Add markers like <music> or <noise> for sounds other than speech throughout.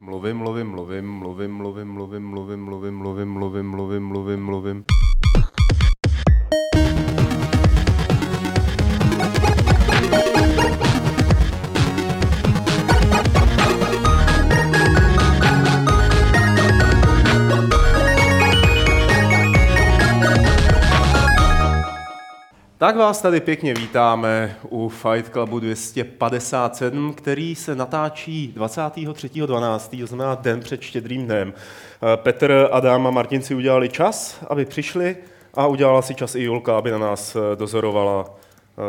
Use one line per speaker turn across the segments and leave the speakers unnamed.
mluvím, mluvím, mluvím, mluvím, mluvím, mluvím, mluvím, mluvím, mluvím, mluvím, mluvím, mluvím, mluvím. Tak vás tady pěkně vítáme u Fight Clubu 257, který se natáčí 23.12., to znamená den před štědrým dnem. Eh, Petr, Adam a Martin si udělali čas, aby přišli a udělala si čas i Julka, aby na nás eh, dozorovala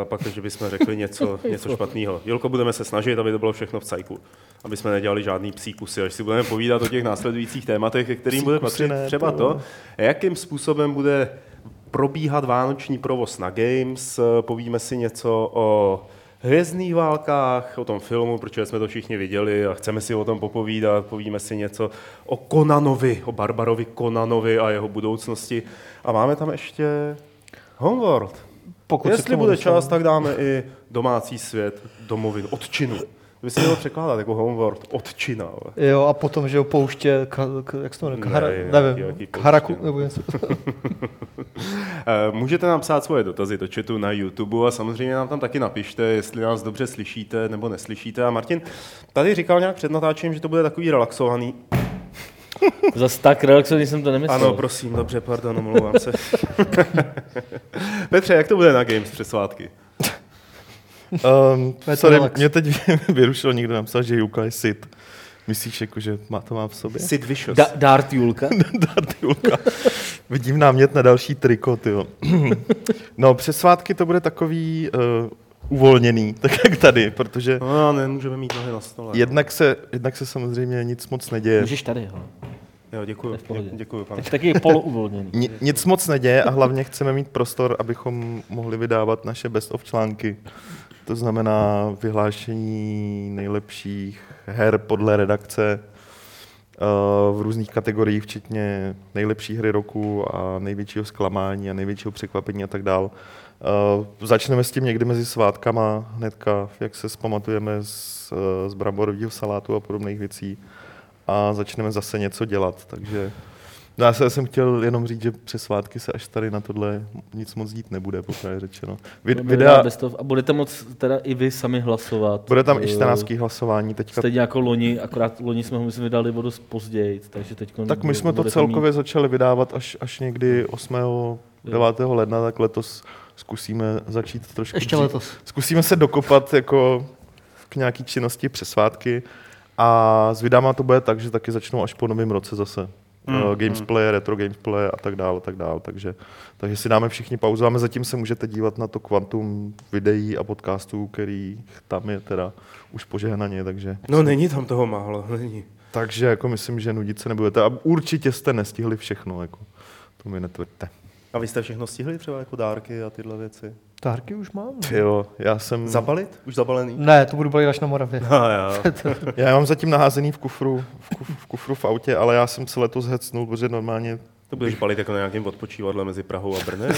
eh, pak, že bychom řekli něco,
<laughs>
něco špatného. Julko, budeme se snažit, aby to bylo všechno v cajku. Aby jsme nedělali žádný psí kusy, až si budeme povídat o těch následujících tématech, ke kterým bude
kusy
patřit
ne,
třeba
to-
to, jakým způsobem bude probíhat vánoční provoz na Games. Eh, Povíme si něco o hvězdných válkách, o tom filmu, protože jsme to všichni viděli a chceme si o tom popovídat. Povíme si něco o Konanovi, o Barbarovi Konanovi a jeho budoucnosti. A máme tam ještě Homeworld.
Pokud se k
Jestli
tomu
bude
dostaneme.
čas, tak dáme i domácí svět domovin, odčinu. To by se mělo překládat jako homeworld, odčina. ale.
Jo, a potom, že jo, pouště, ka, ka, jak se to jmenuje, kahara,
Ne,
ne, nevím,
jaký
jaký
pouště,
kaharaku,
no.
nebo <laughs> něco.
Eh, Můžete nám psát svoje dotazy do chatu na YouTube a samozřejmě nám tam taky napište, jestli nás dobře slyšíte nebo neslyšíte. A Martin tady říkal nějak před natáčením, že to bude takový relaxovaný.
Zas tak relaxovaný jsem to nemyslel.
Ano, prosím, dobře, pardon, omlouvám
<laughs>
se. Petře, jak to bude na Games přes svátky?
Um,
To je
sorry,
relax.
mě teď vyrušil, někdo napsal, že Julka je sit. Myslíš, jako, že má, to má v sobě?
Sid Vicious.
prostě-
Da- Dart Julka.
Dart Julka. Vidím námět na další triko, jo. no, přes svátky to bude takový uh, uvolněný, tak jak tady, protože
No, nemůžeme mít nohy na
no.
stole.
jednak se, jednak se samozřejmě nic moc neděje.
Můžeš tady, jo.
Jo, děkuji,
je v pohodě.
děkuji, pane.
Tak, taky je polouvolněný.
Ni, nic moc neděje a hlavně chceme mít prostor, abychom mohli vydávat naše best of články. To znamená vyhlášení nejlepších her podle redakce eh, v různých kategoriích, včetně nejlepší hry roku a největšího zklamání a největšího překvapení a tak dál. Eh, Začneme s tím někdy mezi svátkama, hnedka, jak se zpamatujeme z, eh, z bramborového salátu a podobných věcí a začneme zase něco dělat, takže No já se- jsem chtěl jenom říct, že přes svátky se až tady na tohle nic moc dít nebude, popravdě řečeno.
No,
Vid- videa,
Videa... A budete moc teda i vy sami hlasovat.
bude tam i
Eh,
14. hlasování teďka.
Stejně jako loni, akorát loni jsme ho myslím vydali o dost později, takže teď
Tak my jsme to celkově začali vydávat až, až někdy 8. 9. ledna, tak letos zkusíme začít trošku
Ještě
dřív.
letos.
Zkusíme se dokopat jako k nějaký činnosti přes svátky a s videama to bude tak, že taky začnou až po novém roce zase. Mm, gamesplay, retro gamesplay a tak dále, a tak dále. Takže, takže si dáme všichni pauzu. A zatím se můžete dívat na to kvantum videí a podcastů, který tam je teda už požehnaně, takže...
No, není tam toho málo, není.
Takže jako myslím, že nudit se nebudete. A určitě jste nestihli všechno, jako. To mi netvrďte.
A vy jste všechno stihli třeba jako dárky a tyhle věci?
Tárky už mám. ne?
Jo, já jsem...
Zabalit? Už zabalený?
Ne, to budu balit až na <laughs> Moravě.
Hmm. No, jo.
Já mám zatím naházený v kufru, v, kuf, v kufru v autě, ale já jsem se letos hecnul, protože normálně...
To budeš balit jako na nějakém odpočívadle mezi Prahou a Brnem?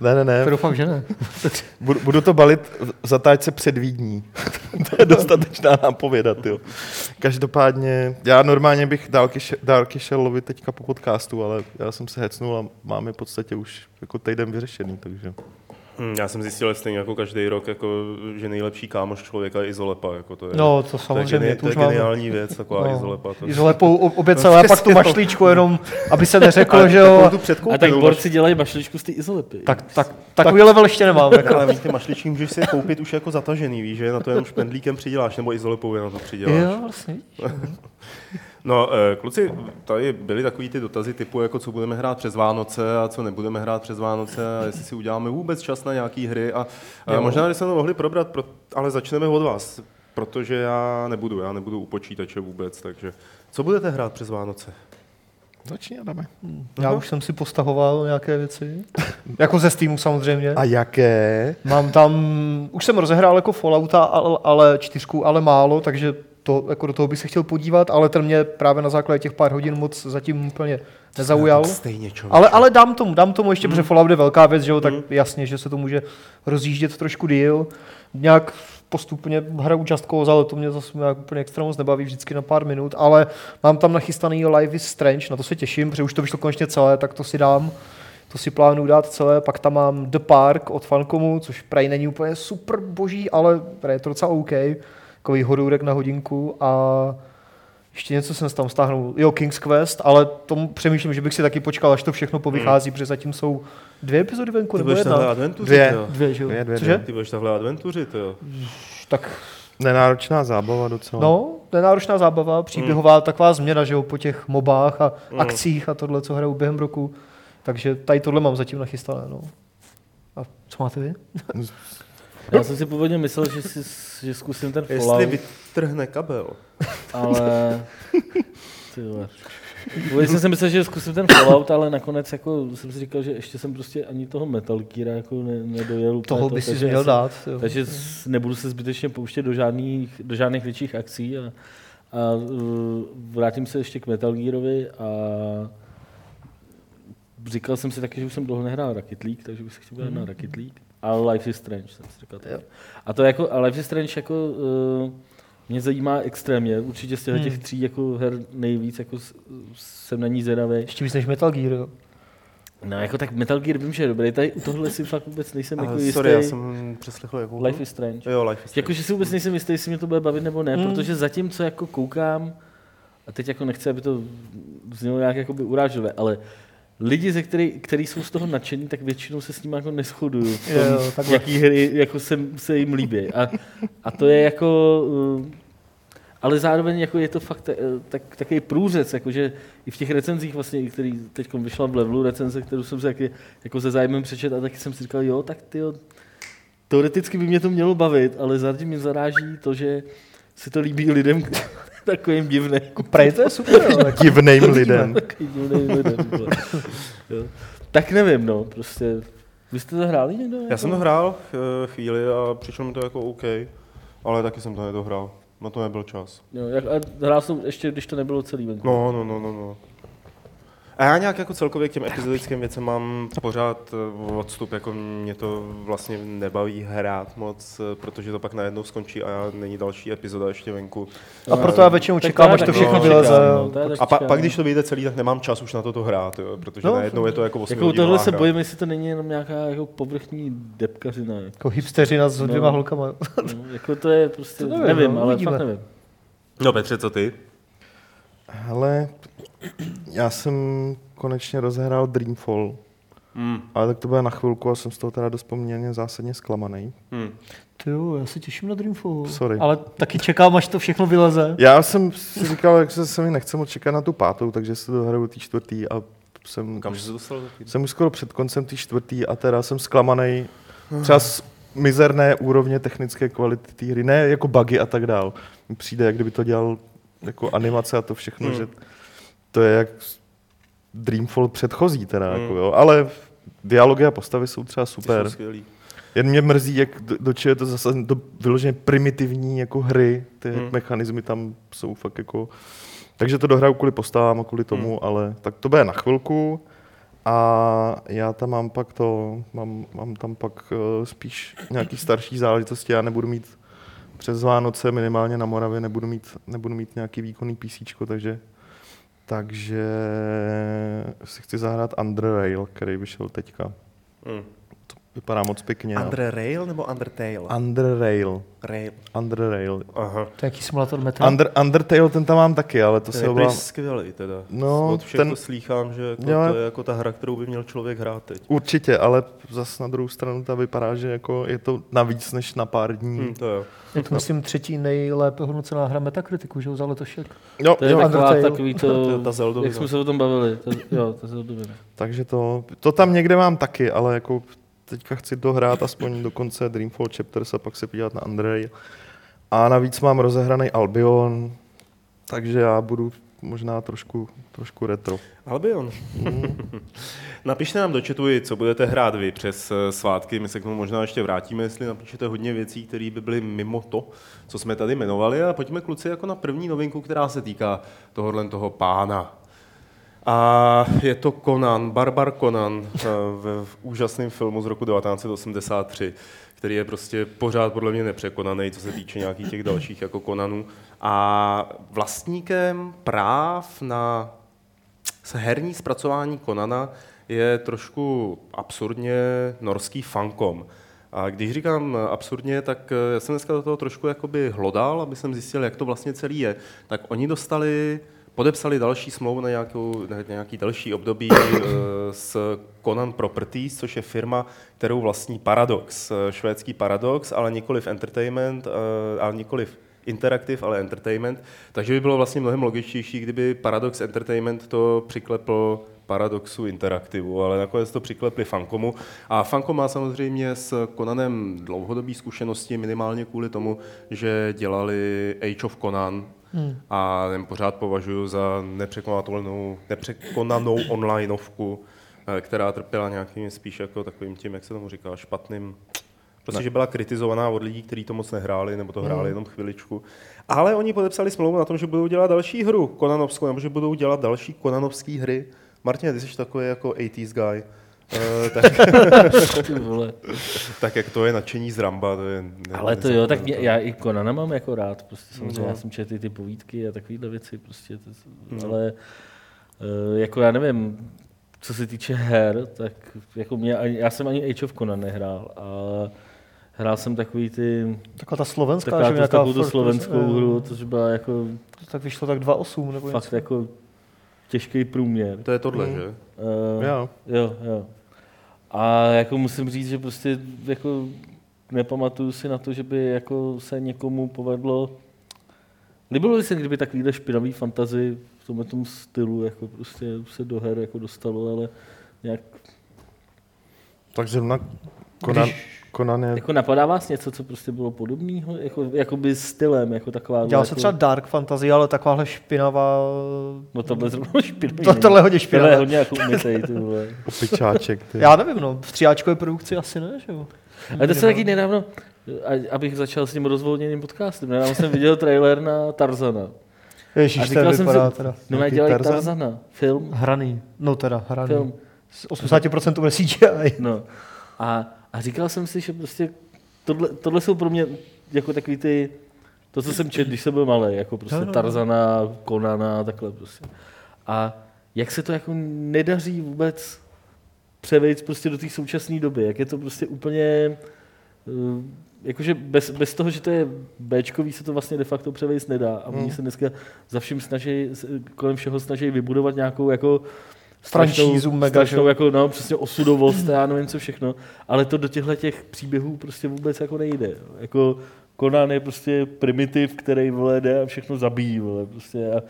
Ne, ne, ne.
To doufám, že ne.
Budu, budu to balit v zatáčce před Vídní. <laughs> to je dostatečná nápověda, jo. Každopádně, já normálně bych dálky, še, dálky šel lovit teďka po podcastu, ale já jsem se hecnul a mám je v podstatě už jako týden vyřešený, takže...
Hm, Já jsem zjistil stejně jako každý rok, jako, že nejlepší kámoš člověka je izolepa. Jako to je,
No, to
to je,
samozřejmě,
geni-
to
to je
už mám.
geniální věc,
<laughs>
taková no. izolepa. To...
I zlepou ob- obě celé, a pak tu
přesně, no.
mašličku jenom,
<laughs>
aby se neřeklo,
Ale
že
takovou
jo.
tu předkoupenou
A tak
maš-
borci dělají bašličku z té izolipy.
Tak, tak, takový level ještě nemám. Jako.
ale víš, ty mašličky můžeš si je koupit už jako zatažený, víš, že na to jenom špendlíkem přiděláš, nebo izolepou jenom to přiděláš.
Jo, vlastně.
No, eh, kluci, tady byly takový ty dotazy typu, jako co budeme hrát přes Vánoce a co nebudeme hrát přes Vánoce a jestli si uděláme vůbec čas na nějaký hry a eh, možná bychom to mohli probrat, pro- ale začneme od vás, protože já nebudu, já nebudu u počítače vůbec, takže co budete hrát přes Vánoce?
Začni, Adame.
No.
Já už jsem si postahoval nějaké věci. Jako ze Steamu samozřejmě.
A jaké?
Mám tam, už jsem rozehrál jako Fallouta, ale, ale čtyřku, ale málo, takže to, jako do toho bych se chtěl podívat, ale ten mě právě na základě těch pár hodin moc zatím úplně nezaujal.
Stejně člověk.
Ale, ale dám tomu, dám tomu ještě, protože Fallout je velká věc, že jo, tak jasně, že se to může rozjíždět trošku díl. Nějak postupně hraju částkou ale to mě zase nějak úplně extra moc nebaví vždycky na pár minut, ale mám tam nachystaný Live is Strange, na to se těším, protože už to vyšlo konečně celé, tak to si dám. To si plánuju dát celé, pak tam mám The Park od Fancomu, což prej není úplně super boží, ale je to docela OK. Takový horůrek na hodinku a ještě něco jsem si tam stáhnul. Jo, King's Quest, ale tomu přemýšlím, že bych si taky počkal, až to všechno povychází, protože zatím jsou dvě epizody venku,
Ty
nebo
budeš tahle
jedna.
adventuřit,
Dvě.
jo.
Dvě, že jo?
Dvě, dvě,
Cože?
Ty budeš tahle adventuřit, jo.
Tak
Nenáročná zábava docela. <laughs>
No, nenáročná zábava, příběhová taková změna, že jo, po těch mobách a akcích a tohle, co hrajou během roku. Takže tady tohle mám zatím nachystané, no. A co máte vy?
Já jsem si původně myslel, že, si, že zkusím ten
Jestli
Fallout,
vytrhne kabel.
ale... <laughs> Ty vole. Původně jsem si myslel, že zkusím ten Fallout, ale nakonec jako jsem si říkal, že ještě jsem prostě ani toho Metal Geara jako ne, nedojel. úplně
Toho
to,
by si
takže
měl
asi-
dát. Jo.
Takže s- nebudu se zbytečně pouštět do žádných, do žádných větších akcí a, a uh, vrátím se ještě k Metal Gearovi a říkal jsem si taky, že už jsem dlouho nehrál Rocket League, takže bych se chtěl hrát na Rocket League. A Life is Strange jsem si říkal. taky. A to jako, a Life is Strange jako uh, mě zajímá extrémně, určitě z těchto těch tří jako her nejvíc, jako s- jsem na ní zvědavý.
Ještě víc než Metal Gear, jo.
No jako tak Metal Gear vím, že je dobrý, tady u tohle si fakt vůbec nejsem jako
Ale
jistý.
sorry, já jsem přeslechl jakou. hru?
Life is Strange.
Jo, Life is
Jakože Jako, si vůbec nejsem jistý, jestli mě to bude bavit nebo
Mm.
ne, protože zatím, co jako koukám, a teď jako nechci, aby to znělo nějak jakoby urážlivé, ale lidi, ze který, který jsou z toho nadšení, tak většinou se s ním jako neschoduju. v tom,
Jo, jo, takhle.
jaký hry jako se, se jim líbí. A, a to je jako... uh, Ale zároveň jako je to fakt eh, tak, takový průřec, jakože i v těch recenzích, vlastně, i který teď vyšla v levelu recenze, kterou jsem si taky jako se zájmem přečet a taky jsem si říkal, jo, tak ty teoreticky by mě to mělo bavit, ale zatím mě zaráží to, že se to líbí lidem <laughs> takovým divným.
Jako Prej, to je super, jo. tak-
Divným lidem.
Takovým divným
<laughs>
lidem. vole. Jo. Tak nevím, no, prostě. Vy jste to hráli někdo? Jako-
Já jsem to hrál eh, chvíli a přišlo mi to jako OK, ale taky jsem to nedohrál. Na to nebyl čas.
Jo, jak, a hrál jsem ještě, když to nebylo celý venku.
No, no, no, no, no. A já nějak jako celkově k těm epizodickým věcem mám pořád eh, odstup, jako mě to vlastně nebaví hrát moc, eh, protože to pak najednou skončí a já- není další epizoda ještě venku.
A proto já většinou čekám, až to
taky
všechno
no,
vyleze.
čekám,
jo.
A pa,
no.
pak, když to vyjde celý, tak nemám čas už na to, to hrát, jo, protože
No,
najednou je to jako 8
Jako u tohle se bojím, jestli to není jenom nějaká jako povrchní depkařina. Jako,
Jako hipsteřina s dvěma
No.
holkama. jo.
no, jako to je prostě,
To
to
nevím,
nevím, nevím
no,
ale
uvidíme.
fakt nevím.
No Petře, co ty?
Hele, já jsem konečně rozhrál Dreamfall.
Hmm.
Ale tak to bude na chvilku a jsem z toho teda dost poměrně zásadně zklamaný.
Hmm.
Ty jo, já se těším na Dreamfall.
Sorry.
Ale taky čekám, až to všechno vyleze.
Já jsem si říkal, jak se, se mi nechce moc čekat na tu pátou, takže se dohraju té čtvrtý a jsem,
Kam jsi se dostal? do chvíli?
jsem už skoro před koncem té čtvrtý a teda jsem zklamaný třeba z mizerné úrovně technické kvality té hry, ne jako bugy a tak dál. Mi přijde, jak kdyby to dělal jako animace a to všechno,
Hmm.
že to je jak Dreamfall předchozí teda, jako jo, ale dialogy a postavy jsou třeba
Ty
super.
Hmm. jsou skvělý.
Jen mě mrzí, jak do, do čeho je to zase do vyloženě primitivní jako hry, ty
Hmm.
hmm. mechanismy tam jsou fakt jako... Takže to dohraju kvůli postavám a kvůli tomu,
Hmm.
hmm. ale tak to bude na chvilku. A já tam mám pak to, mám, mám tam pak eh, spíš nějaký starší záležitosti, já nebudu mít přes Vánoce minimálně na Moravě nebudu mít, nebudu mít nějaký výkonný PC, takže takže si chci zahrát Underrail, který vyšel teďka.
Hmm.
Vypadá moc pěkně.
Underrail nebo Undertale?
Underrail.
Rail.
Underrail.
Aha.
To je jaký simulátor metra.
Under, Undertale ten tam mám taky, ale to
To
se
je prý
oblám...
skvělý teda.
No,
Od všech ten...
ten-
to slýchám, že jako,
Jo.
to je jako ta hra, kterou by měl člověk hrát teď.
Určitě, ale zas na druhou stranu ta vypadá, že jako je to navíc než na pár dní.
Hmm,
Hmm.
to jo.
Je to, myslím, třetí nejlépe hodnocená hra Metakritiku, že jo, za letošek.
Jo,
To je
jo.
tak-
taková
Undertale.
takový
To
to,
je ta no. Zeldovina.
jak jsme se o tom bavili, to, jo, to Zeldovina.
Takže to, to tam někde mám taky, ale jako teďka chci dohrát aspoň do konce Dreamfall Chapters a pak se podívat na Underrail. A navíc mám rozehraný Albion, takže já budu možná trošku, trošku retro.
Albion. <laughs> Napište nám do chatu, i co budete hrát vy přes eh, svátky. My se k tomu možná ještě vrátíme, jestli napíšete hodně věcí, které by byly mimo to, co jsme tady jmenovali. A pojďme kluci jako na první novinku, která se týká tohohle toho pána. A je to Conan, Barbar Conan eh, v, v úžasném filmu z roku 1983, který je prostě pořád podle mě nepřekonaný, co se týče nějakých těch dalších jako Conanů. A vlastníkem práv na herní zpracování Konana je trošku absurdně norský fankom. A když říkám absurdně, tak eh, já jsem dneska do toho trošku jakoby hlodal, aby jsem zjistil, jak to vlastně celý je. Tak oni dostali, podepsali další smlouvu na, nějakou, na nějaký další období eh, s Conan Properties, což je firma, kterou vlastní Paradox, eh, švédský Paradox, ale nikoliv Entertainment, eh, ale nikoliv Interactive, ale Entertainment. Takže by bylo vlastně mnohem logičtější, kdyby Paradox Entertainment to přiklepl Paradoxu Interactivu, ale nakonec to přiklepli Fankomu. A Fankom má samozřejmě s Conanem dlouhodobý zkušenosti, minimálně kvůli tomu, že dělali Age of Conan, Hmm. A ten pořád považuji za nepřekonatelnou, nepřekonanou onlineovku, eh, která trpěla nějakým spíš jako takovým tím, jak se tomu říká, špatným Prostě, ne. že byla kritizovaná od lidí, kteří to moc nehráli, nebo to hráli jenom chviličku. Ale oni podepsali smlouvu na tom, že budou dělat další hru konanovskou, nebo že budou dělat další konanovské hry. Martin, ty jsi takový jako 80s guy. Eh,
<laughs>
tak,
Ty vole.
tak jak to je nadšení z Ramba, to je... ne-
Ale to jo, tak mě, já i Konana mám jako rád, prostě samozřejmě,
No.
já jsem četl i ty povídky a takovéhle věci, prostě, to,
No.
ale eh, jako já nevím, co se týče her, tak jako mě, ani- já jsem ani Age of Conan nehrál a hrál jsem takový ty,
Taková ta slovenská,
taková
že
tu, takovou tu
first person,
slovenskou
eh,
hru, což byla jako
to Tak vyšlo tak 2.8 nebo
fakt
něco.
jako těžký průměr.
To je tohle,
Mm.
že?
Eh,
Jo.
Jo, jo. A jako musím říct, že prostě jako nepamatuju si na to, že by jako se někomu povedlo... Líbilo by se, kdyby takovýhle špinavý fantazy v tomhle tom stylu jako prostě se do her jako dostalo, ale nějak...
Tak zrovna Conan, Conan je...
Jako napadá vás něco, co prostě bylo podobného? Jako, jakoby stylem, jako taková...
Dělal
jako,
se třeba Dark Fantasy, ale takováhle špinavá...
No tohle zrovna špinavý.
To, tohle je hodně
špinavé. Tohle je
špinavé.
hodně jako umytej, ty vole.
Opičáček, ty.
Já nevím, no, v stříháčkové produkci asi ne, že jo?
Ale to se taky nedávno, a- abych začal s tím rozvolněným podcastem, nedávno jsem viděl trailer na Tarzana. A
Ježíš, ten
říkal jsem
vypadá
si,
teda.
no
Jaký
dělají
Tarzan?
Tarzana, film,
Hraný. No teda, hraný.
film,
Z 80% bude CGI.
no. A, a říkal jsem si, že prostě tohle, tohle jsou pro mě jako takový ty, to, co jsem četl, když jsem byl malý, jako prostě
No,
no,
no, no.
no. Tarzana, Konana, takhle prostě. A jak se to jako nedaří vůbec převejít prostě do té současné doby, jak je to prostě úplně, eh, jakože bez, bez toho, že to je Bčkový, se to vlastně de facto převejít nedá a oni se dneska za vším snaží, s- kolem všeho snaží vybudovat nějakou jako strašnou-
Franšízu mega, že
strašnou
jo?
jako, no, přesně osudovost a já nevím co všechno, ale to do těchto těch příběhů prostě vůbec jako nejde. jo. Jako Conan je prostě primitiv, který vole jde a všechno zabíjí, vole, prostě a,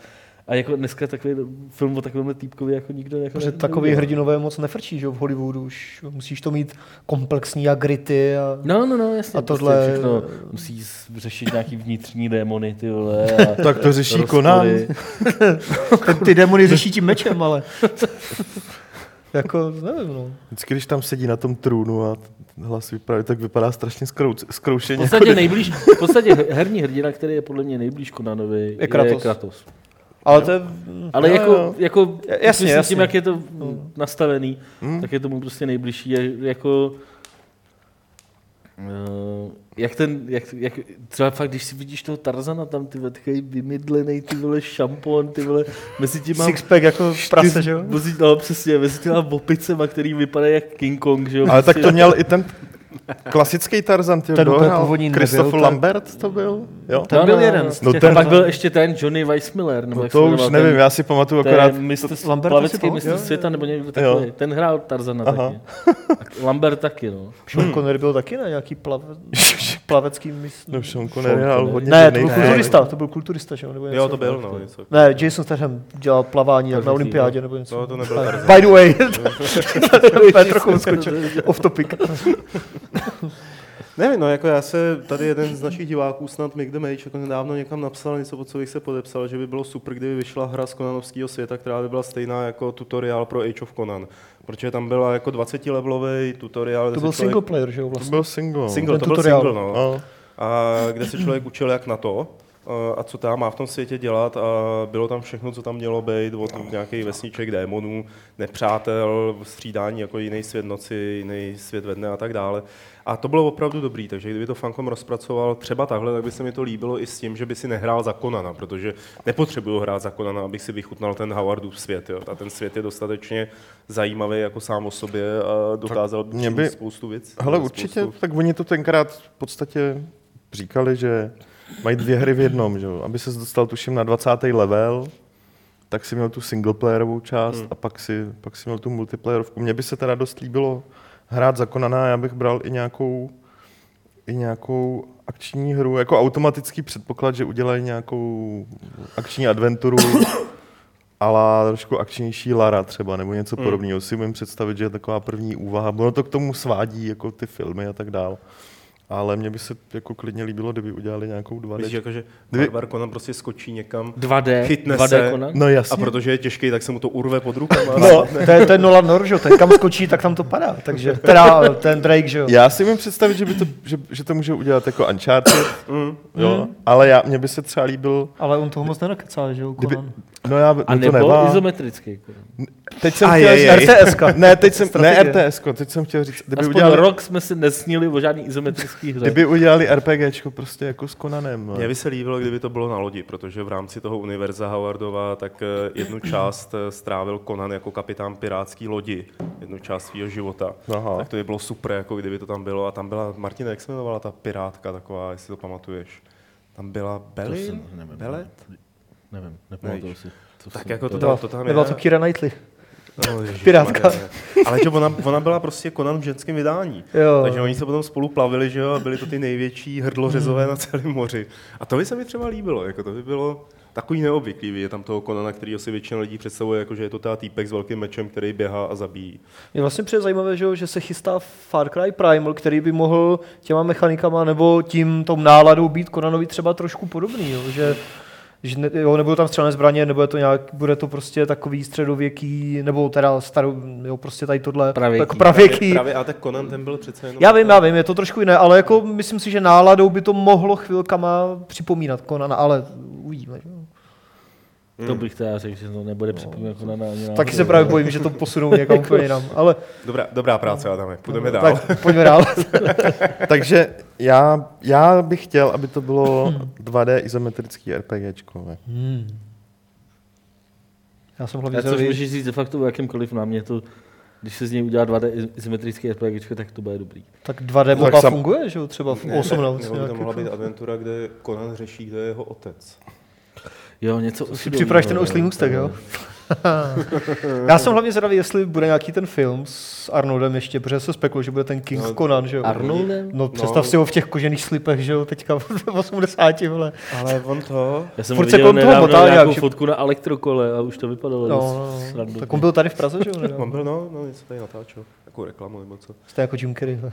a jako dneska takový film o takovémhle týpkovi jako nikdo jako
Protože
ne-
takový
neudělá.
hrdinové moc nefrčí, že jo, v Hollywoodu už musíš to mít komplexní a gritty a...
No, no, no, jasně.
A tohle-
Prostě všechno musí s- řešit nějaký vnitřní démony, ty vole. A
Tak to řeší
rozpory.
Conan.
Ten No, ty <laughs> démony řeší tím mečem, ale... jako, nevím, no.
Vždycky, když tam sedí na tom trůnu a hlas vypraví, tak vypadá strašně zkrou-
V
zkroušeně.
podstatě, nejblíž, v podstatě herní hrdina, který je podle mě nejblíž Konanovi, je
Kratos.
Kratos. Kratos.
Ale to je...
Ale
Jo,
jako,
jo.
jako
Ja- jasně,
myslím, s
jasně.
tím, jak je to
Hmm.
nastavený, tak je tomu prostě nejbližší. Je, jako, eh, jak ten, jak, jak, třeba fakt, když si vidíš toho Tarzana tam, ty vole, takový vymydlený, ty vole, šampon, ty vole, mezi těma
Sixpack jako prase, že jo?
Mezi, no, přesně, mezi těma opicema, který vypadá jak King Kong, že jo?
Ale tak
Prostě-
to měl i ten klasický Tarzan, ty
Ten
kdo
úplně
hrál?
původní nebyl,
Christoph
ten-
Lambert to byl? Jo?
Ten
No,
byl
no,
jeden
no.
z
No
těch.
ten-
A pak byl ještě ten Johnny Weissmiller. Nebo
No
jak se
to
jmenoval,
už nevím, já si pamatuju
ten, akorát...
akorát...
Ten mistr,
Lambert
Lambert
asi
plavecký
to? Jo,
mistr
jo.
světa, nebo někdo
Jo.
takový. Ten hrál Tarzana
Aha.
taky. A Lambert taky, no.
Sean Connery byl taky na nějaký plave, plavecký mis...
No, Sean Connery hrál hodně
ne, to
ženy.
byl kulturista, to byl kulturista, že jo? Nebo něco.
Jo, to byl, no, něco.
Ne, Jason Statham dělal plavání jak na
Tarzan,
olympiádě nebo něco.
To, to
<laughs>
nebyl
Tak.
Tarzan.
By the way, to je trochu skočil. Off topic.
Nevím, no, jako já se, tady jeden z našich diváků, snad Mick the Mage, jako nedávno někam napsal něco, pod co bych se podepsal, že by bylo super, kdyby vyšla hra z Konanovského světa, která by byla stejná jako tutoriál pro Age of Conan. Protože tam byla jako 20-levelový tutoriál. kde
To
se
byl
člověk- No,
single player, že jo
To
vlastně.
byl single.
Single,
Ten
to byl
tutoriál.
single, no.
No.
A kde se člověk učil jak na to. eh, a co ta má v tom světě dělat a bylo tam všechno, co tam mělo být, od nějakých vesniček, démonů, nepřátel, střídání jako jiný svět noci, jiný svět ve dne a tak dále. A to bylo opravdu dobrý, takže kdyby to Fankom rozpracoval třeba takhle, tak by se mi to líbilo i s tím, že by si nehrál za Konana, protože nepotřebuju hrát za Konana, abych si vychutnal ten Howardův svět. Jo. A ten svět je dostatečně zajímavý jako sám o sobě a dokázal
mě
by...
by-
spoustu věcí.
Hele,
spoustu-
určitě, tak oni to tenkrát v podstatě říkali, že mají dvě hry v jednom, že jo. Aby se dostal tuším na 20. level, tak si měl tu singleplayerovou část hmm. a pak si, pak si měl tu multiplayerovku. Mně by se teda dost líbilo hrát zakonaná, já bych bral i nějakou, i nějakou akční hru, jako automatický předpoklad, že udělají nějakou akční adventuru, ale trošku akčnější Lara třeba, nebo něco
Mm.
podobného. Si umím představit, že je taková první úvaha. Ono to k tomu svádí, jako ty filmy a tak dál. Ale mně by se jako klidně líbilo, kdyby udělali nějakou 2
Víš, jakože
Kdyby-
Barbar Conan prostě skočí někam
2D,
Chytne
2D
se.
Conan.
No
a
jasně.
protože je těžký, tak se mu to urve pod rukama.
No, to je, to je Nolan North, že jo, ten kam skočí, tak tam to padá. Takže, teda ten Drake, že jo.
Já si umím představit, že, by to, že, že to může udělat jako Uncharted, jo, ale já, mně by se třeba líbil,
Ale on toho moc nenakecá, že jo,
kdyby,
Conan.
no já
A
no to
nebo
nemám.
izometrický Conan.
Teď jsem
A
chtěl
je,
říct
je, je.
RTSka. Ne, teď jsem, ne RTSko, teď jsem chtěl říct, kdyby
Aspoň
udělali,
rok jsme si nesnili o žádný izometrický hře.
kdyby udělali RPGčko prostě jako s Conanem. no.
Mně by se líbilo, kdyby to bylo na lodi, protože v rámci toho univerza Howardova tak eh, jednu část eh, strávil Conan jako kapitán pirátský lodi, jednu část svého života.
Aha.
Tak to by bylo super, jako kdyby to tam bylo. A tam byla, Martina, jak se jmenovala ta pirátka taková, jestli to pamatuješ? Tam byla Belin?
jsem- nevím.
Belet?
Nevím, nepamatuju si. co
Tak
jsem-
jako to,
Byla,
tam- to tam
nebyla
je.
to Kira Knightley. <laughs>
No, ježišmarja,
Pirátka.
ne. Ale že ona, ona byla prostě Conan v ženském vydání.
Jo.
Takže oni se potom spolu plavili, že jo, a byli to ty největší
Hmm.
hrdlořezové na celém moři. A to by se mi třeba líbilo, jako to by bylo takový neobvyklý, je tam toho Conana, který si většina lidí představuje, jako že je to ta týpek s velkým mečem, který běhá a zabíjí.
Je vlastně přijde zajímavé, že, jo, že se chystá Far Cry Primal, který by mohl těma mechanikama nebo tím tom náladou být Konanovi třeba trošku podobný, jo, že že ne, jo, nebudou tam střelné zbraně, nebo je to nějak, bude to prostě takový středověký, nebo teda starou, jo, prostě tady tohle.
Pravěký.
Tak pravěký.
Právě, a tak Conan ten byl přece jenom...
Já vím, já vím, je to trošku jiné, ale jako myslím si, že náladou by to mohlo chvilkama připomínat Konana, ale uvidíme. že jo.
To bych teda řekl, že to nebude připomínat Conana ani náhodou.
No, Taky se právě bojím, že to posunou někam úplně jinam, ale
Dobrá, dobrá práce, Adame, půjdeme dál.
No, <laughs>
<laughs>
tak pojďme dál.
Takže já, já bych chtěl, aby to bylo <clears throat> 2D izometrický RPGčko. ne?
Já jsem
A
hlavně
což
zvědavý.
můžeš říct de facto o jakémkoliv námětu, když se z něj udělá 2D iz- izometrický RPG, tak to bude dobrý.
Tak 2D
Tak
mapa
sam-
funguje, že jo, třeba v 18.
Nebo by to
nějak
mohla
jako.
být adventura, kde Conan řeší, kdo je jeho otec.
Jo, něco
Si
osudového,
připravíš ten
jo.
oslý můstek, jo?
No,
<laughs> Já jsem hlavně zvědavý, jestli bude nějaký ten film s Arnoldem ještě, protože se spekuluje, že bude ten King
No,
Conan, že jo?
Arnoldem?
No představ si ho v těch kožených slipech, že jo, teďka v 80, vole.
Ale on to...
Já jsem
Furt se
viděl
kolem toho
nedávno
motá
nějakou
nějak, že-
fotku na elektrokole a už to
No,
vypadalo
no,
dost
no.
srandovně.
Tak on byl tady v Praze, že jo?
On
nedávno?
byl, no, no, něco tady natáčel. Takovou reklamu nebo co.
Jste jako Jim Carrey. vole.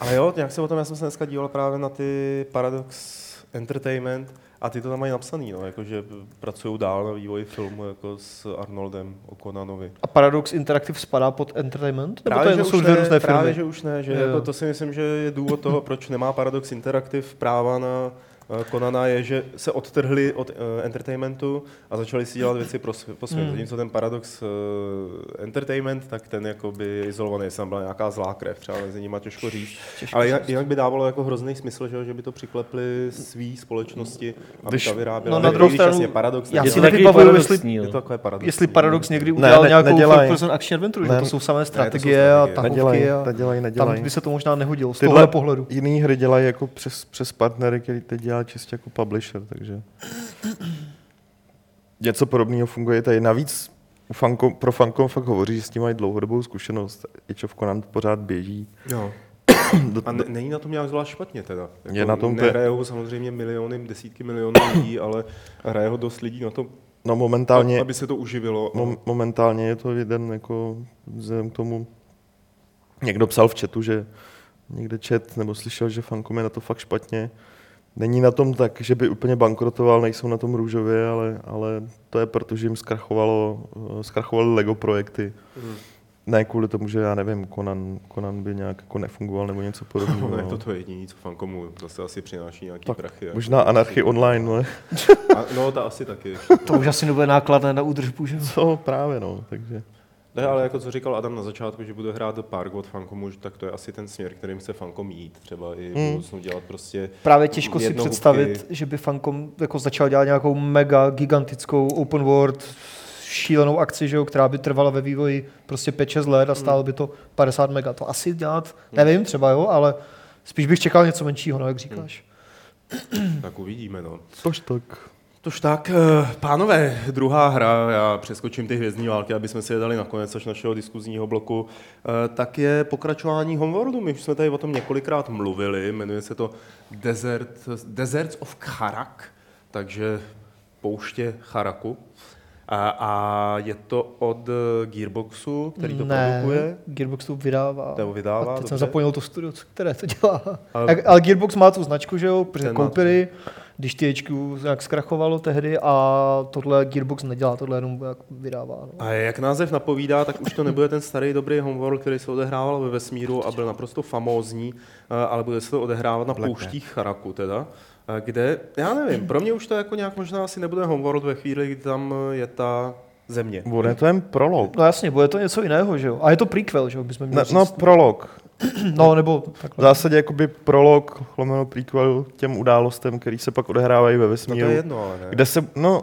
Ale jo, nějak se o tom, já jsem se dneska díval právě na ty Paradox Entertainment a ty to tam mají napsaný, no, jakože pracují dál na vývoji filmu jako s Arnoldem O'Conanovi.
A Paradox Interactive spadá pod entertainment? Nebo No, to,
Právě,
je,
že
to
už
jsou dvě
ne,
různé
právě,
firmy?
že už ne, že
Jo.
jako to si myslím, že je důvod toho, proč nemá Paradox Interactive práva na eh, Konana je, že se odtrhli od eh, entertainmentu a začali si dělat věci pro sv- po svém.
Hmm.
Zatímco ten Paradox eh, Entertainment, tak ten jakoby je izolovaný, jestli tam byla nějaká zlá krev, třeba mezi nima těžko říct.
Těžko
Ale
říct.
jinak, jinak by dávalo jako hrozný smysl, že, jo, že by to přiklepli svý společnosti, aby
Když-
ta vyráběla.
no, na
Ale
druhou
když
stranu-
jasně paradox,
já
tak
Je
je
si
to
to-
takový
nevybavuju,
paradoxní,
je
jo.
to takové paradox.
Jestli Paradox někdy
Ne,
udělal
ne-
nějakou
nedělaj.
third person action adventure, že
Ne,
to jsou samé strategie
strategie,
a
Nedělej,
tahovky a
nedělej,
tam
nedělej.
by se to možná nehodilo z
Tyhle-
tohohle pohledu.
Jiný hry dělají jako přes, přes partnery, který teď dělá čistě jako publisher, takže... Něco podobného funguje tady. Navíc u Funko, pro Funcom fakt hovoří, že s tím mají dlouhodobou zkušenost. Age of Conan pořád běží.
Jo.
Do,
No. A ne, není na tom nějak zvlášť špatně teda.
Je na tom to-
nehraje ho samozřejmě miliony, desítky milionů lidí, ale hraje ho dost lidí na to,
no momentálně,
aby se to uživilo. a-
mom, momentálně je to jeden jako vzhledem k tomu... Někdo psal v chatu, že někde chat nebo slyšel, že Funcom je na to fakt špatně. Není na tom tak, že by úplně bankrotoval, nejsou na tom růžově, ale, ale to je proto, že jim zkrachovalo, eh, zkrachovaly Lego projekty. Ne kvůli tomu, že já nevím, Conan, Conan by nějak jako nefungoval nebo něco
<laughs>
podobného.
<laughs> No, je
no.
to to jediné, co fankomu zase asi přináší nějaký tak, prachy.
Možná anarchy online, ale
A, no, ta asi taky.
To už asi nebude nákladné na údržbu, že jo?
<laughs> co právě no, takže.
Ne, ale jako co říkal Adam na začátku, že bude hrát Park od Fankomu, že tak to je asi ten směr, kterým chce Fankom jít. Třeba i v budoucnu dělat prostě...
Právě těžko si
jednohubky.
představit, že by Funcom jako začal dělat nějakou mega gigantickou open world šílenou akci, že jo, která by trvala ve vývoji prostě 5-6 let a
Hmm.
stálo by to 50 mega. To asi dělat, nevím třeba, jo, ale spíš bych čekal něco menšího,
Hmm.
no, jak říkáš.
Tak uvidíme, no.
Tož tak.
Tož tak, eh, pánové, druhá hra, já přeskočím ty hvězdní války, aby jsme si je dali nakonec až našeho diskuzního bloku, eh, tak je pokračování Homeworldu. My už jsme tady o tom několikrát mluvili, jmenuje se to Desert, Deserts of Charak, takže pouště Charaku. A, a je to od eh, Gearboxu, který to
ne,
produkuje.
Gearbox to vydává.
Nebo vydává,
a teď
dobře.
jsem zapomněl to studio, co- které to dělá.
Ale-
Ale, Jak, ale Gearbox má tu značku, že jo, protože
Ten má tu-
koupili, když THQ nějak zkrachovalo tehdy a tohle Gearbox nedělá, tohle jenom jak vydává. No.
A jak název napovídá, tak už to nebude ten starý dobrý homeworld, který se odehrával ve vesmíru a byl naprosto famózní, eh, ale bude se to odehrávat na pouštích Charaku teda, eh, kde, já nevím, pro mě už to jako nějak možná asi nebude homeworld ve chvíli, kdy tam eh, je ta země.
Bude to jen prolog.
No jasně, bude to něco jiného, že jo? A je to prequel, že jo, bychom
Ne,
měli
no,
říct.
prolog.
no, nebo
V
takhle.
zásadě jakoby prolog, lomeno prequel těm událostem, který se pak odehrávají ve
No to
vesmíru.
je jedno, ale ne.
Kde se, no,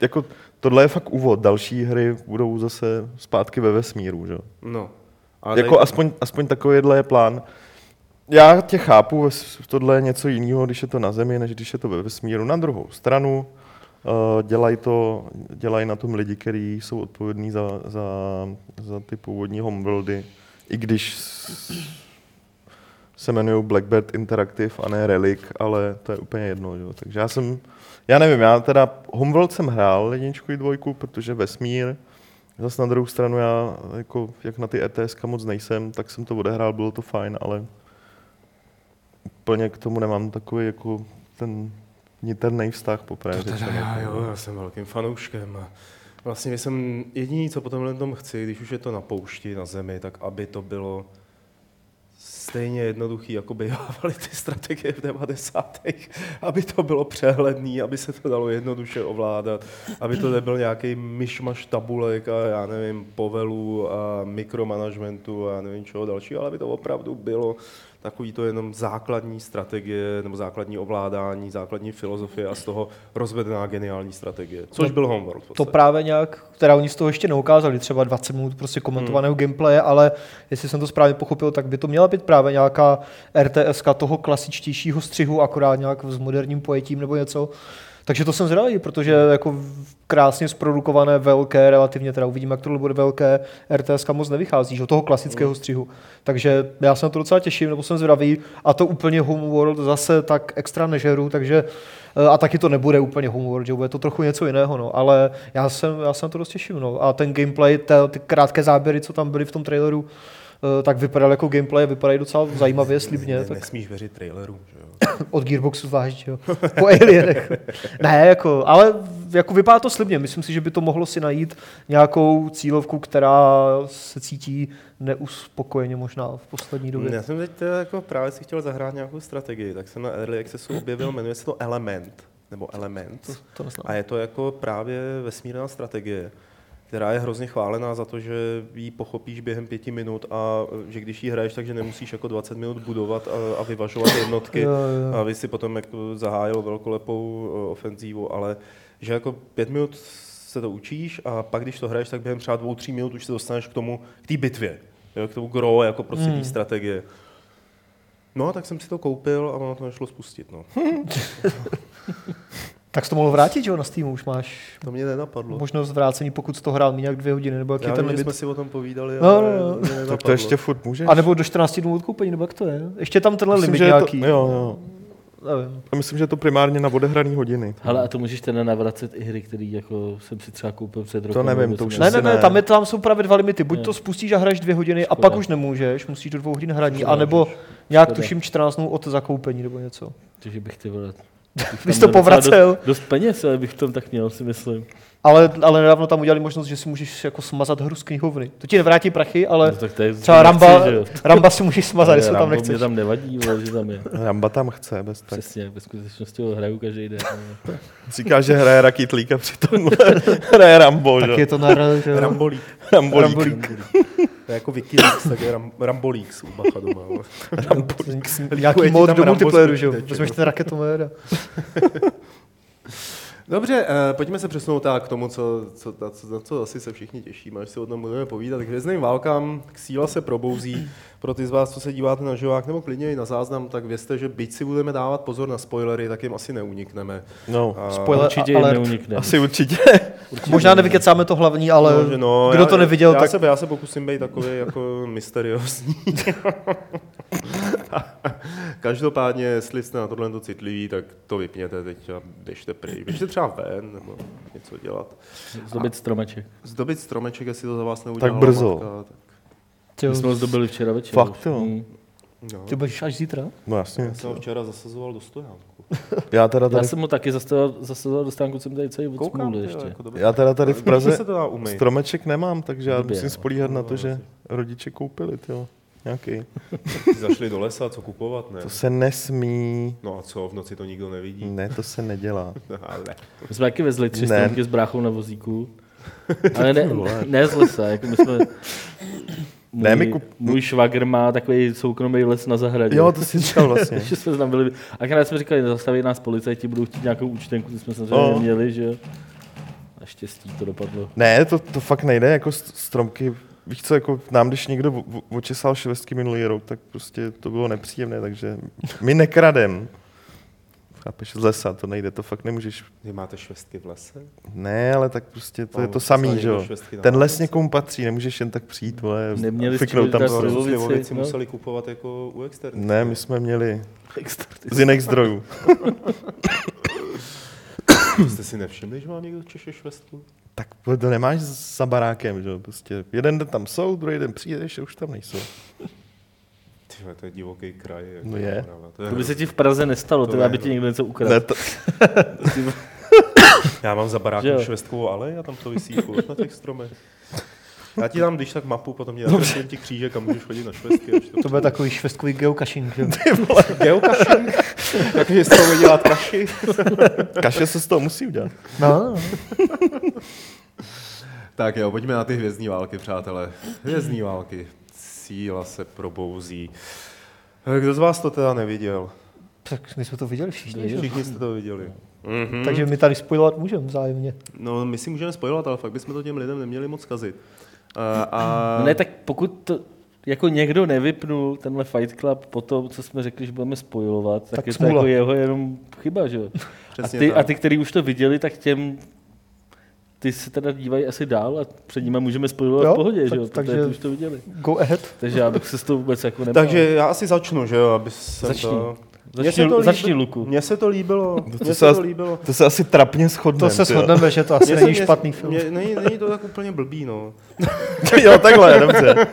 jako tohle je fakt úvod, další hry budou zase zpátky ve vesmíru, že? jo.
No.
Jako
Ale jako tady,
aspoň, aspoň takovýhle je plán. Já tě chápu, ves- tohle je něco jiného, když je to na Zemi, než když je to ve vesmíru. Na druhou stranu, eh, dělají to, dělají na tom lidi, kteří jsou odpovědní za, za, za ty původní homeworldy, i když s- se jmenují Blackbird Interactive a ne Relic, ale to je úplně jedno. Jo. Takže já jsem, já nevím, já teda Homeworld jsem hrál jedničku i dvojku, protože vesmír, Zase na druhou stranu já, jako, jak na ty ETS moc nejsem, tak jsem to odehrál, bylo to fajn, ale úplně k tomu nemám takový jako ten niterný vztah poprvé.
to teda
řečeno.
já, jo, jako, "No, já jsem velkým fanouškem. a Vlastně jsem jediný, co potom tom chci, když už je to na poušti, na zemi, tak aby to bylo stejně jednoduchý, jako <laughs> bývávaly ty strategie v 90. aby to bylo přehledný, aby se to dalo jednoduše ovládat, aby to nebyl nějaký myšmaš tabulek a já nevím, povelů a mikromanagementu a já nevím čeho dalšího, ale aby to opravdu bylo takový to jenom základní strategie nebo základní ovládání, základní filozofie a z toho rozvedená geniální strategie, což byl Homeworld. v
No, To
podstatě.
právě nějak, teda oni z toho ještě neukázali, třeba 20 minut prostě komentovaného gameplaye, ale jestli jsem to správně pochopil, tak by to měla být právě nějaká RTS toho klasičtějšího střihu, akorát nějak s moderním pojetím nebo něco. Takže to jsem zvědavý, protože jako v- krásně zprodukované velké, relativně teda uvidíme, jak tohle bude velké, RTS moc nevychází, že od toho klasického střihu. Takže já se na to docela těším, nebo jsem zvědavý a to úplně Homeworld zase tak extra nežeru, takže eh, a taky to nebude úplně Homeworld, že bude to trochu něco jiného, no, ale já jsem, já se na to dost těším, no. A ten gameplay, ta, ty krátké záběry, co tam byly v tom traileru, eh, tak vypadal jako gameplay, vypadají docela zajímavě, slibně.
ne,
Tak
Nesmíš věřit trailerům, že jo?
od Gearboxu zvlášť, jo. Po Alienech. ne, jako, ale jako vypadá to slibně. Myslím si, že by to mohlo si najít nějakou cílovku, která se cítí neuspokojeně možná v poslední době.
Já jsem teď teda jako právě si chtěl zahrát nějakou strategii, tak jsem na Early Accessu objevil, jmenuje se to Element, nebo
To,
Element.
to neznám.
A je to jako právě vesmírná strategie, která je hrozně chválená za to, že ji pochopíš během pěti minut a eh, že když ji hraješ, takže nemusíš jako 20 minut budovat a, a vyvažovat jednotky.
Jo, jo.
A vy si potom jako zahájil velkolepou eh, ofenzívu, ale že jako pět minut se to učíš a pak, když to hraješ, tak během třeba dvou, tří minut už se dostaneš k tomu, k té bitvě, jo, k tomu gro, jako prostě
Hmm.
té strategie. No a tak jsem si to koupil a ono to nešlo spustit, no.
Tak jsi to mohl vrátit, že jo, na Steamu už máš
To mě nenapadlo.
možnost vrácení, pokud jsi to hrál nějak dvě hodiny, nebo jak je
Já
ten
vím, že
limit.
jsme si o tom povídali,
No,
ale
no, no.
mě nenapadlo.
Tak to ještě furt můžeš.
A nebo do 14 dnů odkoupení, nebo jak to je? Ještě tam tenhle
myslím,
limit
že je to,
nějaký.
jo, jo.
Nevím.
A myslím, že je to primárně na odehraný hodiny.
Hele, a to můžeš teda navracet i hry, které jako jsem si třeba koupil před rokem.
nevím,
nebo
to
jsem
už
měl.
Ne,
asi
ne, ne,
ne.
tam, je, tam jsou právě dva limity. Buď
Ne.
to spustíš a hraješ dvě hodiny a
Škoda.
pak už nemůžeš, musíš do dvou hodin hraní,
Škoda,
anebo nějak
Škoda.
tuším 14 dnů od zakoupení nebo něco.
Takže bych ty vole,
Vy jsi to povracel.
Dost, dost peněz, ale bych tam tak měl, si myslím.
Ale, ale nedávno tam udělali možnost, že si můžeš jako smazat hru z knihovny. To ti nevrátí prachy, ale
No, tak tady
třeba Ramba,
Nechci, že jo.
Ramba si můžeš smazat,
Ale
jestli ho tam
Rambo
nechceš.
Mě tam nevadí, vole, že tam je.
Ramba tam chce, bez tak.
Přesně, ve skutečnosti ho hraju každý den. ale-
Říká, že hraje Rakitlíka, přitom <laughs> hraje Rambo,
Tak
že?
je to na R, že jo.
Rambolík.
Rambolík.
To je jako Wikileaks, tak je ram, Rambolík u Bacha doma. no. ale-
Nějaký
Líkuje ti
mod
tam
do
Rambo
multiplayeru,
z
že jo.
počítače,
Vezmeš
no.
ten raketomet a...
Dobře, eh, pojďme se přesunout tak k tomu, co, co, na, co, na co asi se všichni těšíme, až se o tom budeme povídat. K hvězdným válkám k síla se probouzí. Pro ty z vás, co se díváte na živák nebo klidně i na záznam, tak vězte, že byť si budeme dávat pozor na spoilery, tak jim asi neunikneme.
No,
A-
Spoiler
Určitě jim
alert.
neunikne.
asi určitě.
Možná nevykecáme to hlavní, ale
No, že no,
kdo
já-
to neviděl,
já,
tak...
Se, já se pokusím být takový jako <laughs> mysteriózní. Každopádně, jestli jste na tohle to citliví, tak to vypněte teď a běžte pryč. Běžte třeba ven nebo něco dělat.
Zdobit stromeček.
Zdobit stromeček, jestli to za vás neudělala
Tak brzo.
Matka, tak...
Ty
My
jo,
jsme ho zdobili včera večer.
Fakt,
už.
jo.
Mm.
No.
Ty budeš až zítra?
No jasně.
Já jsem ho včera zasazoval do stojánku.
Já teda
Já
tady,
jsem mu taky zastavil, zastavil do stánku, jsem tady celý od
Koukám,
smůly
ty, jo,
ještě.
jako dobrý.
já teda tady v Praze
se to dá umýt.
stromeček nemám, takže já
Blbě,
musím
no.
spolíhat na
No,
to, že rodiče koupili, jo. Nějaký.
Zašli do lesa, co kupovat, ne?
To Hmm. se nesmí.
No a co, v noci to nikdo nevidí. No,
Ne, to
<laughs>
se nedělá.
Ale.
My jsme taky vezli tři
Ne.
stromky s bráchou na vozíku. Ale
<laughs>
ne, ne z lesa, jako my jsme... Můj,
Ne, my kup-
můj švagr má takový soukromý les na zahradě.
Jo, to si říkal
<laughs>
vlastně.
že jsme tam byli. Akorát jsme říkali, zastaví nás policajti, budou chtít nějakou účtenku, to jsme samozřejmě
No.
no. neměli, že jo. Naštěstí to dopadlo.
Ne, to, to fakt nejde, jako st- stromky, víš co, jako nám, když někdo o- o- očesal švestky minulý rok, tak prostě to bylo nepříjemné, takže my nekradem. Chápeš, z lesa to nejde, to fakt nemůžeš.
Vy máte švestky v lese?
Ne, ale tak prostě to
No,
je to
to se
samý, že
někdo
jo.
švestky dá
Ten
na
les
ulici.
někomu patří, nemůžeš jen tak přijít, vole,
Neměli
fiknout tam prostě.
střílet
to.
slivovici,
Slivovici
no.
museli kupovat jako u externích.
Ne, my jsme měli z jiných zdrojů.
Jste si nevšimli, že má někdo Češe švestku?
<laughs> Tak to nemáš za barákem, že jo, prostě. Jeden den tam jsou, druhý den přijdeš a už tam nejsou.
Tyhle, to je divoký kraj. Jako
No je.
Morava, To je
To by se ti v Praze nestalo,
To
teda,
ne,
aby
no.
ti někdo něco ukradl.
Ne, to,
Já mám za
Že
barákem
jo.
švestkovou alej a tam to visí furt na těch stromech. Já ti dám, když tak mapu, potom ti nakreslím ti kříže, kam můžeš chodit na švestky. až
To bude takový švestkový geocaching, že jo.
Geocaching? Takže z toho dělat kaši?
<laughs> kaše se z toho musí udělat.
No,
Tak jo, pojďme na ty hvězdní války, přátelé. Hvězdní války. Síla se probouzí. Kdo z vás to teda neviděl?
tak my jsme to viděli všichni, že jo.
Všichni jste to viděli. Mhm.
Takže my tady spojovat můžeme vzájemně.
No, my si můžeme spojovat, ale fakt bychom to těm lidem neměli moc kazit. A, a...
No <laughs> Ne, tak pokud to, jako někdo nevypnul tenhle Fight Club po tom, co jsme řekli, že budeme spojovat, tak,
Tak
tak je to
smůla.
jako jeho jenom chyba, že jo? A
Přesně
ty,
tak.
a ty, který už to viděli, tak těm ty se teda dívají asi dál a před nimi můžeme spojovat
Jo,
v pohodě,
tak-
že jo? Takže...
takže-
Protože ty už to viděli.
Go ahead.
Takže já bych se s tou vůbec jako nebál.
Takže já asi začnu, že jo, aby jsem
Začni. No,
to... Mně
Začni,
se to líbí-
začni Luku.
Mně se to líbilo.
to
Mně
se
se to
as-
líbilo.
To se asi trapně
To
shodneme.
se
ty jo.
shodneme, že to asi
Mně se-
není
mně-
špatný film.
Mně, není, není to tak úplně blbý, no.
<laughs> jo, takhle, <laughs> dobře.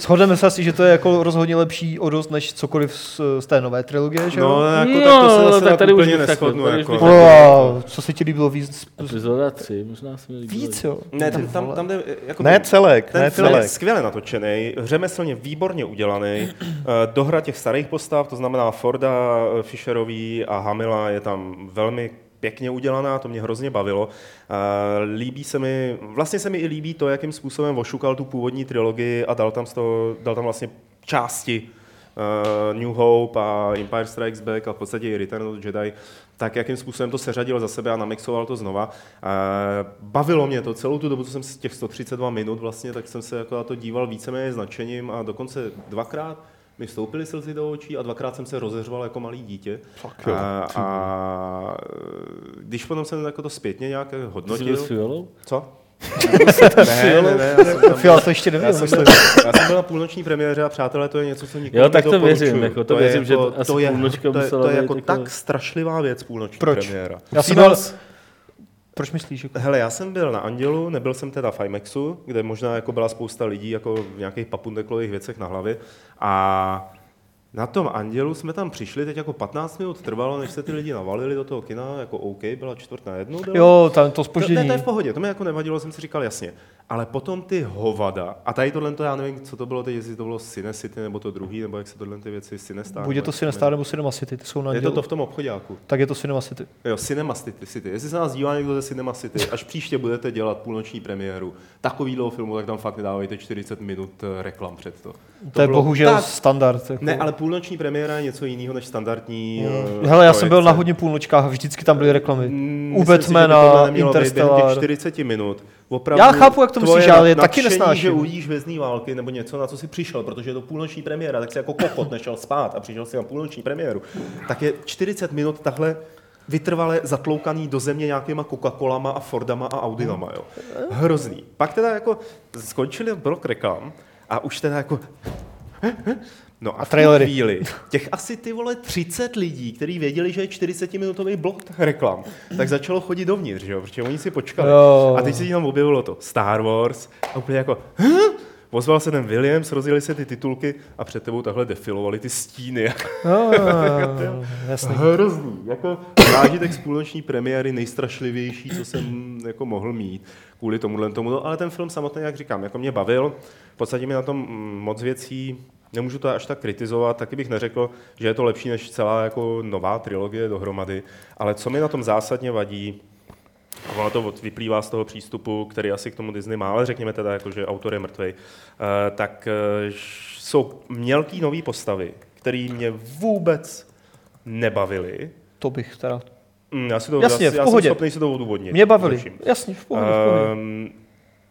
Shodneme se asi, že to je jako rozhodně lepší o dost než cokoliv z, z té nové trilogie, že jo?
No, jako,
Jo,
tak to se zase
tak
tak
tady
tady
už
úplně
bych
neschodnu.
takhle, tady
Jako.
už bych
Wow, co se ti líbilo víc?
Epizoda 3, možná jsme líbili.
Víc, jo?
Ne, tam,
Ty
tam,
vole.
tam jde, jako
Ne
ten-
celek,
ten
ne
film je
celek.
skvěle natočený, řemeslně výborně udělaný. Eh, Dohra těch starých postav, to znamená Forda, eh, Fisherový a Hamila je tam velmi pěkně udělaná, to mě hrozně bavilo. Eh, Líbí se mi, vlastně se mi i líbí to, jakým způsobem ošukal tu původní trilogii a dal tam, z toho, dal tam vlastně části eh, New Hope a Empire Strikes Back a v podstatě i Return of the Jedi, tak jakým způsobem to seřadil za sebe a namixoval to znova. Eh, Bavilo mě to celou tu dobu, co jsem z těch 132 minut vlastně, tak jsem se jako na to díval víceméně značením a dokonce dvakrát mi vstoupily slzy do očí a dvakrát jsem se rozeřval jako malý dítě.
jo.
a, a, eh, když potom jsem jako to zpětně nějak
Ty jsi byl s
hodnotil...
Fiolou?
Co? ne, ne, ne, já jsem tam-
Fila to ještě
já
nevěděl,
jsem,
myslím.
byl, já jsem byl na půlnoční premiéře a přátelé, to je něco, co nikomu
no. Jo, tak to
nedoporučuju.
věřím, jako to věřím, že to asi
je,
půlnočka
to je,
musela
to je
být
jako
jako-
tak strašlivá věc půlnoční
Proč?
premiéra.
Já jsem
Přidal
byl,
s-
proč myslíš, jako- že
Hele, já jsem byl na Andělu, nebyl jsem teda v IMAXu, kde možná jako byla spousta lidí jako v nějakých papundeklových věcech na hlavě a Na tom Andělu jsme tam přišli, teď jako 15 minut trvalo, než se ty lidi navalili do toho kina, jako OK, byla čtvrt na jednu. Byla...
Jo, tam to
To, ne,
spoždění.
to je v pohodě, to mi jako nevadilo, jsem si říkal jasně. Ale potom ty hovada, a tady tohle, to já nevím, co to bylo teď, jestli to bylo Cinecity nebo to druhý, nebo jak se tohle ty věci Cinestar.
Buď je to Cinestar nebo Cinema City, ty jsou na
Je to
Andělu.
to v tom obchodáku.
Tak je to Cinema City.
Jo, Cinema City. City. Jestli se nás dívá někdo ze Cinema
<laughs>
City, až příště budete dělat půlnoční premiéru takovýhle filmu, tak tam fakt nedávejte 40 minut eh, reklam před to.
To, je
bylo
bohužel
tak-
standard. Jako.
Ne, ale půlnoční premiéra je něco jiného než standardní. eh,
No. Hele, já jsem byl na
projekce.
hodně půlnočkách a vždycky tam byly reklamy.
Mm,
U
myslím si, že by tohle
Batmana,
nemělo být během těch
Interstellar.
40 minut. Opravdu
Já chápu, jak to
tvoje
myslíš, ale je taky
nadšení,
nesnáším.
že uvidíš vězný války nebo něco, na co si přišel, protože je to půlnoční premiéra, tak si jako kokot nešel spát a přišel si na půlnoční premiéru. Tak je 40 minut takhle vytrvale zatloukaný do země nějakýma Coca-Colama a Fordama a Audinama, jo. Hrozný. Pak teda jako skončili blok reklam a už teda jako No a,
A
v tu
trailery. <laughs>
chvíli, těch asi ty vole 30 lidí, kteří věděli, že je 40-minutový blok reklam, tak začalo chodit dovnitř, že jo? protože oni si počkali.
Jo.
A teď se tam objevilo to Star Wars a úplně jako... "Hm?" Ozval se ten Williams, rozjeli se ty titulky a před tebou takhle defilovaly ty stíny. <laughs>
No, jasný.
Hrozný. Jako zážitek z půlnoční premiéry nejstrašlivější, co jsem jako mohl mít kvůli tomuhle tomu. No, ale ten film samotný, jak říkám, jako mě bavil. V podstatě mi na tom mm, moc věcí Nemůžu to až tak kritizovat, taky bych neřekl, že je to lepší než celá jako nová trilogie dohromady, ale co mi na tom zásadně vadí, a ono to od- vyplývá z toho přístupu, který asi k tomu Disney má, ale řekněme teda, jako, že autor je mrtvej, Eh, tak eh, š- jsou mělký nový postavy, které mě vůbec nebavily.
To bych teda.
Mm, Já si to,
Jasně,
já, si-
v
já
pohodě.
jsem schopný si to odůvodnit.
Mě bavili.
Něčím.
Jasně, v pohodě, v pohodě.
Ehm,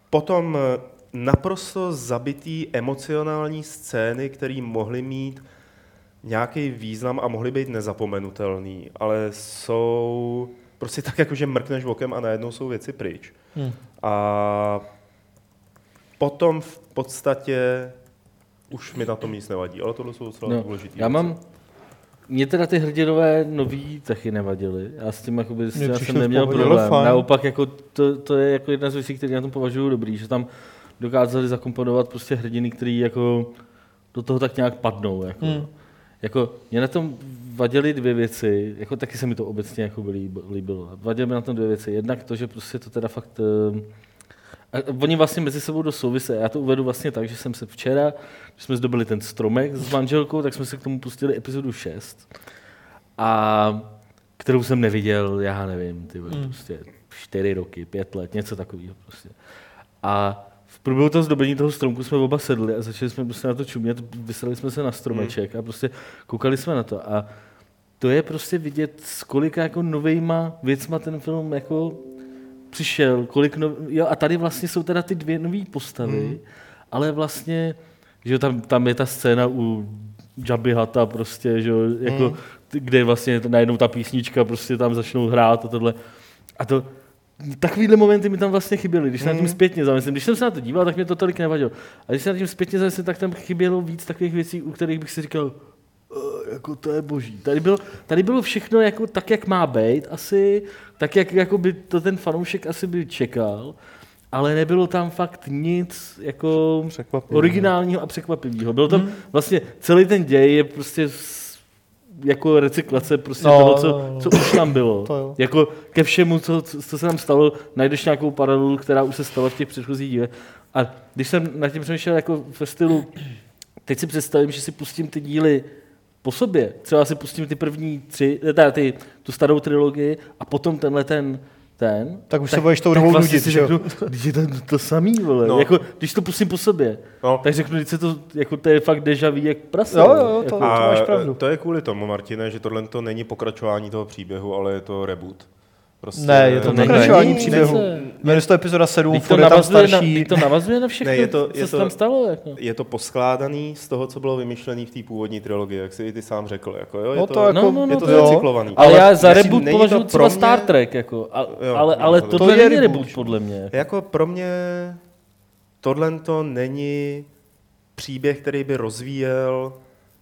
potom eh, naprosto zabitý emocionální scény, které mohly mít nějaký význam a mohly být nezapomenutelný, ale jsou prostě tak jako, že mrkneš okem a najednou jsou věci pryč.
Hm.
A potom v podstatě už mi na tom nic nevadí, ale tohle jsou docela
No,
no, důležité.
já mám... Mě teda ty hrdinové nový taky nevadily. Já s tím jakoby, s
Mně
tím já
přišli
jsem
v
neměl
pohodě,
problém.
ale fajn.
Naopak jako to, to, je jako jedna z věcí, které na tom považuji dobrý, že tam dokázali zakomponovat prostě hrdiny, který jako do toho tak nějak padnou. Jako.
Eh,
Hmm.
Jako, mě na tom vadily dvě věci, jako taky se mi to obecně jako líb, líbilo. Vadily mi na tom dvě věci. Jednak to, že prostě to teda fakt... eh, A oni vlastně mezi sebou dost souvisí. Já to uvedu vlastně tak, že jsem se včera, když jsme zdobili ten stromek s manželkou, tak jsme se k tomu pustili epizodu 6, a kterou jsem neviděl, já nevím, ty hmm. prostě čtyři roky, pět let, něco takového prostě. A v průběhu toho zdobení toho stromku jsme oba sedli a začali jsme prostě na to čumět, vysrali jsme se na stromeček a prostě koukali jsme na to. A to je prostě vidět, s kolika jako novejma věcma ten film jako přišel, kolik no, jo, a tady vlastně jsou teda ty dvě nové postavy, mm. ale vlastně, že jo, tam, tam je ta scéna u Jabby Hata prostě, že jo, jako, t- kde vlastně t- najednou ta písnička prostě tam začnou hrát a tohle. A to, takovýhle momenty mi tam vlastně chyběly, když se
Hmm.
na tím zpětně zamyslím. Když jsem se na to díval, tak mě to tolik nevadilo. A když se na tím zpětně zamyslím, tak tam chybělo víc takových věcí, u kterých bych si říkal, "Eh, jako to je boží. Tady bylo, tady bylo všechno jako tak, jak má být asi, tak, jak jako by to ten fanoušek asi by čekal, ale nebylo tam fakt nic jako
Překvapivého.
originálního a překvapivého. Bylo
Hmm.
tam vlastně celý ten děj je prostě s- jako recyklace prostě
No,
toho, co,
no, no.
co už tam bylo.
To jo.
Jako ke všemu, co, co co se nám stalo, najdeš nějakou paralelu, která už se stala v těch předchozích dílech. A když jsem nad tím přemýšlel jako ve stylu, teď si představím, že si pustím ty díly po sobě. Třeba si pustím ty první tři, eh, teda ty, tu starou trilogii a potom tenhle ten, ten. vlastně
Tak už se budeš tou nohou nudit,
si
že jo?
řeknu, "Vždyť je to, to samý, vole.
No.
No. Jako, když to pustím po sobě,
No.
no. tak řeknu, když se to, jako to je fakt deja vu jak prase.
Jo,
vole.
jo, jo,
Jako-
to máš pravdu.
eh, to je kvůli tomu, Martine, že tohle to není pokračování toho příběhu, ale je to reboot. Prostě
Ne, je to
není.
pokračování
Není,
příběhu.
není.
Jmenuje se to epizoda 7,
Teď to,
Ford je tam
navazuje na,
starší.
teď to navazuje na všechno,
Ne,
ne,
je to-
co
je
se
to-
tam stalo. Jako.
Je to poskládaný z toho, co bylo vymyšlené v té původní trilogii, jak si i ty sám řekl. Jako, jo, je
No
to,
to jako-
No, no, no,
je to
to jo.
zacyklovaný.
Ale, ale já za
jestli
reboot
není to
považuji
pro
třeba
mě-
Star Trek, jako, a,
Jo,
jo, ale, ale
to
tohle
je
to není
reboot.
reboot, podle mě.
Jako pro mě tohle to není příběh, který by rozvíjel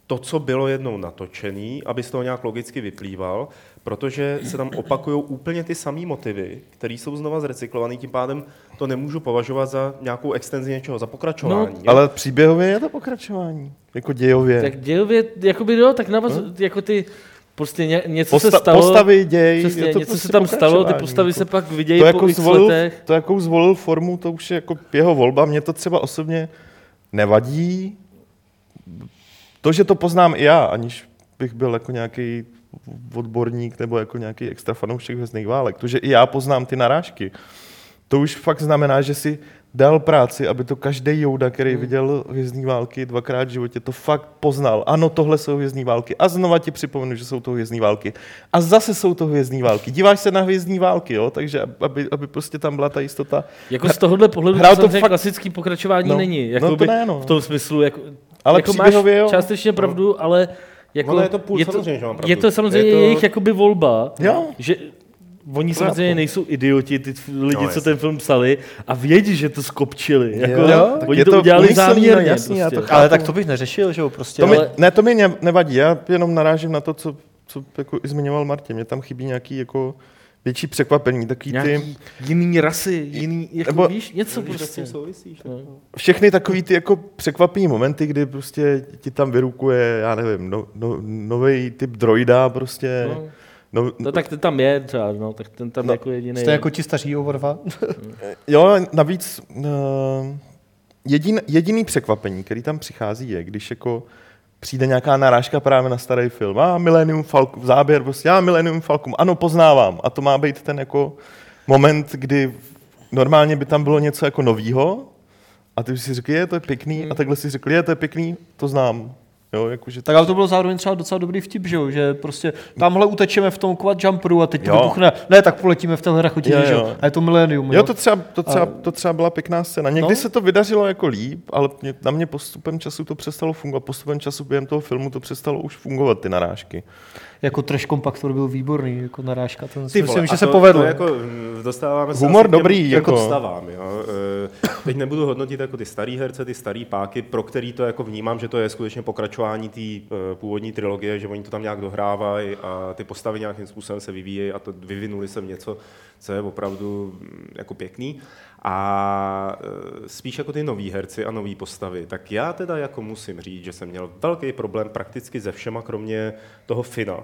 to, co bylo jednou natočený, aby z toho nějak logicky vyplýval, protože se tam opakují úplně ty samé motivy, které jsou znova zrecyklované, tím pádem to nemůžu považovat za nějakou extenzi něčeho, za pokračování.
Jo? No, Ale příběhově je to pokračování, jako dějově.
Tak dějově, jakoby jo, tak navaz, jako ty, prostě ně, něco
Posta-
se stalo.
postavy, děj,
přesně,
je to
něco
prostě
se tam stalo, ty
pokračování,
postavy
jako.
se pak vidějí
to,
po
jako
x
zvolil,
letech.
to, jakou zvolil formu, to už je jako jeho volba. Mně to třeba osobně nevadí. To, že to poznám i já, aniž bych byl jako nějaký odborník nebo jako nějaký extra fanoušek hvězdných válek. To, že i já poznám ty narážky, to už fakt znamená, že si dal práci, aby to každý Jouda, který hmm. viděl hvězdní války dvakrát v životě, to fakt poznal. Ano, tohle jsou hvězdní války. A znova ti připomenu, že jsou to hvězdní války. A zase jsou to hvězdní války. Díváš se na hvězdní války, jo? takže aby, aby prostě tam byla ta jistota.
Jako z tohohle pohledu
Hrál
to
to
samozřejmě
fakt-
klasický pokračování
No,
není.
no to
Jako
ne, no.
V tom smyslu, jako,
Ale No.
jako máš
příběhově, jo.
částečně pravdu, ale jako,
Ono je to půl,
je, to,
samozřejmě, že mám pravdu.
je to samozřejmě
Je to-
jejich jakoby volba,
Jo.
že Oni samozřejmě nejsou idioti, ty f- lidi,
No,
co
jasně.
ten film psali, a vědí, že to skopčili. Jako,
Jo, tak
oni
je
to,
to
udělali
úmyslný, no,
záměrně.
jasný, já
prostě.
to
Ale tak to bych neřešil, že jo, prostě.
To mi,
ale-
ne, to mi ne- nevadí, já jenom narážím na to, co, co jako i zmiňoval Martin. Mně tam chybí nějaký jako větší překvapení, takový ty...
Nějaký jiný rasy, jiný, jako
Nebo-
víš, něco prostě.
souvisíš, tak...
No.
všechny takový ty jako překvapivý momenty, kdy prostě ti tam vyrukuje, já nevím, no, no, nový typ droida prostě.
No.
No,
No tak ten tam je třeba, no, tak ten tam
No,
jako jediný.
Jste jako ti staří over dva?
Jo, navíc uh, jedin, jediný překvapení, který tam přichází, je, když jako přijde nějaká narážka právě na starý film. A Millennium Falcon, záběr, prostě, já Millennium Falcon, ano, poznávám. A to má být ten jako moment, kdy normálně by tam bylo něco jako novýho, a ty by si řekl, je, to je pěkný,
Hmm.
a takhle si řekl, je, to je pěkný, to znám. Jo,
<laughs>
jakože
Tak ale to byl zároveň třeba docela dobrý vtip, že jo, že prostě tamhle utečeme v tom quad jumperu a teď to
Jo.
vybuchne. Ne, tak poletíme v téhle
Jo,
rachotině, že
jo.
jo. A je to milénium,
Jo, to třeba, to, třeba, to třeba byla pěkná scéna. Někdy
No.
se to vydařilo jako líp, ale mě, na mě postupem času to přestalo fungovat. Postupem času během toho filmu to přestalo už fungovat, ty narážky.
Jako trash kompaktor byl výborný, jako narážka. Ten si
Ty
myslím,
vole, a
že se
to-
povedlo.
To jako mm, dostáváme se
Humor
asi k těm-
dobrý,
k těm
jako.
podstavám, jo. Eh, Teď nebudu hodnotit jako ty starý herce, ty starý páky, pro který to jako vnímám, že to je skutečně pokračování té eh, původní trilogie, že oni to tam nějak dohrávají a ty postavy nějakým způsobem se vyvíjejí a to vyvinuli sem něco, co je opravdu mm, jako pěkný. A eh, spíš jako ty noví herci a nový postavy, tak já teda jako musím říct, že jsem měl velký problém prakticky se všema, kromě toho Fina.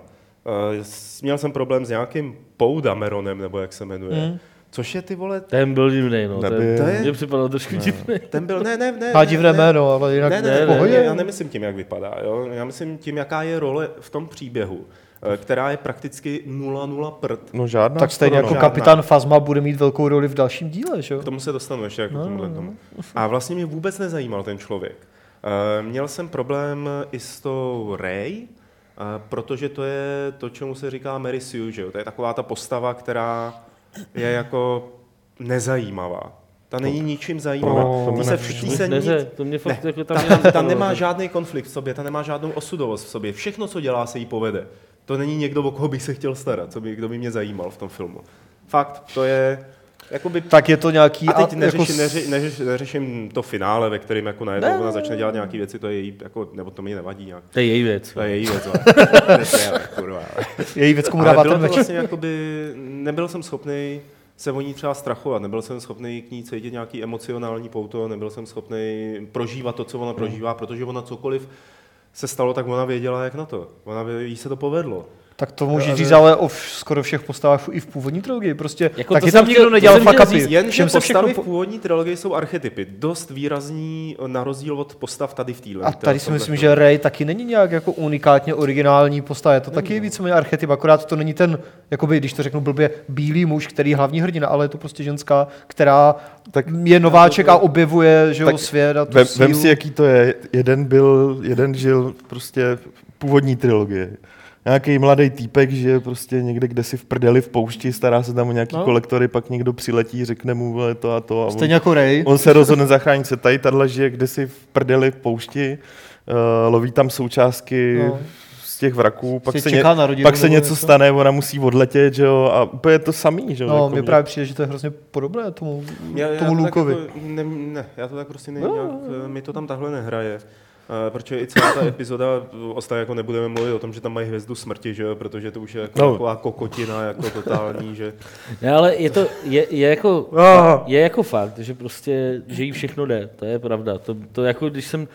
Eh, s- měl jsem problém s nějakým Poudameronem, nebo jak se jmenuje. Hmm. Což je ty vole,
Ten byl divný, no. Ten,
Nebyl.
ten mě připadal trošku divný.
ten byl, ne, ne, ne.
Má
ne,
divné
ne.
jméno, ale jinak
Ne, ne, ne,
v pohodě.
ne, já nemyslím tím, jak vypadá. Jo? Já myslím tím, jaká je role v tom příběhu, eh, která je prakticky 0-0 prd.
No žádná.
Tak stejně
skoro,
jako
žádná.
kapitán Fazma bude mít velkou roli v dalším díle, že jo?
K tomu se dostanu ještě
No,
jako k tomuhle tomu. A vlastně mě vůbec nezajímal ten člověk. Eh, Měl jsem problém i s tou Ray, eh, protože to je to, čemu se říká Mary Sue, že jo? To je taková ta postava, která je jako nezajímavá. Ta není ničím zajímavá.
To
Ty
mi
se,
nepřišlo.
ty se nic,
Neře, to mě fakt jako tam
ta,
nějak
ta, ta nemá
zaujalo.
žádný konflikt v sobě, ta nemá žádnou osudovost v sobě. Všechno, co dělá, se jí povede. To není někdo, o koho bych se chtěl starat, co by, kdo by mě zajímal v tom filmu. Fakt, to je... Jakoby
Tak je to nějaký...
a teď
a-
neřeším,
s-
jako... neři, neřeš, neřeším to finále, ve kterém jako najednou ne. ona začne dělat nějaké věci, to je její, jako, nebo to mi nevadí nějak.
To je její věc.
To je její <laughs> věc, ale. Ne, to je, ale, kurva. ale.
Její věc komu
Ale
dává
bylo
ten
to
večer.
vlastně jakoby, nebyl jsem schopný se o ní třeba strachovat, nebyl jsem schopný k ní cítit nějaký emocionální pouto, nebyl jsem schopný prožívat to, co
Hmm.
ona prožívá, protože ona cokoliv se stalo, tak ona věděla, jak na to. Ona, vě- jí se to povedlo.
Tak to můžeš říct, ale o v, skoro všech postavách i v původní trilogii. Prostě
Jako
jako
to
taky
jsem
tam
chtěl-
nikdo
to
nedělal
jsem chtěl
fuck upy.
říct,
Jenže
Všem se všechno
postavy v
po...
původní trilogii jsou archetypy, dost výrazní na rozdíl od postav tady v téhle.
A tady si myslím, že Ray taky není nějak jako unikátně originální postava. Je to taky víceméně archetyp, akorát to není ten, jakoby, když to řeknu blbě, bílý muž, který je hlavní hrdina, ale je to prostě ženská, která
Tak-
tak je nováček a objevuje že jo,
Tak
svět a tu
Vem,
sílu.
vem si, jaký to je. Jeden byl, jeden žil prostě v původní trilogie. Nějaký mladý týpek žije prostě někde, kde si v prdeli v poušti, stará se tam o nějaký no.
No.
kolektory, pak někdo přiletí, řekne mu vole, to a to. A on
Stejně jako Ray.
On se rozhodne zachránit se tady, tahle žije kdysi v prdeli v poušti, uh, loví tam součástky no.
No.
z těch vraků, pak
Prostě
se,
čeká na rodinu
pak se
nebo
něco
něco.
stane, ona musí odletět, že jo, a úplně je to samý, že jo.
No,
jako
mně
mě-
právě přijde, že to je hrozně podobné tomu, tomu
to tak
Lukovi.
Jako, ne, ne, já to tak prostě ne, nějak, eh, mi to tam tahle nehraje. Eh, eh, protože i celá ta epizoda, ostatně jako nebudeme mluvit o tom, že tam mají hvězdu smrti, že jo, protože to už je jako
No.
taková kokotina, jako totální,
<laughs>
že
Ne, ale je to, je, je jako,
Ah.
je jako fakt, že prostě, že jí všechno jde, to je pravda. To, to jako, když jsem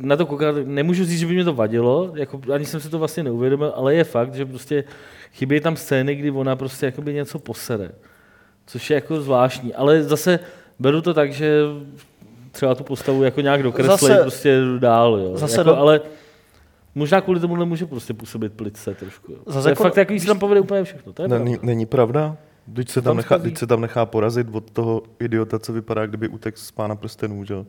na to koukal, tak nemůžu říct, že by mě to vadilo, jako, ani jsem si to vlastně neuvědomil, ale je fakt, že prostě chybějí tam scény, kdy ona prostě jakoby něco posere, což je jako zvláštní, ale zase beru to tak, že třeba tu postavu jako nějak dokreslej
Zase-
prostě dál, jo.
zase
jako,
do-
ale možná kvůli tomu nemůže prostě působit plice trošku. Jo.
Zase
Zase to je
jako-
jako, fakt takový, že tam povede úplně všechno. To je pravda.
Není, není pravda? Teď se tam,
Tam
nechá,
schází.
teď se tam nechá porazit od toho idiota, co vypadá, kdyby utek z pána
<laughs>
prstenů, že jo?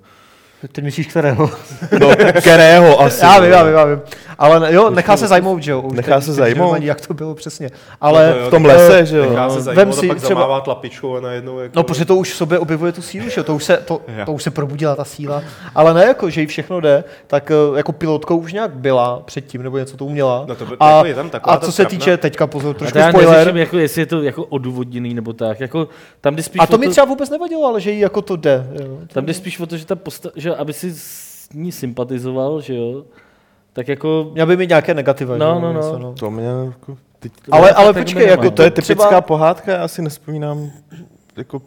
Teď myslíš kterého?
<laughs> No, kterého asi.
já
no.
vím, já vím, já vím. Ale jo, nechá se zajmout, že jo? Už
Nechá se
teď
zajmout.
nevím, jak to bylo přesně. Ale
No to jo,
V tom lese, že jo?
nechá
No,
se
vem
zajímat
si
a pak
třeba-
zamává tlapičkou a najednou jako...
No, protože to už v sobě objevuje tu sílu, že jo? To už se, to,
Jo.
to už se probudila ta síla. Ale ne jako, že jí všechno jde, tak eh, jako pilotkou už nějak byla předtím, nebo něco to uměla.
No to by-
a,
jako je tam taková
a
ta
co se
trapna-
týče, teďka pozor,
A
trošku
to já
spoiler.
neřeším, jako, jestli je to jako odůvodněný nebo tak. Jako, tam jde spíš
A to
o
mi třeba vůbec nevadilo, ale že jí jako to jde. Jo.
Tam jde spíš o to, že, ta posta- že aby si s ní sympatizoval, že jo, tak jako...
Měl by mít nějaké negativa.
No,
že jo,
no, no.
něco, no.
To mě jako... Teď,
Ale,
já to
ale
tak
počkej,
nemám.
jako
to je typická
třeba-
třeba... pohádka, já si nespomínám jako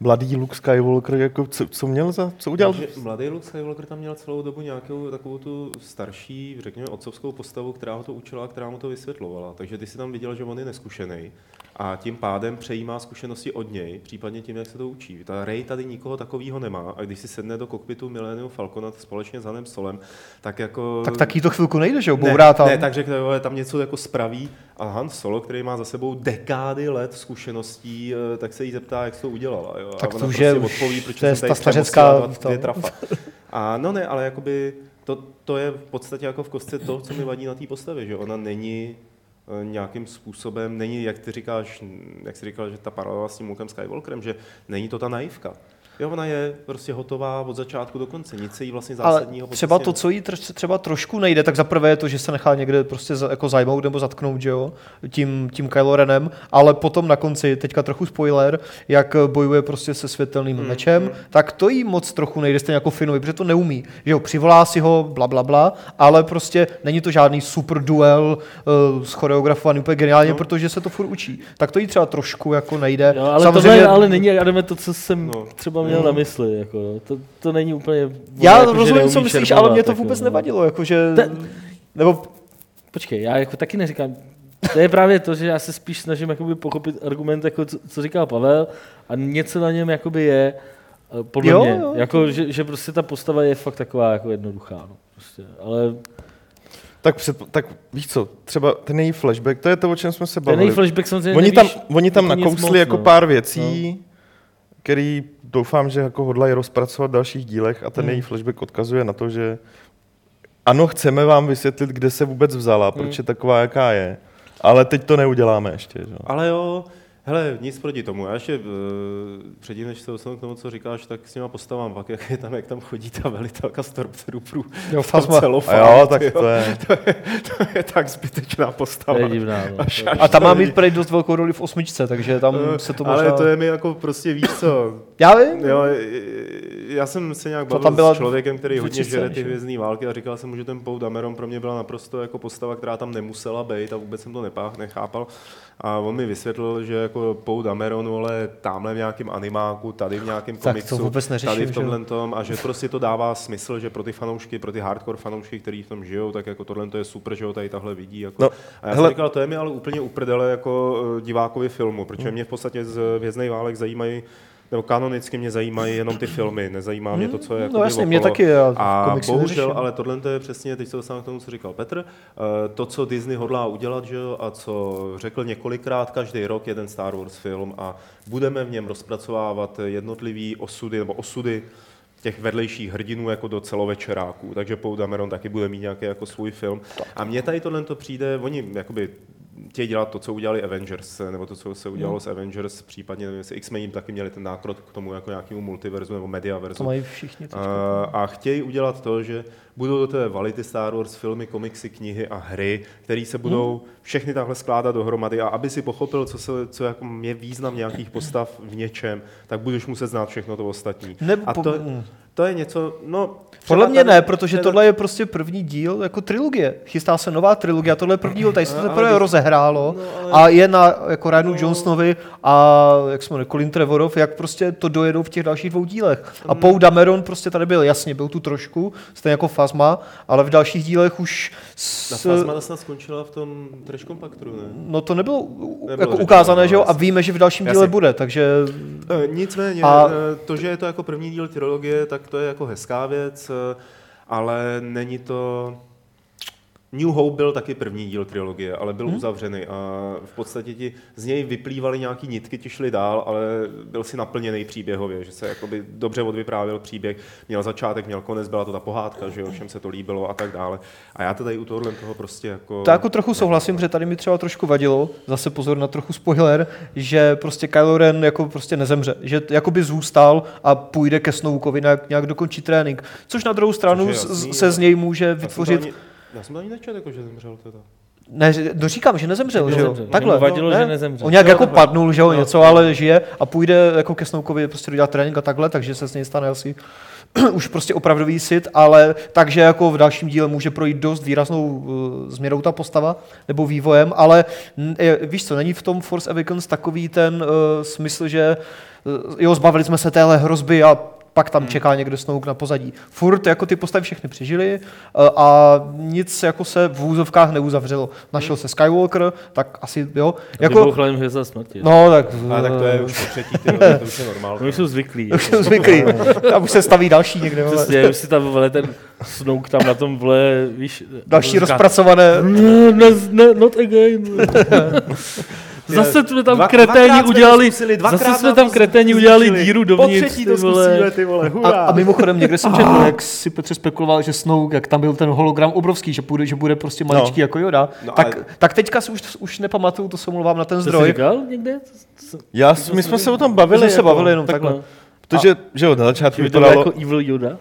mladý Luke Skywalker, jako co, co měl za, co udělal?
Že Mladý Luke Skywalker tam měl celou dobu nějakou takovou tu starší, řekněme, otcovskou postavu, která ho to učila a která mu to vysvětlovala. Takže ty si tam viděl, že on je neskušený a tím pádem přejímá zkušenosti od něj, případně tím, jak se to učí. Ta Rey tady nikoho takového nemá a když si sedne do kokpitu Millennium Falcona společně s Hanem Solem, tak jako...
Tak taky to chvilku nejde, že jo,
Ne,
bourá tam.
Ne, tak řekne, vole, tam něco jako spraví a Han Solo, který má za sebou dekády let zkušeností, eh, tak se jí zeptá, jak jsi to udělala. Jo?
Tak
a
to
ona
už
prostě
je- už
odpoví, proč
to je
jsem tady
ta stařecká-
přemostila dva- dvě
to-
trafa. A no ne, ale jakoby to, to je v podstatě jako v kostce to, co mi vadí na té postavě, že ona není eh, nějakým způsobem, není, jak ty říkáš, hm, jak jsi říkal, že ta paralela s tím Lukem Skywalkerem, že není to ta naivka. Jo, ona je prostě hotová od začátku do konce, nic se jí vlastně
Ale
zásadního
třeba
podstatě
to, co jí tr- třeba trošku nejde, tak zaprvé je to, že se nechá někde prostě za- jako zajmout nebo zatknout, že jo, tím, tím Kylo Renem, ale potom na konci, teďka trochu spoiler, jak eh, bojuje prostě se světelným mm, mečem, mm. tak to jí moc trochu nejde, stejně jako Finovi, protože to neumí, že jo, přivolá si ho, bla, bla, bla, ale prostě není to žádný super duel uh, schoreografovaný úplně geniálně, no. protože se to furt učí. Tak to jí třeba trošku jako nejde.
Jo, No, ale Samozřejmě... tohle ale není, Adame, to, co jsem
No.
no. třeba měl na mysli. Jako, no. to, to není úplně...
Mm. Já
jako, že
rozumím, co
neumí
myslíš,
šermovat,
ale mě to
jako,
vůbec
no.
nevadilo, jakože...
Ten-
Nebo
Počkej, já jako taky neříkám. To je právě to, že já se spíš snažím jakoby pochopit argument, jako co, co říkal Pavel, a něco na něm jakoby je, eh, podle
Jo,
jo, mě,
jo,
jo, jako, že, že, prostě ta postava je fakt taková jako jednoduchá. No. Prostě. Ale
Tak, před, tak víš co, třeba ten její flashback, to je to, o čem jsme se
ten
bavili.
její flashback samozřejmě
Oni tam,
nevíš
oni tam
jako nic
nakousli
moc,
jako
no.
pár věcí, no. který doufám, že jako hodlají rozpracovat v dalších dílech a ten
Hmm.
její flashback odkazuje na to, že ano, chceme vám vysvětlit, kde se vůbec vzala,
Hmm.
proč je taková, jaká je, ale teď to neuděláme ještě. Že? jo.
Ale jo, hele, nic proti tomu. Já ještě uh, předtím, než se dostanu k tomu, co říkáš, tak s těma postavám pak, jak, je tam, jak tam chodí ta velitelka Stormtrooperů. <laughs>
Jo,
v tom
Phasma.
A
celofánu,
jo, tak
ty
to je.
to, je, to je tak zbytečná postava.
To je divná.
<laughs>
No.
Až-
To-
A tam má mít prej dost velkou roli v osmičce, takže tam se to možná...
Eh, Ale to je mi jako prostě víš co,
Já vím,
Jo, já jsem se nějak
To
bavil
tam byla
s člověkem, který hodně
řečice,
žere ty
že?
hvězdní války a říkal jsem mu, že ten Pou Dameron pro mě byla naprosto jako postava, která tam nemusela být a vůbec jsem to nepách, nechápal. A on mi vysvětlil, že jako Pou Dameron, ale tamhle v nějakém animáku, tady v nějakém
Tak to
komiksu,
vůbec neřeším,
tady v
že
tomhle tom a že prostě to dává smysl, že pro ty fanoušky, pro ty hardcore fanoušky, kteří v tom žijou, tak jako tohle to je super, že ho tady tahle vidí. Jako.
No,
No, a já
hele-
jsem říkal, to je mi ale úplně uprdele jako eh, divákovi filmu, protože mě v podstatě z Věznej válek zajímají nebo kanonicky mě zajímají jenom ty filmy, nezajímá mě to, co je
no
jakoby
jasně, mě
okolo.
taky, já
A
komiksy
bohužel,
neřeším.
ale tohle to je přesně, teď se dostávám k tomu, co říkal Petr, eh, to, co Disney hodlá udělat, že jo, a co řekl několikrát každý rok jeden Star Wars film a budeme v něm rozpracovávat jednotlivý osudy nebo osudy těch vedlejších hrdinů jako do celovečeráků, takže Paul Dameron taky bude mít nějaký jako svůj film. A mně tady tohle to přijde, oni jakoby chtějí dělat to, co udělali Avengers, eh, nebo to, co se udělalo
Hmm.
s Avengers, případně nevím, jestli X-Men jim taky měli ten nákrok k tomu jako nějakému multiverzu nebo mediaverzu.
to mají všichni. teď.
A- a chtějí udělat to, že budou do té vality Star Wars filmy, komiksy, knihy a hry, které se budou
Hmm.
všechny takhle skládat dohromady a aby si pochopil, co, se, co jako je význam nějakých postav v něčem, tak budeš muset znát všechno to ostatní.
Nebo
a
po-
to,
mm.
To je něco, no...
Podle
třeba
mě
tady-
ne, protože
tady-
tohle je prostě první díl jako trilogie. Chystá se nová trilogie a tohle je první díl, tady se to
Ale- ale
teprve
vy-
rozehrálo
Eh, no, ale-
a je na jako Ryanu
No.
Johnsonovi a jak jsme jmenuje, Colin Trevorov, jak prostě to dojedou v těch dalších dvou dílech. A
Mm.
Paul Dameron prostě tady byl, jasně, byl tu trošku, stejně jako Fazma, ale v dalších dílech už
Ta
s,
Phasma snad skončila v tom Trash Compactu, ne?
No to nebylo, u-
Nebylo
jako
řečeno,
ukázané,
no,
že jo, a
jasně.
víme, že v dalším díle
Jasně.
bude, takže
E, Nicméně,
A-
a... to, že je to jako první díl trilogie, tak to je jako hezká věc, e, ale není to... New Hope byl taky první díl trilogie, ale byl hmm? uzavřený a v podstatě ti z něj vyplývaly nějaký nitky, ti šly dál, ale byl si naplněný příběhově, že se jakoby dobře odvyprávěl příběh, měl začátek, měl konec, byla to ta pohádka, že jo, všem se to líbilo a tak dále. A já to tady u tohohle toho prostě jako...
to jako trochu souhlasím, že tady mi třeba trošku vadilo, zase pozor na trochu spoiler, že prostě Kylo Ren jako prostě nezemře, že t- jakoby zůstal a půjde ke Snoukovi nějak, nějak dokončí trénink, což na druhou stranu
je
z-
jasný,
se
jo.
z něj může
Já jsem to
vytvořit,
ani- Já jsem to ani nečetl, jako že zemřel teda.
ne, že- no říkám, že nezemřel, že jo,
Nezemřel.
takhle,
Mu vadilo,
no,
že
ne?
nezemřel.
on nějak
Jo,
jako
takhle.
padnul, že jo, něco, ale žije a půjde jako ke Snoukovi prostě dodělat trénink a takhle, takže se s něj stane asi <clears throat> už prostě opravdový sit, ale takže jako v dalším díle může projít dost výraznou uh, změnou ta postava nebo vývojem, ale n- je, víš co, není v tom Force Awakens takový ten uh, smysl, že uh, jo, zbavili jsme se téhle hrozby a pak tam čeká někdo Snouk na pozadí. Furt jako ty postavy všechny přežili uh, a nic jako se v úzovkách neuzavřelo. Našel se Skywalker, tak asi jo.
Jako...
Jako,
Vybouchla jim hvězda smrti. No.
no tak...
Ale tak to je už po třetí trilogie, to už je
<laughs>
No.
normálka.
Oni jsou
<laughs>
zvyklí.
Už jsem <laughs> zvyklý. Tam už se staví další někde. vole.
Přesně, už si tam, vole, ten snouk tam na tom, vole, víš...
Další
říká,
rozpracované
No, ne, ne, not again.
<laughs>
Zase jsme tam
Dva-
dva,
dvakrát
kreténi
jsme
udělali,
to zkusili, dvakrát
zase jsme
nám
tam
to
kreténi
zkusili.
udělali díru dovnitř.
Po třetí to
ty vole.
zkusíme, ty vole, hurá.
A, a mimochodem, někde <laughs> jsem četl, jak si Petře spekuloval, že Snow, jak tam byl ten hologram obrovský, že bude, že bude prostě maličký no. jako Yoda, no,
No
tak,
ale-
tak teďka si už, už nepamatuju, to se mluvám na ten
To jsi
zdroj.
říkal někde? Co- co-
Já, s- my jsme se o tom
My
bavili. jako-
jsme se bavili jenom
Takhle.
takhle.
Protože, že jo, na začátku
Že by to bylo
vypadalo...
jako Evil Yoda.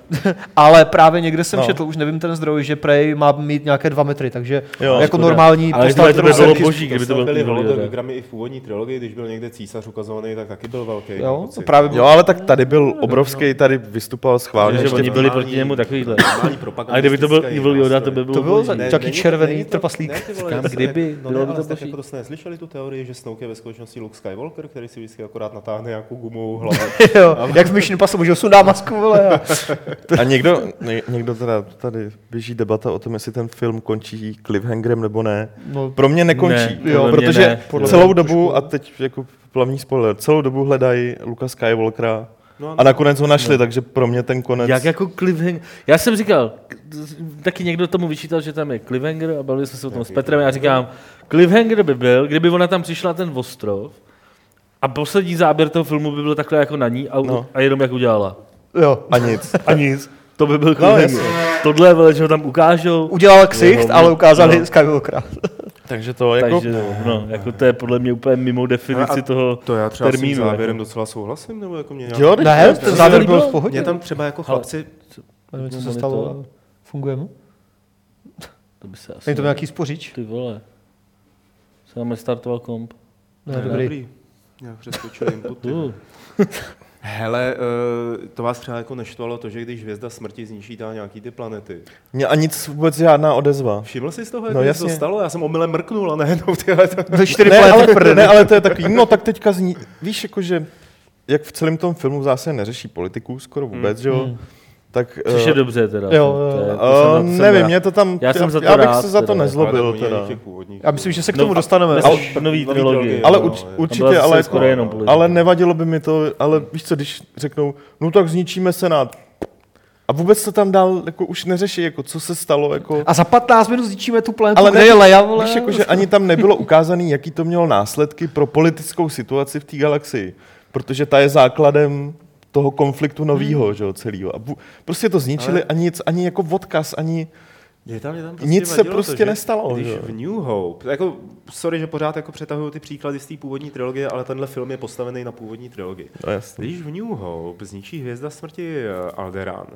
Ale právě někde jsem
No.
četl, už nevím ten zdroj, že Prey má mít nějaké dva metry, takže
Jo,
jo, jako
škoda.
normální
Ale
postava,
tohle to
kterou
bylo
jsem...
boží, kdyby to byl
byly
Evil Yoda.
hologramy i v původní trilogii, když byl někde císař ukazovaný, tak taky byl velký. mám
Jo,
pocit.
to právě
Jo,
bylo.
ale tak tady byl obrovský, tady vystupoval schválně.
že
ještě
oni
v-
byli
normální-
proti němu takovýhle.
normální
A kdyby to byl
propagandistický
Evil Yoda, to
nástroj.
by bylo
To bylo
boží.
za-
Ne,
Taky
není to-
červený
není to-
trpaslík.
ne, ty vole,
Říkám,
to jste-
kdyby,
no,
bylo
ne,
by
ale
to
jste
boží.
jako to jste neslyšeli tu teorii, že Snoke je ve skutečnosti Luke Skywalker, který si vždycky akorát natáhne nějakou gumovou hlavu.
<laughs> jo, jak v Mission Impossible, že jo, sundá masku, vole. A...
A někdo, ně- někdo teda tady běží debata o tom, jestli ten film končí cliffhangerem nebo ne.
No,
Pro mě nekončí,
Ne,
jo,
podle mě
protože
ne. Podle
celou
mě
dobu, a teď jako plavní spoiler, celou dobu hledají Luka Skywalkera
No ano.
a nakonec ho našli, takže pro mě ten konec...
Jak jako cliffhanger. Já jsem říkal, k- z- taky někdo tomu vyčítal, že tam je cliffhanger a bavili jsme se o tom s Petrem. Já říkám, cliffhanger by byl, kdyby ona tam přišla na ten ostrov a poslední záběr toho filmu by byl takhle jako na ní a,
No.
no. a jenom jak udělala.
Jo.
A nic.
A nic. To by byl cliffhanger.
jasně.
Tohle, vole, že ho tam ukážou.
Udělal ksicht,
Jo,
ale ukázali
no.
Skywalkera.
takže to jako...
Takže no, jako to je podle mě úplně mimo definici toho
to já třeba
termínu.
s tím závěrem
jako.
docela souhlasím, nebo jako mě nějak...
Jo, teď
Ne,
to-
ten závěr
líbilo?
byl v
<laughs>
pohodě.
Mě tam třeba jako chlapci
Nevím, co se
Monitor.
stalo, ale funguje mu.
To by se asi...
Není to nějaký spořič?
Ty vole. Se nám restartoval komp.
Ne, dobrý.
Nějak přeskočil inputy.
Uh.
Hele, eh, to vás třeba jako neštvalo to, že když hvězda smrti zničítá nějaký ty planety.
Mě a nic vůbec žádná odezva.
Všiml jsi z toho, jak
No
no,
jasně.
to stalo? Já jsem omylem mrknul a najednou tyhle... To...
Ve čtyři
Ne
planety v
ale,
prdeli.
ne, ale to je takový, no tak teďka zní, víš, jakože, jak v celém tom filmu zase neřeší politiku skoro vůbec, že
Mm. Hmm.
jo, tak...
Což je
eh,
dobře teda.
Jo,
To je-
jo.
to jsem
eh,
rád- jsem
nevím,
rád.
mě to tam,
Já jsem za to
já bych
rád
se za to
teda.
nezlobil
Ale
teda.
oni těch původních.
Já myslím, že se k
No,
tomu
a-
dostaneme.
Ale-
až.
nový
nový
trilogie.
trilogie,
Ale
jo,
urč,
jo.
Tam
určitě,
byla
ale,
zase
jako,
skoro jenom politika.
ale nevadilo by mi to, ale víš co, když řeknou, no tak zničíme Senát. A vůbec to tam dál jako už neřeší, jako co se stalo, jako...
A za 15 minut zničíme tu planetu,
Ale
ale kde je Leia, vole.
Víš, jako, že ani tam nebylo ukázaný, jaký to mělo následky pro politickou situaci v té galaxii, protože ta je základem toho konfliktu novýho, že jo, celýho. A bu- prostě to zničili a nic, ani jako odkaz, ani...
Je tam, je tam
Nic se
vadilo
prostě
že
nestalo,
Když
že jo.
v New Hope, jako, sorry, že pořád jako přetahuju ty příklady z té původní trilogie, ale tenhle film je postavený na původní trilogii.
No jasně.
Když v New Hope zničí hvězda smrti eh, Alderaan,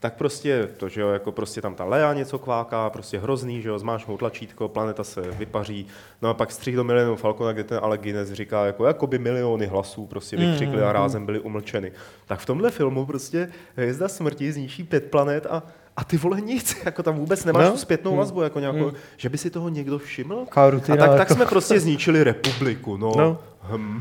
tak prostě to, že jo, jako prostě tam ta Lea něco kváká, prostě hrozný, že jo, zmášnou tlačítko, planeta se vypaří, no a pak střih do milionu Falcona, kde ten Ale Guinness říká, jako, jako by miliony hlasů prostě vykřikly
Mm-hmm.
a rázem byly umlčeny. Tak v tomhle filmu prostě hvězda smrti zničí pět planet a a ty vole nic, <laughs> jako tam vůbec nemáš
No. Mm.
tu zpětnou vazbu, jako nějakou, že by si toho někdo všiml?
Taková rutina,
a tak, tak
jako.
jsme prostě zničili republiku, no.
No.
Hm.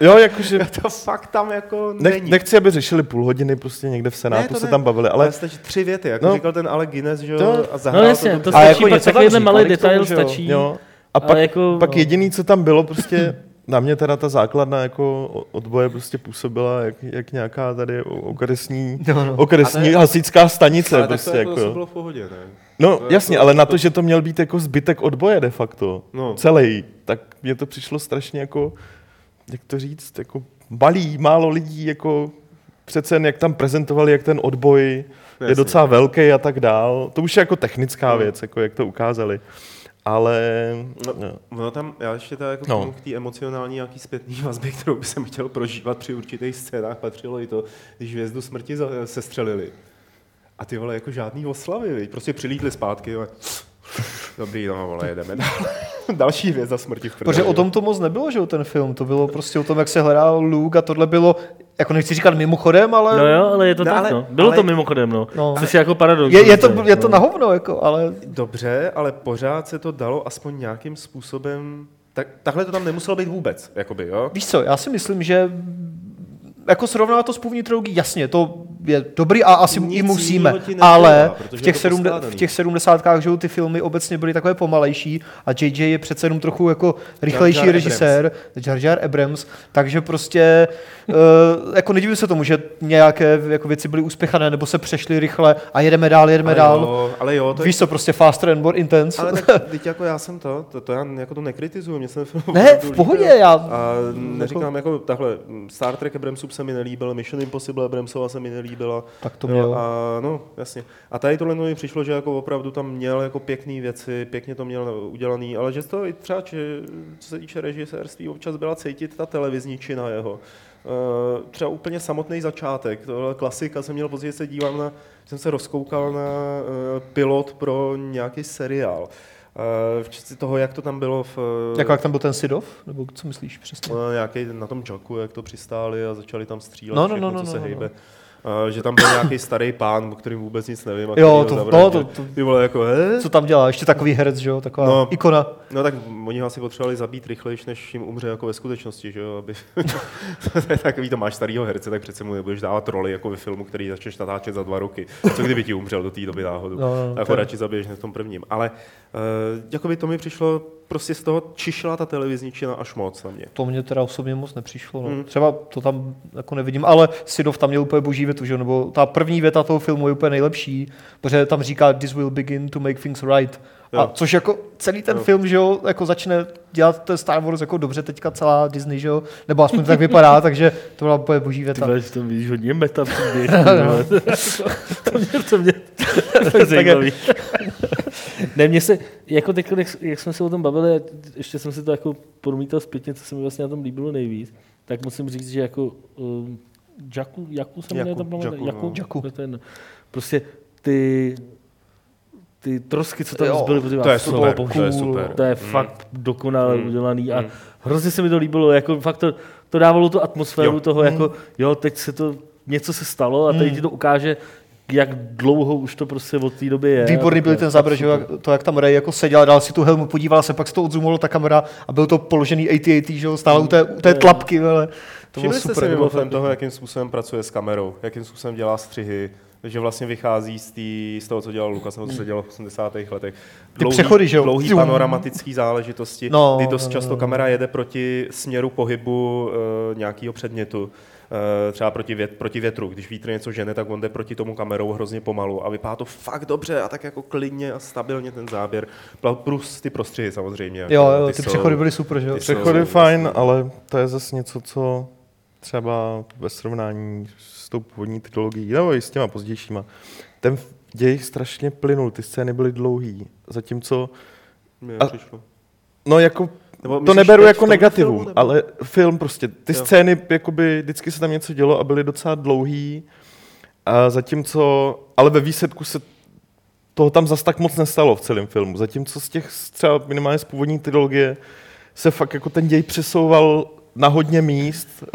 Jo, jakože
<laughs> To fakt tam jako
nech,
není.
nechci, aby řešili půl hodiny prostě někde v Senátu, se tam bavili, ale
stačí tři věty, jako
No.
říkal ten Ale Guinness, že jo,
To-
a
No
zahrál
jasně,
to,
to
to
Ale
stačí,
jako
pak
něco tam
takovýhle
říkali
malý
k tomu,
detail
že jo?
stačí.
jo. A
Ale
pak,
jako,
pak
no.
jediný, co tam bylo, prostě <clears throat> na mě teda ta základna jako o- odboje prostě působila jak, jak nějaká tady
<laughs>
o- okresní,
<laughs> No, no.
A to
okresní
je-
hasičská stanice.
ale
prostě
tak to jako
jako.
zase bylo v pohodě, ne?
No
To je
jasně,
jako-
ale na to, že to měl být jako zbytek odboje de facto,
No.
no. celý, tak mně to přišlo strašně jako, jak to říct, jako malý, málo lidí, jako přece jen jak tam prezentovali, jak ten odboj
No,
no,
jasně.
je docela velký a tak dál. To už je jako technická no. věc, jako jak to ukázali. Ale no.
No tam, já ještě teda jako
No.
no. k té emocionální nějaký zpětný vazby, kterou by jsem chtěl prožívat při určitých scénách, patřilo i to, když hvězdu smrti za- sestřelili. A ty vole, jako žádný oslavy, viď? prostě přilítli zpátky, ale... Dobrý, no vole, jedeme dál. <laughs> Další hvězda smrti v prdeli,
Protože o
jo.
tom to moc nebylo, že jo, ten film. To bylo prostě o tom, jak se hledá Luke a tohle bylo, jako nechci říkat mimochodem, ale
No jo, ale je to
No
tak,
ale-
no. Bylo
ale-
to mimochodem, no.
No.
Což je jako paradox.
je, je, to,
vlastně,
je to
no.
na hovno, jako, ale
Dobře, ale pořád se to dalo aspoň nějakým způsobem... Tak, takhle to tam nemuselo být vůbec, jakoby, jo?
Víš co, já si myslím, že jako srovnávat to s původní trilogií, jasně, to je dobrý a asi
Nic
i musíme,
jiného ti nedělá,
ale
protože
v
je
těch,
to
sedmde,
poskládaný.
v těch sedmdesátkách, že jo, ty filmy obecně byly takové pomalejší a JJ je přece jenom trochu jako rychlejší
Jar Jar
režisér, Jar Jar Abrams, takže prostě uh, jako nedivím se tomu, že nějaké jako věci byly úspěchané nebo se přešly rychle a jedeme dál, jedeme
Ale
dál.
jo, ale jo, to je
Víš co, prostě faster and more intense.
Ale tak, teď jako já jsem to, to, to já jako to nekritizuju, <laughs> mě jsem film
<laughs> ne,
opravdu
v pohodě,
líbil.
já
A neříkám jako takhle, mm, Star Trek Abramsův se mi nelíbil, Mission Impossible Abramsova se mi nelíbila.
Tak to
Jo,
měl.
A, no, jasně. A tady tohle mi přišlo, že jako opravdu tam měl jako pěkné věci, pěkně to měl udělaný, ale že to i třeba, či, co se týče režisérství, občas byla cítit ta televizní čina jeho. Eh, Třeba úplně samotný začátek, tohle klasika jsem měl později, se dívám na, jsem se rozkoukal na eh, pilot pro nějaký seriál. Eh, Včetně toho, jak to tam bylo v... eh,
jako jak tam byl ten Sidov, nebo co myslíš přesně?
No, nějaký na tom čaku, jak to přistáli a začali tam střílet
No, no,
všechno,
no,
co
no,
se
no,
hejbe. A, že tam byl nějaký starý pán, o kterým vůbec nic nevím. A
Jo,
který ho
to-
zavraždil.
no, to- to-
Ty vole, jako, he?
Co tam dělá? Ještě takový herec, že jo? Taková
No.
no. ikona.
No tak oni ho asi potřebovali zabít rychlejš, než jim umře jako ve skutečnosti, že jo? Aby... <laughs> to je takový, to máš starýho herce, tak přece mu nebudeš dávat roli jako ve filmu, který začneš natáčet za dva roky. Co kdyby ti umřel do té doby náhodou?
No, no, no,
tak ho radši zabiješ hned v tom prvním. Ale uh, jakoby to mi přišlo, prostě z toho čišla ta televizní čina až moc na mě.
To mě teda osobně moc nepřišlo.
Hmm.
No. Třeba to tam jako nevidím, ale Sidov tam měl úplně boží větu, že? jo, nebo ta první věta toho filmu je úplně nejlepší, protože tam říká This will begin to make things right.
Jo.
A což jako celý ten film, že jo, jako začne dělat ten Star Wars jako dobře teďka celá Disney, že jo, nebo aspoň to tak vypadá, <laughs> takže to byla úplně boží
Ty
věta.
vole, že to vidíš hodně meta příběh. <laughs> ty vole. to mě, to <laughs> mě to je zajímavý. <laughs> ne, mě se, jako teď, jak, jak, jsme se o tom bavili, a ještě jsem si to jako promítal zpětně, co se mi vlastně na tom líbilo nejvíc, tak musím říct, že jako um, Jaku, Jaku se jmenuje
Jaku,
tam
Jaku, no.
Jaku.
To je jedno. Prostě ty, ty trosky, co tam
Jo,
zbyly, protože
to je
jsou
super,
cool.
to je super.
To
Mm.
je fakt dokonale udělaný a hrozně se mi to líbilo, jako fakt to, to dávalo tu atmosféru
Jo.
toho, jako
Mm.
jo, teď se to, něco se stalo a teď ti to ukáže, jak dlouho už to prostě od té doby je. Jako,
Výborný byl
A-
ten záběr, že jo, jak- to, jak tam Ray jako seděl, dal si tu helmu, podíval se, pak se to odzumovalo ta kamera a byl to položený AT-AT, že jo, stále u té, u té tlapky, ale to bylo
Všimli jste si
super. to bylo
mimochodem toho, jakým způsobem pracuje s kamerou, jakým způsobem dělá střihy, že vlastně vychází z, tý, z toho, co dělal Lukas, nebo co se dělalo v 80. letech.
přechody, že jo?
Dlouhý
Zum.
panoramatický záležitosti, no,
No,
kdy dost
no, no,
často
no.
kamera jede proti eh, směru pohybu uh, nějakého předmětu. eh, Třeba proti, vět, proti větru, když vítr něco žene, tak on jde proti tomu kamerou hrozně pomalu a vypadá to fakt dobře a tak jako klidně a stabilně ten záběr. Pla- Plus ty prostřihy samozřejmě.
Jo,
jako
jo, ty,
jsou-
přechody byly super, že jo?
ty jsou-
přechody fajn, ale to je zase něco, co třeba ve srovnání s tou původní trilogií, nebo i s těma pozdějšíma, ten děj strašně plynul, ty scény byly dlouhý, zatímco
Mně
A-
přišlo.
No jako
Nebo
to
myslíš
neberu
teď v
jako
tomhle
negativum,
filmu, nebo?
ale film prostě, ty
Jo.
jo. scény, jakoby vždycky se tam něco dělo a byly docela dlouhý A zatímco, ale ve výsledku se toho tam zas tak moc nestalo v celém filmu. Zatímco z těch z třeba minimálně z původní trilogie se fakt jako ten děj přesouval na hodně míst, eh,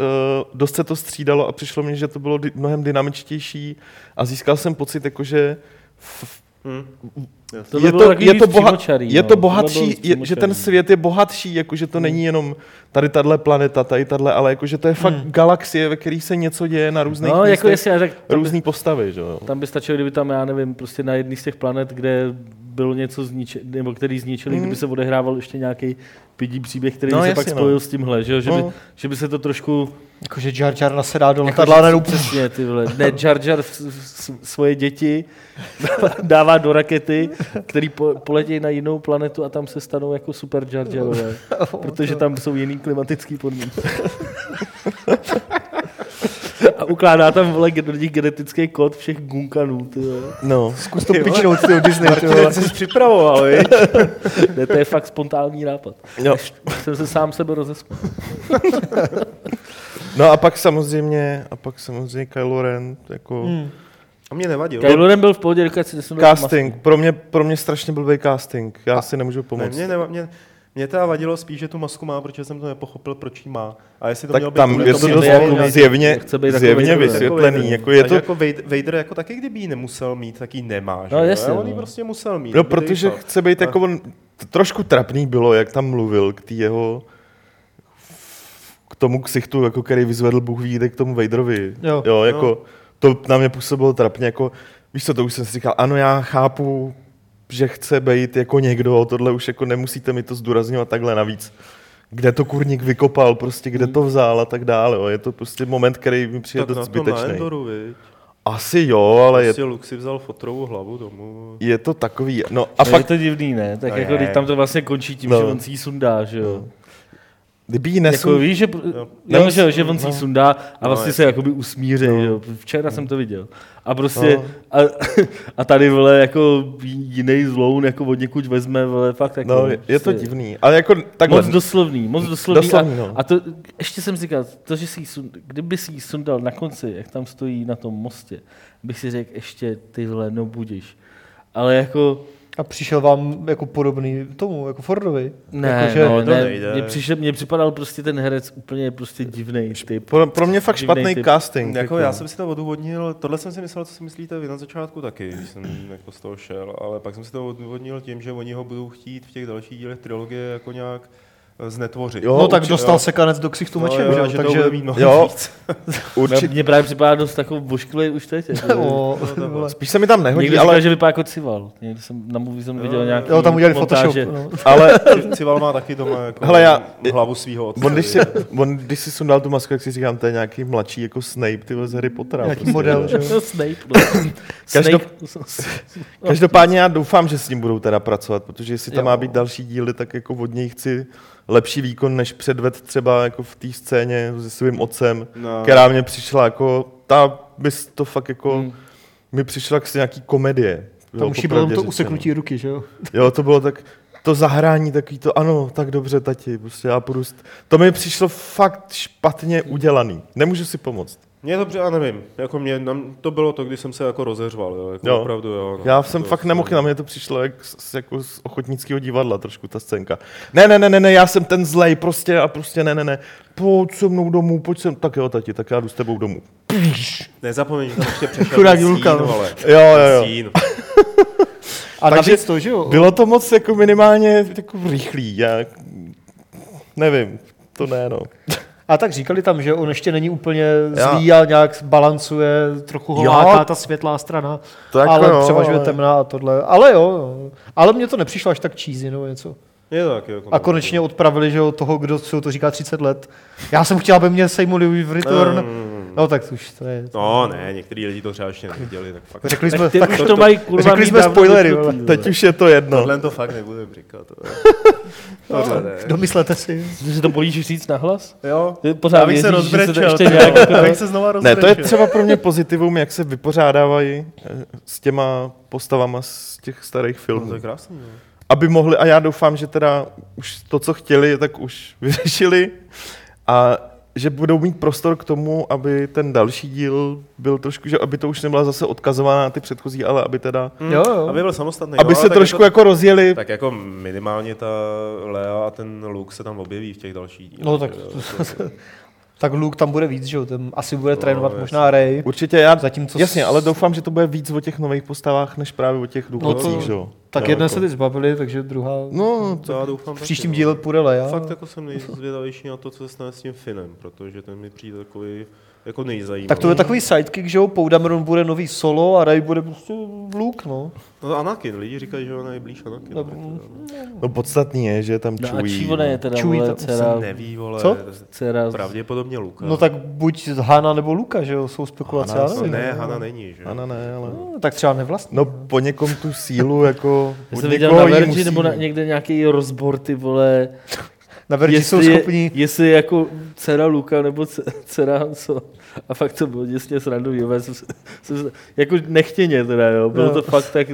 dost se to střídalo a přišlo mi, že to bylo dy- mnohem dynamičtější a získal jsem pocit, jako, že f-
Hm?
Tohle
je,
bylo
to,
takový
je, to
víc
boha,
přímočarý,
je
no.
to
Tohle bylo
bohatší,
víc
je, že ten
přímočarý. Hmm.
svět je bohatší, jako, že to není jenom tady tahle planeta, tady tahle, ale jako, že to je fakt galaxie, ve které se něco děje na různých
Hmm. No, jako
místech,
jestli, tak tam, by, No.
různý postavy. Že jo?
tam by stačilo, kdyby tam, já nevím, prostě na jedný z těch planet, kde bylo něco zničené, nebo který zničili, mm. kdyby se odehrával ještě nějaký pidí příběh, který
No,
no, by se
jasně,
pak
no.
spojil s tímhle, že, jo? že,
No.
by, že by se to trošku...
Jakože Jar Jar nasedá
Jako,
do letadla a najednou pff,
Přesně, ty vole. Ne, Jar Jar s- s- svoje děti <laughs> dává do rakety, který po, poletějí na jinou planetu a tam se stanou jako super Jar
<laughs>
Jarové, protože tam jsou jiný klimatický podmínky. A ukládá tam vole do nich genetický kód všech gunkanů, ty vole.
No.
zkus to pičnout, ty jo, Disney, ty vole.
Martinec jsi připravoval, viď?
<laughs> Ne, to je fakt spontánní nápad.
No.
Jsem se sám sebe rozesmál.
no a pak samozřejmě, a pak samozřejmě Kylo Ren, jako hmm.
A mě nevadil.
Kylo Ren byl v pohodě, dokud si nesunul
casting, pro mě, pro mě strašně blbý casting, já si nemůžu
Ne,
pomoct.
mě, ne, mě, mě teda vadilo spíš, že tu masku má, protože jsem to nepochopil, proč ji má. A jestli to
tak
mělo být
tam
kvůli
je to
tomu,
dost
že-
jako
zjevně, zjevně,
Chce být takový
zjevně
jako-
vysvětlený, jako je
Takže
to,
jako Vader, Vader jako taky, kdyby ji nemusel mít, tak ji nemá, že
No,
jo?
jasně,
A on ji
no.
prostě musel mít.
No,
kdyby
protože
to.
chce být jako on, t- trošku trapný bylo, jak tam mluvil k tý jeho k tomu ksichtu, jako který vyzvedl Bůh ví, kde k tomu Vaderovi.
Jo.
jo jako, to na mě působilo trapně, jako, víš co, to už jsem si říkal, ano, já chápu, že chce být jako někdo, tohle už jako nemusíte mi to zdůrazňovat takhle navíc. Kde to kurník vykopal, prostě kde to vzal a tak dále. Jo. Je to prostě moment, který mi přijde
tak
dost
na tom na
zbytečný.
Endoru, viď?
Asi jo, ale je,
Prostě Luke si vzal fotrovou hlavu domů.
je to takový. No a
A
pak
pak to divný, ne? Tak
No
jako,
je.
když tam to vlastně končí tím,
No.
že on si ji sundá, že jo.
Kdyby ji
Jako
nesun...
víš, že,
Nemus-
jo, že, jo, že
no.
on si ji sundá a vlastně
jasně.
se jakoby usmíří. No. Jo. Včera jsem to viděl. A prostě,
No.
a, <laughs> a, tady vole, jako jiný zloun, jako od někud vezme, vole, fakt jako.
No, je, je to
prostě
divný. Ale jako takhle.
Moc doslovný, moc doslovný.
Doslovný,
a,
no.
a to, ještě jsem říkal, to, že si ji sund, kdyby si ji sundal na konci, jak tam stojí na tom mostě, bych si řekl ještě ty vole, no budíš. Ale jako,
A přišel vám jako podobný tomu, jako Fordovi.
Ne,
jako,
jako, no,
to
ne,
nejde.
mně, přišel, mně připadal prostě ten herec úplně prostě divný typ.
Pro, pro mě fakt
Divnej
špatný
typ.
casting.
Jako já jsem si to odůvodnil, tohle jsem si myslel, co si myslíte vy na začátku taky, když jsem jako z toho šel, ale pak jsem si to odůvodnil tím, že oni ho budou chtít v těch dalších dílech trilogie jako nějak eh, znetvořit.
Jo,
no tak
určitě,
dostal sekanec do ksichtu
No,
mečem,
jo,
že jo,
že to
takže...
bude mít mnohem
Jo.
víc.
<laughs> Určitě.
Mně právě připadá dost takový vošklej už teď. Jako,
O,
No, to
vole.
Spíš se mi tam nehodí,
Někdo říkal,
ale,
že vypadá jako cival. Někdy jsem, na movie jsem viděl nějaký
jo, tam udělali Photoshop.
<laughs> montáže.
No.
ale
Cival prostě- má taky doma jako
Hele, já-
hlavu svého otce.
on, když si,
viď?
on, když si sundal tu masku, jak si říkám, to je nějaký mladší jako Snape, ty vole, z Harry Pottera. prostě,
Nějaký model, že jo.
No, Snape. No. Snape.
Každopádně já doufám, že s ním budou teda pracovat, protože jestli
Jo.
tam má být další díly, tak jako od něj chci lepší výkon, než předved třeba jako v té scéně se svým otcem,
No.
která mě přišla jako, ta bys to fakt jako,
Mm.
mi přišla jak si nějaký komedie. jo,
Hmm. Tam už jí bylo
popravdě
to
řečeno.
useknutí ruky, že jo.
Jo, to bylo tak, to zahrání takový to, ano, tak dobře, tati, prostě já půjdu. s- To mi přišlo fakt špatně udělaný. Nemůžu si pomoct.
Mně to, při- já nevím, jako mě, na m- to bylo to, když jsem se jako rozeřval, jo, jako
Jo.
opravdu, jo. No,
Já jsem
to,
fakt nemohl, na mě to přišlo jak z, z- jako z ochotnického divadla trošku ta scénka. Ne, ne, ne, ne, ne, já jsem ten zlej prostě a prostě ne, ne, ne. Pojď se mnou domů, pojď sem. Tak jo, tati, tak já jdu s tebou domů.
Nezapomeň, že tam
<laughs>
ještě přešel
Chudák
ten
Julka,
stín,
no.
ale.
Jo, jo, jo.
Stín.
A
Takže
navíc to, že jo.
Bylo to moc jako minimálně jako rychlý, já nevím, to ne, no.
A tak říkali tam, že on ještě není úplně
Já.
zlý a nějak balancuje, trochu ho
Jo.
láká ta světlá strana,
To jako
ale
jo,
převažuje
ale-
temná a tohle. Ale jo, jo, ale mně to nepřišlo až tak cheesy nebo něco.
Je to taky jako
A konečně odpravili, že jo, toho, kdo co to říká 30 let. Já jsem chtěl, aby mě sejmuli v Return.
Ehm.
Mm.
No tak už to je.
No ne, některý lidi to třeba ještě neviděli, tak fakt.
Řekli jsme,
Tak ty
tak,
už to mají kurva
řekli
mít
jsme
dávno
spoilery,
vypnutý,
vole.
Teď už je to jedno.
Tohle to fakt nebudem říkat. ale- Tohle ne.
domyslete si.
Ty se to bojíš říct na hlas?
Jo,
Ty pořád
abych se
věříš, že se to
rozbrečel.
ještě
<laughs>
nějak...
Abych se znova
Ne,
rozbrečel.
to je třeba pro mě pozitivum, jak se vypořádávají eh, s těma postavama z těch starých
No,
filmů.
to je krásný. jo.
Aby mohli, <laughs> a já doufám, že teda už to, co chtěli, tak už vyřešili. A že budou mít prostor k tomu, aby ten další díl byl trošku, že aby to už nebyla zase odkazována na ty předchozí, ale aby teda,
Mm. Jo, jo.
Aby byl samostatný.
Mm. aby
no, ale
se
tak
trošku
Jako,
jako rozjeli.
tak jako minimálně ta Lea a ten Luke se tam objeví v těch dalších dílech.
No tak-
že jo, jako-
Tak Luke tam bude víc, že jo? Ten asi bude
No,
trénovat
jasně.
možná Ray.
Určitě já,
Zatímco
jasně,
s-
ale doufám, že to bude víc o těch nových postavách, než právě o těch důchodcích,
to-
že jo?
Tak
No,
jedné
jako-
se teď zbavili, takže druhá...
No,
To já doufám.
<laughs> v
taky,
příštím
no.
díle půjde Leia.
Fakt jako jsem nejzvědavější na to, co se stane s tím Finem, protože ten mi přijde takový jako nejzajímavější.
Tak to bude takový sidekick, že jo? Poudameron bude nový solo a Ray bude prostě Luke, no.
No Anakin, lidi říkají, že ona je blíž Anakin.
No,
tak to-
no podstatný je, že je tam
No
čují.
a Čívona je
no.
teda,
Chewie
vole,
tam se
dcera,
se neví, vole.
Co?
dcera,
Pravděpodobně Luka.
No tak buď Hana nebo Luka, že jo? Jsou spekulace,
Hana
já
asi
nevím.
No, Ne, Hana není, že?
Ano, ne, ale...
No, tak třeba nevlastní.
No po někom tu sílu jako
Já
od
jsem viděl na
někoho ji
Verži
musí.
nebo na, někde nějaký rozbor, ty vole,
Na Verži jsou
je-
schopní...
jestli je jako dcera Luka nebo ce- dcera Hanso. A fakt to bylo děsně srandu, jo, já jsem, se- jsem, se- jako nechtěně teda, jo, bylo
No.
to fakt tak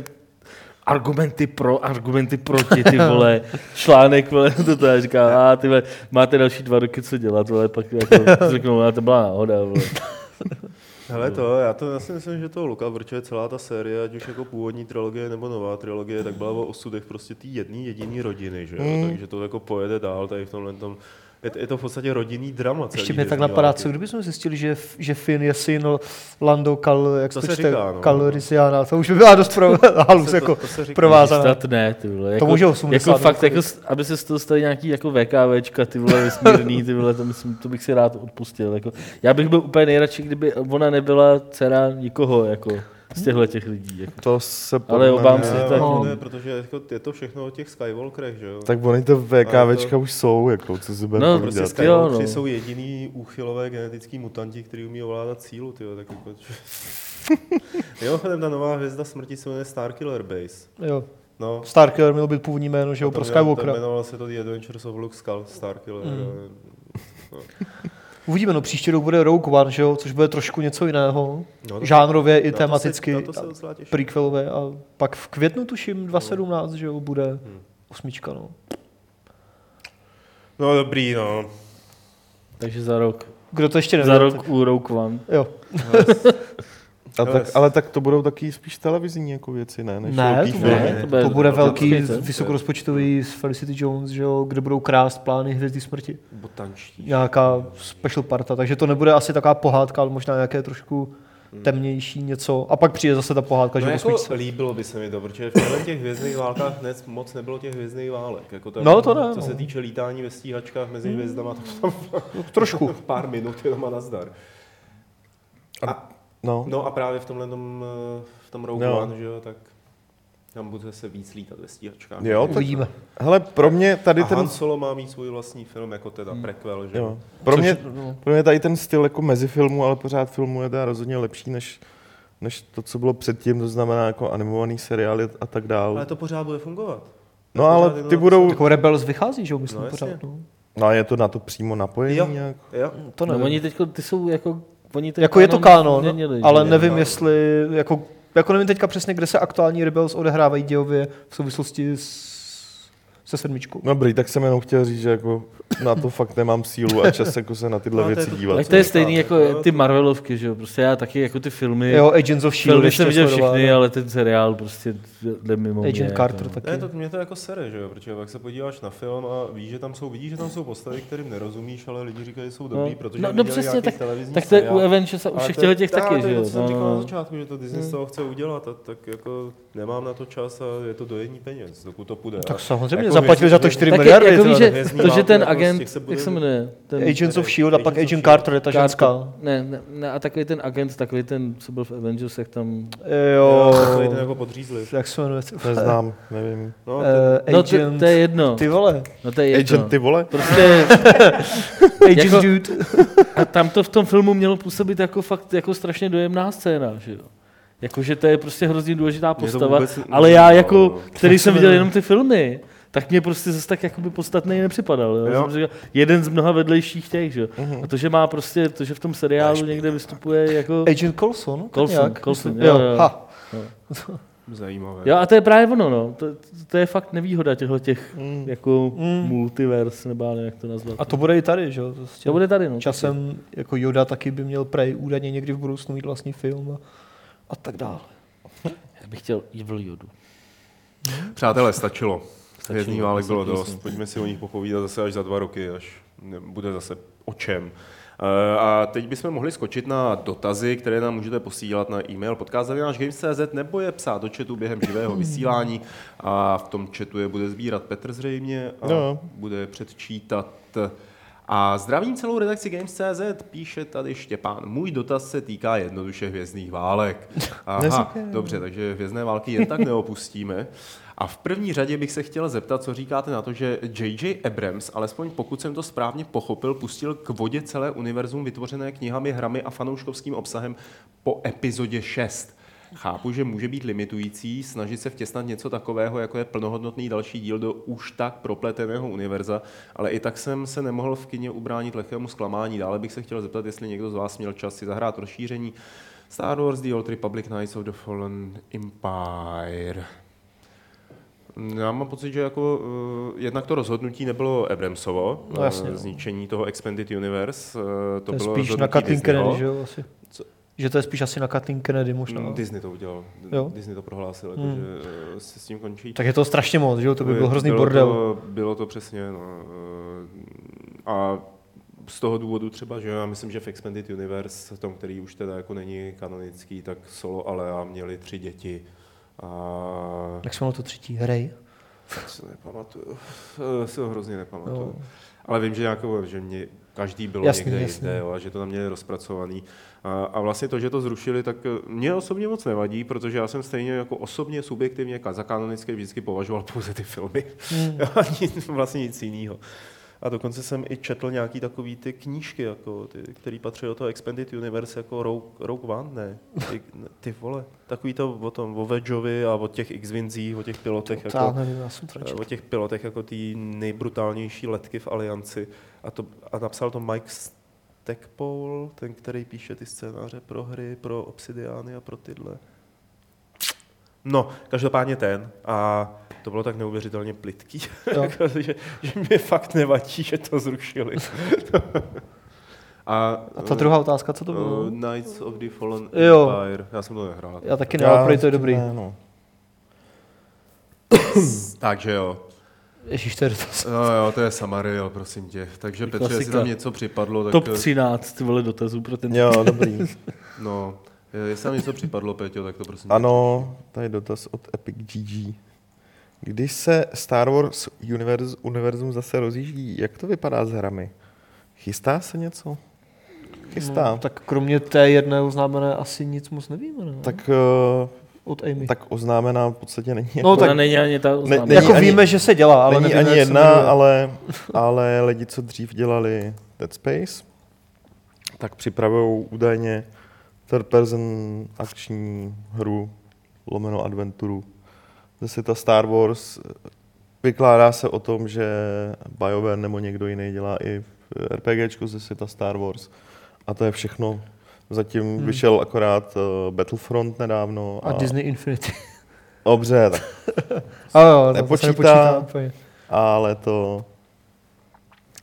argumenty pro, argumenty proti, ty vole, článek, vole, to to já říká, a ty vole, máte další dva roky co dělat, vole, pak jako řeknou, a to byla náhoda, vole.
Hele to, já to já si myslím, že to Luka Brče, celá ta série, ať už jako původní trilogie nebo nová trilogie, tak byla o osudech prostě té jedné jediné rodiny, že jo? Takže to jako pojede dál tady v tomhle tom. Je, je to v podstatě rodinný drama. celý
Ještě mě tak
Disney
napadá,
války.
co kdybychom zjistili, že, že Finn je syn Lando Cal, jak
To
se
se
čte,
říká, no.
Calrissiana. To už by byla dost pro,
<laughs>
halus,
To se- to-
jako
to se říká.
provázaná.
Snad ne, ty vole. Jako,
může 80
jako fakt,
dokonce.
jako, s- aby se z toho staly nějaký jako VKVčka, ty vole, vesmírný, ty vole, to, myslím, to bych si rád odpustil. Jako. Já bych byl úplně nejradši, kdyby ona nebyla dcera nikoho, jako z těchto těch lidí. Jako.
To se
Ale obávám
Ne,
se, že to
ne,
tak
No.
ne, protože jako je to všechno o těch Skywalkerech, že jo?
Tak oni to
Ale
VKVčka
to-
už jsou, jako, co si budeme
No,
no,
Prostě
prostě
dělat.
Skywalkři
Jo, no.
jsou jediný úchylové genetický mutanti, kteří umí ovládat sílu, tyjo, tak jako... Mimochodem, ta nová hvězda smrti se jmenuje Starkiller Base.
Jo.
No,
Starkiller měl být původní jméno, že jo, pro
tam jmenovalo-
Skywalkera. Mm.
tam Jmenovalo se to The Adventures of Luke Skal- Starkiller. jo.
Uvidíme, no příští rok bude Rogue One, že jo, což bude trošku něco jiného,
No,
no,
to-
žánrově i
na to
tematicky,
se- na to se docela těším.
prequelové a pak v květnu tuším 2017, že jo, bude
Hmm.
osmička, no.
No dobrý, no.
Takže za rok.
Kdo to ještě neví?
Za rok u Rogue One.
Jo.
A
Ale-
tak, ale tak to budou taky spíš televizní jako věci, ne? Než
Ne,
velký
to
filmy.
bude,
ne, to
to
bude-
bude, to bude
to
velký,
bude-
vysokorozpočtový z Felicity Jones, že jo, kde budou krást plány Hvězdy smrti.
<laughs> Botančtí.
Nějaká special parta, takže to nebude asi taková pohádka, ale možná nějaké trošku temnější něco. A pak přijde zase ta pohádka, že
Hmm. No
v
jako <laughs>
osmičce.
líbilo by se mi to, protože v těchhle těch hvězdných válkách dnes moc nebylo těch hvězdných válek. Jako tam,
No, to ne,
Co
no. Mm.
se týče lítání ve stíhačkách mezi hvězdama, No, tak tam <laughs>
Trošku.
pár minut jenom a nazdar.
No.
No a právě v tomhle tom, eh, v tom Rogue
No.
One, že jo, tak tam bude se víc lítat ve stíhačkách.
Jo, tak,
Uvidíme.
hele, pro mě tady
A
ten...
Han Solo má mít svůj vlastní film, jako teda
Mm.
prequel, že
Jo. Pro,
Což-
mě,
no.
pro mě tady ten styl jako mezi filmu, ale pořád filmu je teda rozhodně lepší než, než to, co bylo předtím, to znamená jako animovaný seriály a tak dále.
Ale to pořád bude fungovat.
no
pořád
ale
jenom
ty
na-
budou...
Jako Rebels vychází, že jo, myslím
No, jasně.
pořád. No.
No a je to na to přímo napojení
Jo.
nějak?
Jo?
To
No,
nevím.
oni teď, ty jsou jako... Oni ten
jako je to kánon,
změnili, že? no.
ale nevím,
kánon.
jestli, jako, jako nevím teďka přesně, kde se aktuální Rebels odehrávají dějově v souvislosti s, se sedmičkou.
No Dobrý, tak jsem jenom chtěl říct, že jako na to fakt nemám sílu a čas jako se na tyhle
No, to je
věci
to-
dívat.
Tak
Ať to je
co
stejný
říkáte, no,
jako ty
to-
Marvelovky, že jo, prostě já taky jako ty filmy,
Jo, Agents of S.H.I.E.L.D.
filmy
ještě
jsem viděl
sledoval,
všechny,
ne?
ale ten seriál prostě jde mimo mě.
Agent
jako,
Carter
no.
taky.
Ne, to, mě to jako sere, že jo, protože pak se podíváš na film a víš, že tam jsou, vidíš, že tam jsou postavy, kterým nerozumíš, ale lidi říkají, že jsou dobrý,
No.
protože
No, no
viděli
přesně,
nějaký
tak-
televizní
Tak to je u
seriál.
Avengers a u
Ale
všech
to je-
těchto těch
tak,
taky,
to
že
je to,
jo?
co jsem
No,
říkal na
no.
začátku, že to Disney z toho chce udělat, a tak jako nemám na to čas a je to dojení peněz, dokud to půjde.
Tak
A
samozřejmě,
jako
zaplatili
věřím,
za to
že-
4
Taky,
miliardy.
jako víš,
tyhle.
že,
hvězdný
to, že
války,
ten
jako z
agent,
těch se bude-
jak se jmenuje? Ten
Agents of
Agents
S.H.I.E.L.D. a pak
of
Agent
S.H.I.E.L.D..
Carter je ta
Carter.
ženská.
Ne, ne, ne, a takový ten agent, takový ten, co byl v Avengers, jak tam...
Jo,
je to jako podřízli.
jak se jmenuje?
Neznám, nevím.
No, to-
Eh,
No, to,
Agent,
to je jedno.
ty vole,
No, to je jedno.
Agent, ty vole?
Prostě,
Agent
Jako-
Dude.
a tam to v tom filmu mělo působit jako fakt jako strašně dojemná scéna, že jo? Jakože to je prostě hrozně důležitá
Mě to
postava,
vůbec
ale já
nezajímalo,
jako,
no.
který jsem viděl jenom ty filmy, tak mě prostě zase tak jakoby podstatný nepřipadal. Jo?
Jo.
Jsem říkal, jeden z mnoha vedlejších těch, že jo? A to, že má prostě, to, že v tom seriálu někde vystupuje jako...
Agent Coulson? no, tak
Coulson,
nějak,
Coulson,
myslím.
jo, jo.
Ha.
Zajímavé.
Jo, a to je právě ono, no. To, to je fakt nevýhoda těchto těch
Mm.
jako
Mm.
multivers, nebo já nevím, jak to nazvat.
A to bude i tady, že jo? Prostě.
to bude tady, no.
Časem jako Yoda taky by měl Prey údajně někdy v budoucnu mít vlastní film a, a tak dále.
Já bych chtěl Evil Yodu.
Přátelé, stačilo.
Stačilo,
Hvězdní válek bylo
stačilo,
dost.
jasně.
Pojďme si o nich popovídat zase až za dva roky, až ne- bude zase o čem. Eh, A teď bychom mohli skočit na dotazy, které nám můžete posílat na e-mail podcast.games.cz nebo je psát do chatu během živého vysílání a v tom chatu je bude sbírat Petr zřejmě a
No.
bude je předčítat. A zdravím celou redakci Games.cz, píše tady Štěpán. Můj dotaz se týká jednoduše hvězdných válek. Aha,
Neříkej.
dobře, takže hvězdné války jen tak neopustíme. A v první řadě bych se chtěl zeptat, co říkáte na to, že J.J. Abrams, alespoň pokud jsem to správně pochopil, pustil k vodě celé univerzum vytvořené knihami, hrami a fanouškovským obsahem po epizodě 6. Chápu, že může být limitující snažit se vtěsnat něco takového, jako je plnohodnotný další díl do už tak propleteného univerza, ale i tak jsem se nemohl v kině ubránit lehkému zklamání. Dále bych se chtěl zeptat, jestli někdo z vás měl čas si zahrát rozšíření Star Wars The Old Republic Knights of the Fallen Empire. Já mám pocit, že jako, uh, jednak to rozhodnutí nebylo Abramsovo,
No jasně,
eh,
no.
zničení toho Expanded Universe, eh, to,
To, je
bylo
spíš na
rozhodnutí
Kathleen
Disneyho.
Kennedy, že jo? Asi.
Co?
Že to je spíš asi na Kathleen Kennedy možná.
Mm, Disney to udělal, D-
Jo.
Disney to prohlásil, jako,
Mm.
že eh, se s tím končí. Eh,
Tak je to strašně moc, že jo? To by byl hrozný
bylo
bordel.
To, bylo to přesně, no. eh, A z toho důvodu třeba, že já myslím, že v Expanded Universe, v tom, který už teda jako není kanonický, tak Solo a Lea měli tři děti. A
Jak jsme měl to třetí? Ray?
se nepamatuju, Eh, si ho hrozně nepamatuju.
Jo.
Ale vím, že, nějakou, že mě každý bylo
No. Jasný,
jasný, někde
jasný.
jasný. jinde jo, a že to tam měli rozpracovaný. A, a vlastně to, že to zrušili, tak eh, mě osobně moc nevadí, protože já jsem stejně jako osobně, subjektivně ka- za kanonické vždycky považoval pouze ty filmy.
Hmm.
<laughs> Mm. vlastně nic jiného. A dokonce jsem i četl nějaký takový ty knížky, jako ty, který patří do toho Expanded Universe, jako Rogue, Rogue One, ne? Ty, ne, ty vole. Takový to o tom, o Vegeovi a o těch X-Winzích, o těch pilotech. jako
To já nevím, já jsem to nečetl.
O těch pilotech jako ty nejbrutálnější letky v Alianci. A, to, a napsal to Mike Stackpole, ten, který píše ty scénáře pro hry, pro Obsidiany a pro tyhle. No, každopádně ten. A to bylo tak neuvěřitelně plitký, <laughs>
Jo.
jako, že, že mě fakt nevadí, že to
<laughs>
zrušili. a,
A ta druhá otázka, co to bylo?
Uh, Knights of the Fallen
Jo.
Empire. Já jsem to nehrál.
Já taky ne, ale prý to je dobrý.
Ne, no.
Takže jo.
Ježíš, to je dotaz.
No jo, to je Samario, prosím tě. Takže Petře, jestli
klasika.
tam něco připadlo, tak...
Top 13, ty vole, dotazů pro ten
Jo,
<laughs>
dobrý.
No, eh, jestli tam něco připadlo, Peťo, tak to prosím tě.
Ano, tady dotaz od Epic GG. Když se Star Wars univerz, univerzum zase rozjíždí, jak to vypadá s hrami? Chystá se něco? Chystá.
No, tak kromě té jedné oznámené asi nic moc nevíme, ne?
tak, eh,
Od Amy.
tak oznámená v podstatě není.
No,
jako-
Ona
tak-
není ani ta
Ne-
oznámená.
není
jako
ani-
víme, že se dělá, ale
ale není
nevíme,
ani
jak se
jedna,
jmenuje.
ale, ale lidi, co dřív dělali Dead Space, tak připravují údajně third person akční hru lomeno adventuru. Zase ta Star Wars eh, vykládá se o tom, že BioWare nebo někdo jiný dělá i v RPGčku ze světa Star Wars. A to je všechno. Zatím hmm. vyšel akorát eh, Battlefront nedávno.
A Disney Infinity.
Dobře, tak
A jo, no, to se
Nepočítá.
nepočítá úplně.
ale to...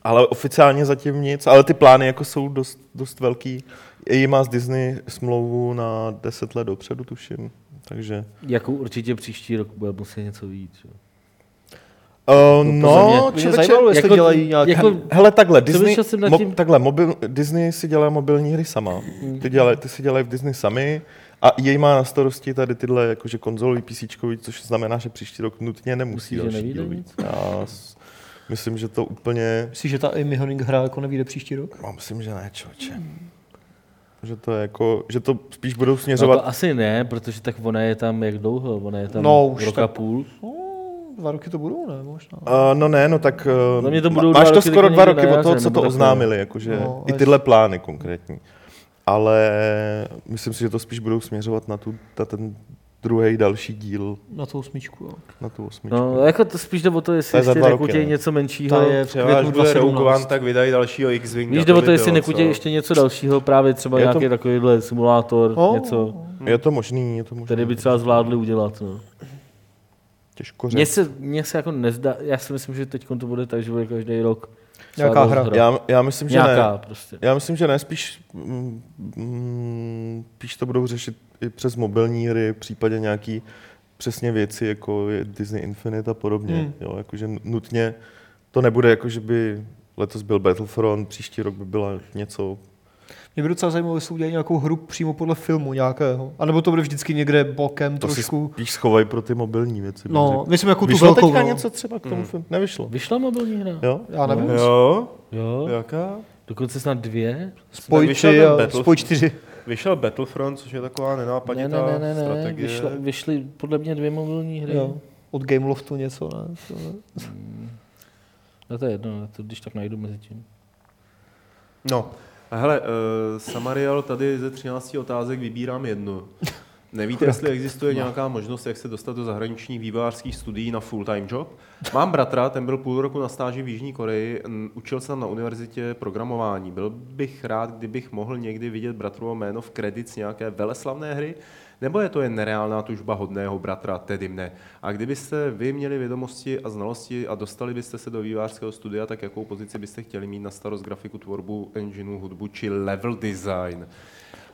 Ale oficiálně zatím nic, ale ty plány jako jsou dost, dost velký. EA má z Disney smlouvu na 10 let dopředu, tuším. Takže... eh,
Jako určitě příští rok bude muset něco víc. Jo.
Uh,
podle
no,
Mě
člověče,
zajímalo, jestli
jako-
dělají nějaký...
jako-
hele, takhle, Disney,
Přemýšlel jsem nad
mo,
tím- Mm.
takhle mobil, Disney si dělá mobilní hry sama. Ty, dělaj, ty si dělají v Disney sami a EA má na starosti tady tyhle jakože konzolový PC, což znamená, že příští rok nutně nemusí
Myslíš, že
další
nevyjde
díl být.
nic?
Já s- myslím, že to úplně
Myslíš, že ta Amy Honig hra jako nevíde příští rok?
No, myslím, že ne, člověče.
Hmm.
Že to je jako, že to spíš budou
No to
směřovat...
asi ne, protože tak ona je tam jak dlouho? Ona je tam
No,
no,
už
rok a
tak-
půl.
No, dva roky to budou, ne? Možná.
Uh, no ne, no tak
Za
uh,
mě to
ma-
budou dva
máš to
roky,
skoro
taky
dva
někdy na
roky od toho,
jaře,
co
nebo
to
takhle.
oznámili, jakože
No,
i
až-
tyhle plány konkrétní. Ale myslím si, že to spíš budou směřovat na, tu, na ten druhý další díl,
Na tu osmičku, jo.
na tu osmičku.
No, jako to spíš jde o to,
To
jestli
je za
ještě
dva roky,
nekutějí
ne?
něco menšího.
To je v
Třeba až
květnu
bude
no.
Rogue
2017.
One, tak vydají dalšího X-Wing.
Víš, jde o to, jestli nekutějí ještě něco dalšího, právě třeba
Je to-
nějaký takovýhle simulátor,
O.
něco.
Je to možný, je to možný.
Tady by třeba zvládli udělat. No.
Těžko
Mně
říct.
se, mně se jako nezdá, já si myslím, že teď to bude tak, že bude každý rok
Nějaká
třeba
hra.
Já, já myslím, že
Nějaká
ne.
prostě.
Já myslím, že ne, spíš, mm, mm, spíš to budou řešit i přes mobilní hry, případně nějaký přesně věci, jako je Disney Infinite a podobně.
Hmm.
Hmm. Jo, jakože nutně to nebude jako, že by letos byl Battlefront, příští rok by byla něco.
Mě by docela zajímalo, jestli udělají nějakou hru přímo podle filmu nějakého. A nebo to bude vždycky někde bokem
To
trošku.
si spíš schovají pro ty mobilní věci. bych
No,
řekl.
myslím jako tu
Vyšlo
velkou.
teďka
no.
něco třeba k tomu hmm. filmu? Nevyšlo.
Vyšla mobilní hra?
Jo?
Já nevím.
Jo,
Jo.
jaká?
Dokonce snad dvě?
Spoj
Vyšel
tři
ten
a
Battlefrond.
spoj čtyři.
Vyšel Battlefront, což je taková
Ne,
nenápaditá
ne, ne, ne, ne.
strategie.
Vyšla, vyšly podle mě dvě mobilní hry.
Jo.
Jo.
Od Gameloftu něco, ne? To ne?
No to je jedno, já to když tak najdu mezi tím.
No, a hele, uh, Samariel tady ze 13 otázek vybírám jednu. Nevíte, jestli existuje nějaká možnost, jak se dostat do zahraničních vývojářských studií na full-time job? Mám bratra, ten byl půl roku na stáži v Jižní Koreji, m, učil se tam na univerzitě programování. Byl bych rád, kdybych mohl někdy vidět bratrovo jméno v kredic nějaké veleslavné hry, nebo je to jen nereálná tužba hodného bratra, tedy mne? A kdybyste vy měli vědomosti a znalosti a dostali byste se do vývářského studia, tak jakou pozici byste chtěli mít na starost grafiku, tvorbu, engineu, hudbu či level design?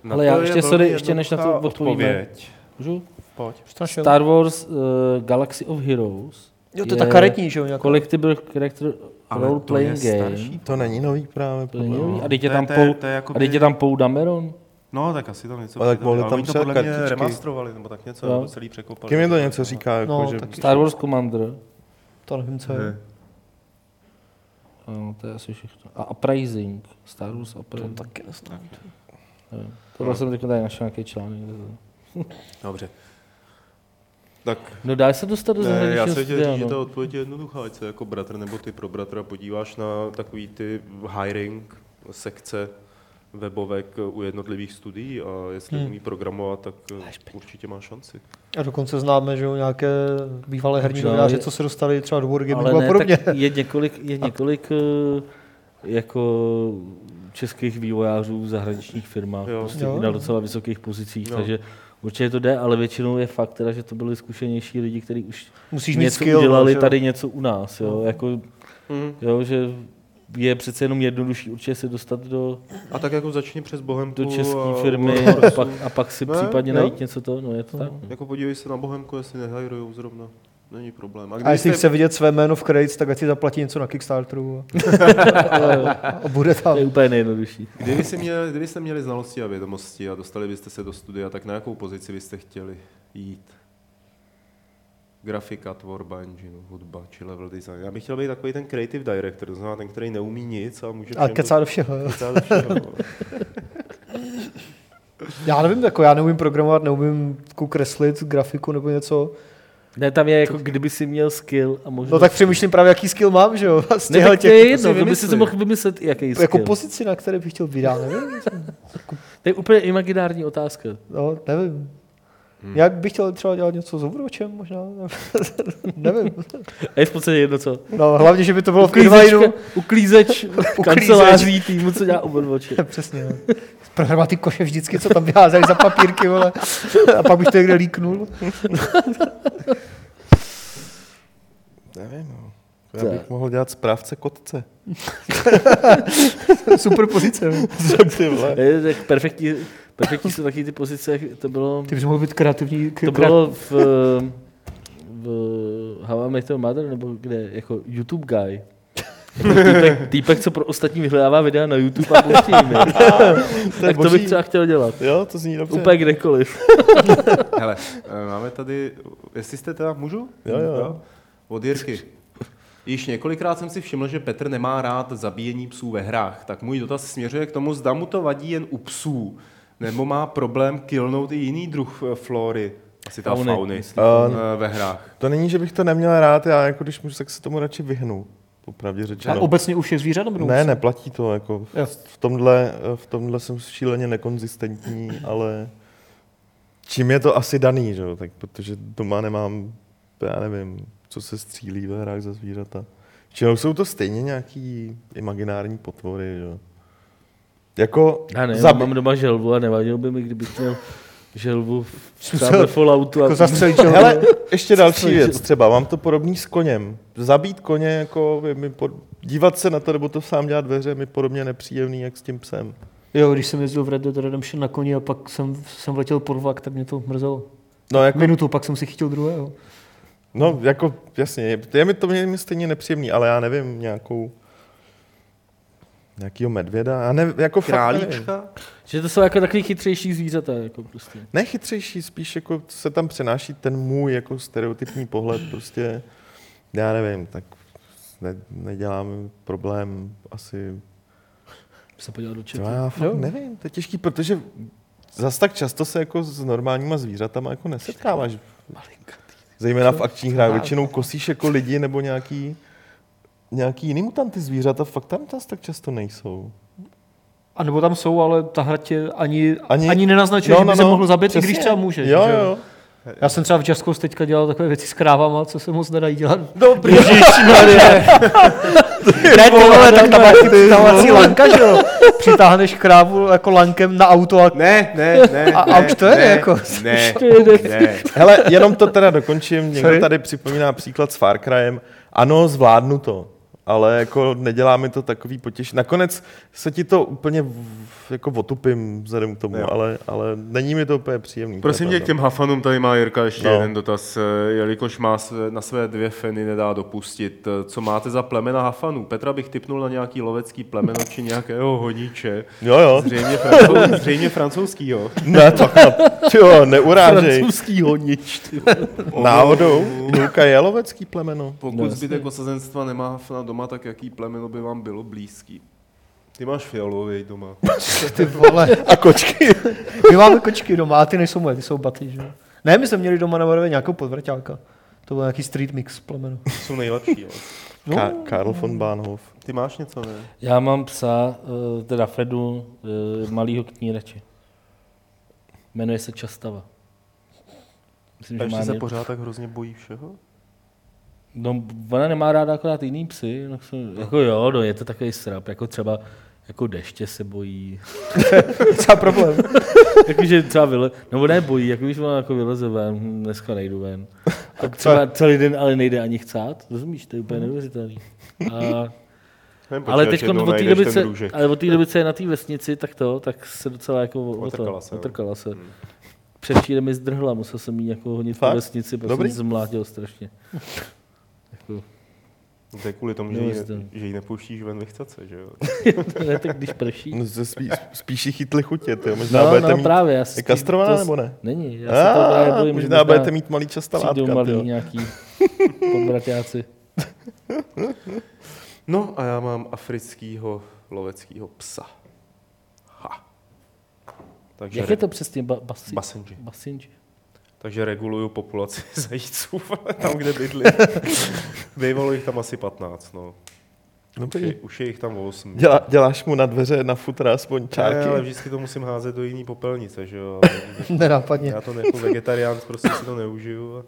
Na
Ale já
to je
ještě,
velmi
sorry, ještě než na to
jednoduchá
odpovíme.
odpověď.
Můžu?
Pojď.
Strašně.
Star Wars uh, Galaxy of Heroes.
Jo, to je ta karetní, že jo? Nějaká.
Collectible Character
Ale
Role
to je
Playing Game.
starší.
To není nový právě.
To
podle
není
mě.
nový. A teď je
No, To je-
tam
to je-
Pou-
to je jako jakoby-
a teď je tam Pou Dameron.
No, tak asi tam něco
Ale tak
přidali,
mohli tam
oni to
přidat
podle mě
kartičky.
remasterovali, nebo tak něco,
Jo.
nebo celý překopali.
Kým mi to něco říká? Jako,
No,
že...
taky.
Star Wars Commander.
To nevím, co je.
Ne.
No, to je asi všechno. A Uprising. Star Wars Uprising. To taky neznám. Tohle jsem teď tady našel nějaký článek.
Dobře. Tak
No dá se dostat do
ne, já
zahraničního
se chtěl
studia,
říct, že ta
no.
odpověď je jednoduchá, ať se jako bratr nebo ty pro bratra podíváš na takový ty hiring sekce webovek u jednotlivých studií a jestli
Hmm.
hmm. umí programovat, tak eh, určitě má šanci.
A dokonce známe, že jo, nějaké bývalé herní
Možná
novináře,
je-
co se dostali třeba do Wargamingu
Ale
a podobně.
ne, tak je několik, je několik eh, jako českých vývojářů v zahraničních firmách,
Jo.
prostě
Jo.
i na docela vysokých pozicích,
Jo.
takže určitě to jde, ale většinou je fakt teda, že to byli zkušenější lidi, kteří už
Musíš mít
něco
skill. no,
udělali
no,
že jo.
tady něco u nás, jo, jako,
Hmm.
jo, že je přece jenom jednodušší určitě se dostat do,
A tak jako začni přes Bohemku
do české
a
firmy
Warhorse.
a pak, a pak si
Ne,
případně
jo.
najít něco to, no je to tak. no.
Jako podívej se na Bohemku, jestli nehajrujou zrovna. Není problém.
A jestli
jste-
chce vidět své jméno v credits, tak ať si zaplatí něco na Kickstarteru a, a bude tam.
To je úplně nejjednodušší.
Kdyby si měli, kdybyste měli znalosti a vědomosti a dostali byste se do studia, tak na jakou pozici byste chtěli jít? Grafika, tvorba, engineu, hudba či level design. Já bych chtěl být takový ten creative director, to znamená ten, který neumí nic a může
A
všem
kecá do všeho. jo.
to- kecá do všeho. no.
Já nevím, jako já neumím programovat, neumím jako kreslit grafiku nebo něco.
Ne, tam je jako kdyby si měl skill a možnost.
No tak přemýšlím právě, jaký skill mám, že jo? Z
ne,
těchhle
tak to
těch-
je
si
jedno, to by si
vymyslí.
to mohl vymyslet i jaký skill.
jako pozici, na které bych chtěl být, já
<laughs>
nevím.
To je úplně imaginární otázka.
No, nevím.
Hmm.
Jak bych chtěl třeba dělat něco s Overwatchem možná? <laughs> nevím.
A je v podstatě jedno co.
No, hlavně, že by to bylo v
Uklízečka,
Kirvinu.
uklízeč, kanceláří týmu, co dělá Overwatch.
<laughs> Přesně. no. Prohrabá ty koše vždycky, co tam vyházeli za papírky, vole. A pak bych to někde líknul.
Nevím, no. Já bych mohl dělat správce kotce.
Super pozice. no.
Ty vole.
Je, tak perfektní, perfektní jsou taky ty pozice, jak to bylo,
Ty bys mohl být kreativní.
to bylo v, v How I Met Your Mother, nebo kde, jako YouTube guy. Jako Týpek, týpek, co pro ostatní vyhledává videa na YouTube a pouští jim. je. tak to bych
boží.
třeba chtěl dělat.
Jo, to zní dobře.
Úplně kdekoliv.
Hele, eh, máme tady, jestli jste teda, můžu?
Jo, jo, jo.
Od Jirky. Již několikrát jsem si všiml, že Petr nemá rád zabíjení psů ve hrách, tak můj dotaz směřuje k tomu, zda mu to vadí jen u psů, nebo má problém kilnout i jiný druh eh, flory, asi ta
Fauny,
fauny,
myslím.
eh, ve hrách.
To není, že bych to neměl rád, já jako když můžu, tak se tomu radši vyhnu. Popravdě
A
řečeno.
obecně už je zvířat nebo
Ne, neplatí to. Jako
Jo.
v, tomhle, v tomhle jsem šíleně nekonzistentní, ale čím je to asi daný, že? jo, tak protože doma nemám, já nevím, co se střílí ve hrách za zvířata. Čili jsou to stejně nějaký imaginární potvory, že? jo. Jako
Já ne,
zabi-
mám doma želvu a nevadilo by mi, kdybych měl želvu v
Zkusil
tamhle Falloutu.
Jako
A...
zastřelit želvu.
Hele, ještě další
Co-
věc, třeba mám to podobný s koněm. Zabít koně, jako je mi pod... dívat se na to, nebo to sám dělat dveře, je mi podobně nepříjemný, jak s tím psem.
Jo, když jsem jezdil v Red Dead Redemption na koni a pak jsem, jsem letěl pod vlak, tak mě to mrzelo.
No, jako,
Minutu, pak jsem si chytil druhého.
no, jako jasně, je, je mi to mě, mě stejně nepříjemný, ale já nevím, nějakou nějakýho medvěda, já nevím, jako fakt nevím.
Králíčka?
Že to jsou jako takový chytřejší zvířata. Jako prostě.
Nechytřejší, spíš jako se tam přenáší ten můj jako stereotypní pohled, prostě, já nevím, tak ne, nedělám problém asi
Se podívat do četu.
Třeba já fakt
Jo.
nevím, to je těžký, protože zas tak často se jako s normálníma zvířatama jako nesetkáváš. Zejména v akčních hrách. Většinou kosíš jako lidi nebo nějaký, nějaký jiný mutanty zvířata, fakt tam zas tak často nejsou.
A nebo tam jsou, ale ta hra tě ani,
Ani-
ani, ani nenaznačuje, no, že by no, se no, mohl zabít, i
přesně.
když třeba může.
Jo,
že?
jo.
Já jsem třeba v Just Cause teďka dělal takové věci s krávama, co se moc nedají dělat.
Dobrý. <laughs>
Ne, to ale tak tam máš ty přitávací lanka, že jo? Přitáhneš krávu jako lankem na auto a
Ne, ne, ne.
A-
ne,
a už to jede,
ne,
jako.
Ne, ne.
Hele, jenom to teda dokončím. Někdo
Sorry.
tady připomíná příklad s Far Cryem. Ano, zvládnu to, ale jako nedělá mi to takový potěš. Nakonec se ti to úplně v- jako otupím vzhledem k
Jo.
tomu, ale, ale není mi to úplně příjemný. to je
Prosím tě,
pravda.
k těm hafanům tady má Jirka ještě
No.
no. jeden dotaz. eh, Jelikož má s- na své dvě feny nedá dopustit, eh, co máte za plemena hafanů? Petra bych typnul na nějaký lovecký plemeno či nějakého honíče.
Jo, jo.
Zřejmě, francouz, zřejmě
<laughs>
francouzskýho.
Ne, to jo, neurážej.
Francouzský honič. ty.
Náhodou. Luka je lovecký plemeno.
Pokud
No,
zbytek osazenstva nemá hafna doma, tak jaký plemeno by vám bylo blízký? Ty máš fialový doma.
ty vole.
A kočky.
My máme kočky doma a ty nejsou moje, ty jsou baty, že jo? Ne, my jsme měli doma na Moravě nějakou podvrťáka. To byl nějaký street mix plemeno. <laughs>
Ty jsou nejlepší. Jo.
No.
Ka- Karl von Bahnhof.
Ty máš něco, ne?
Já mám psa, eh, teda Fedu, eh, malýho knírače. Jmenuje se Častava. Myslím,
A
že má
ještě se
mě...
pořád tak hrozně bojí všeho?
No, ona nemá ráda akorát jiný psy, no, jsou- jako jo, no, je to takový srap, jako třeba jako deště se bojí, <laughs>
Docela problém.
jakože třeba vyle, nebo ne bojí, jako když ona jako vyleze ven, hm, dneska
<laughs>
nejdu ven. A třeba celý den ale nejde ani chcát, rozumíš, to je
Mhm.
úplně neuvěřitelný. A,
Nevím, počkej,
ale teď
až jednou
od té
najdeš
doby,
ten
se,
růžek.
ale od té doby, co je na té vesnici, tak to, tak se docela jako o- o
Otrkala
to,
se, jo.
otrkala se. Předčírem mi zdrhla, musel jsem jí jako honit po
Hmm. Fakt?
vesnici, protože
Dobrý?
jsem zmlátil strašně. <laughs> Jako,
To je kvůli tomu, že,
Jo,
ji-
jistě.
že ji nepouštíš ven vychcece, že jo?
ne, tak když prší.
No, ze spí, spíš jí chytli chutě, ty jo. Možná
No,
budete
no,
mít...
právě. Já si
Je
spíš- to
kastrovaná
s-
nebo ne?
Není, já se to právě
Ah,
bojím, že
možná budete mít malý časta
přijdou
látka,
malí
jo. <laughs>
nějaký pobratáci.
<laughs> No a já mám africkýho loveckýho psa. Ha. Takže,
Jak je to přesně? Ba- basi-
Basenji.
Basenji.
takže reguluju populaci <laughs> zajíců vole, tam, kde bydlí. <laughs> Bývalo jich tam asi 15, no. Už je,
Dobrý.
už je jich tam 8.
Dělá, děláš mu na dveře, na futra, aspoň
Ne, ale
čárky.
vždycky to musím házet do jiný popelnice, že <laughs> jo.
Nenápadně.
Já to jako vegetarián prostě si to neužiju. A...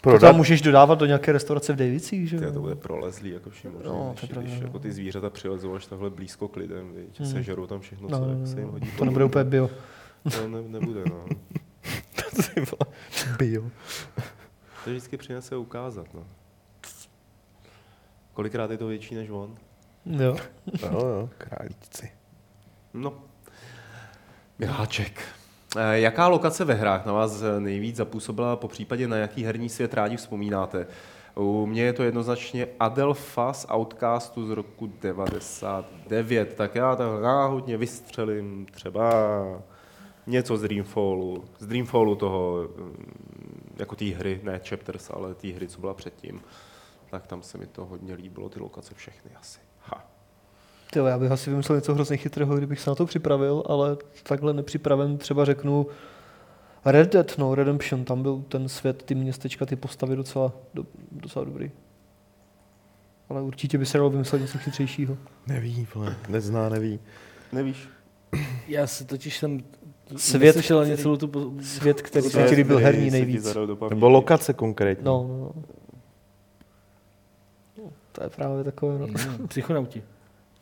To tam
Prodat.
můžeš dodávat do nějaké restaurace v Davicích, že
Ty, to
jo?
bude prolezlý, jako vším možným,
No,
no,
to je
když,
pravda,
když
no.
jako ty zvířata přilezou až takhle blízko k lidem, viď?
Hmm.
sežerou tam všechno, co
No,
jak se jim hodí.
to
pod
nebude
ruku.
úplně bio.
No, ne, nebude, no.
<laughs> Ty vole, Bio.
To vždycky přinese ukázat, no. Kolikrát je to větší než on?
Jo.
Jo, jo, králíci.
No. Miláček. Eh, Jaká lokace ve hrách na vás eh, nejvíc zapůsobila, po případě na jaký herní svět rádi vzpomínáte? U mě je to jednoznačně Adelfa z Outcastu z roku 99, tak já tak náhodně vystřelím třeba něco z Dreamfallu, z Dreamfallu toho, mm, jako té hry, ne Chapters, ale té hry, co byla předtím, tak tam se mi to hodně líbilo, ty lokace všechny asi. Ha.
Ty jo, já bych asi vymyslel něco hrozně chytrého, kdybych se na to připravil, ale takhle nepřipraven třeba řeknu Red Dead, no Redemption, tam byl ten svět, ty městečka, ty postavy docela, do, docela dobrý. Ale určitě by se dalo vymyslet něco chytřejšího.
Neví, vole, nezná, neví.
Nevíš?
Já si totiž jsem
Svět,
neslyšel ani
který-
celou tu... po-
Svět, který
Svět,
se ti líbil
který
herní
se ti
nejvíc.
zadal do paměti.
Nebo lokace konkrétně.
No, no, no. To je právě takové, no. Hmm.
Mm, Psychonauti.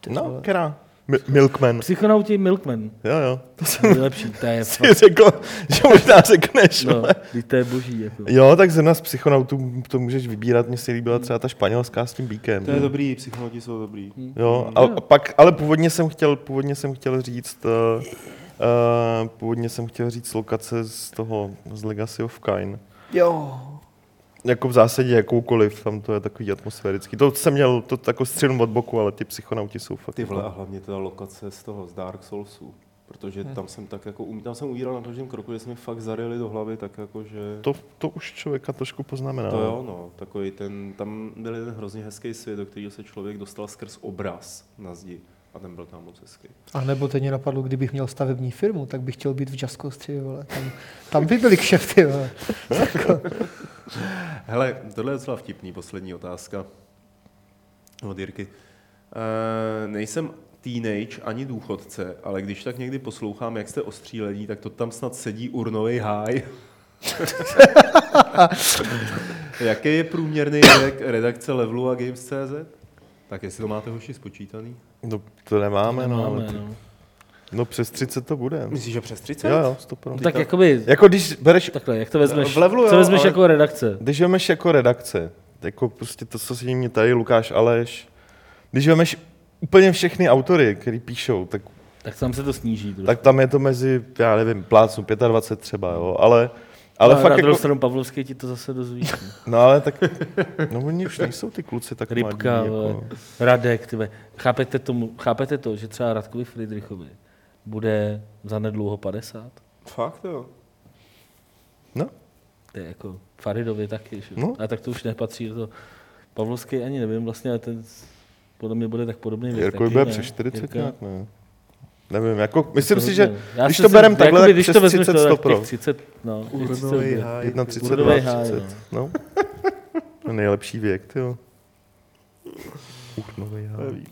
Ty
No,
vole.
která? Mi- Milkman.
Psychonauti Milkman.
Jo, jo. To jsem
Nejlepší, to
<laughs>
je
si řekl, že možná řekneš.
No,
No.
vždyť to je boží. Jako.
Jo, tak zrovna z psychonautů to můžeš vybírat. Mně se líbila třeba ta španělská s tím bíkem.
To je dobrý, psychologové jsou dobrý.
Jo, a, a pak, ale původně jsem chtěl, původně jsem chtěl říct, uh, uh, původně jsem chtěl říct lokace z toho, z Legacy of Kain.
Jo.
Jako v zásadě jakoukoliv, tam to je takový atmosférický. To jsem měl, to jako střelím od boku, ale ty psychonauti jsou fakt. jako-
Ty vole, a hlavně ta lokace z toho, z Dark Soulsu. Protože tam jsem tak jako, um- tam jsem uvíral na každém kroku, že jsme fakt zarili do hlavy, tak jako, že...
To, to už člověka trošku poznamená.
To jo, no, takový ten, tam byl jeden hrozně hezký svět, do kterého se člověk dostal skrz obraz na zdi. A ten byl tam moc hezký.
A nebo teď mě napadlo, kdybych měl stavební firmu, tak bych chtěl být v Just Cause 3, vole. Tam, tam by byly kšefty, vole.
Hele, tohle je docela vtipný, poslední otázka od Jirky. E, nejsem teenage ani důchodce, ale když tak někdy poslouchám, jak jste ostřílení, tak to tam snad sedí urnový háj. <laughs> Jaký je průměrný věk redakce Levelu a Games.cz? Tak jestli to máte hoši spočítaný.
No, to nemáme, no. ale
Máme,
to-
no.
no. přes 30 to bude.
Myslíš, že přes 30?
Jo, jo,
No,
100 pro.
tak jakoby,
Jako když bereš,
takhle, jak to vezmeš,
V levelu,
co
jo,
vezmeš
ale-
jako redakce?
Když vemeš jako redakce, jako prostě to, co si mě tady Lukáš Aleš, když vemeš úplně všechny autory, který píšou, tak,
Tak tam se to sníží. trošku.
tak tam je to mezi, já nevím, plácnu 25 třeba, jo, ale, ale
na
fakt
druhou
jako,
stranu No, Pavlovský ti to zase dozví.
<laughs> no ale tak, no oni už nejsou ty kluci tak
Rybka,
mladí,
vole,
jako,
Radek, tyve. Chápete, tomu, chápete to, že třeba Radkovi Friedrichovi bude za nedlouho 50?
Fakt jo.
no,
To je jako Faridovi taky, že?
No.
No. A tak to už nepatří do toho. Pavlovský ani nevím, vlastně, ale ten s- podle mě bude tak podobný. věk
Jirko
taky,
bude
ne?
přes 40
Jirka-
nějak, ne? Nevím, jako, myslím
to
si,
hodně,
že
no. Já
když
si
to
myslím,
berem
že
takhle,
jakoby,
tak
když
přes
to vezmeš,
30
to, tak
100 pro.
těch 30, no, těch 30
Urnový
bude.
háj.
31,
Burdovej háj,
30, no. no. Nejlepší věk, jo. Urnovej háj.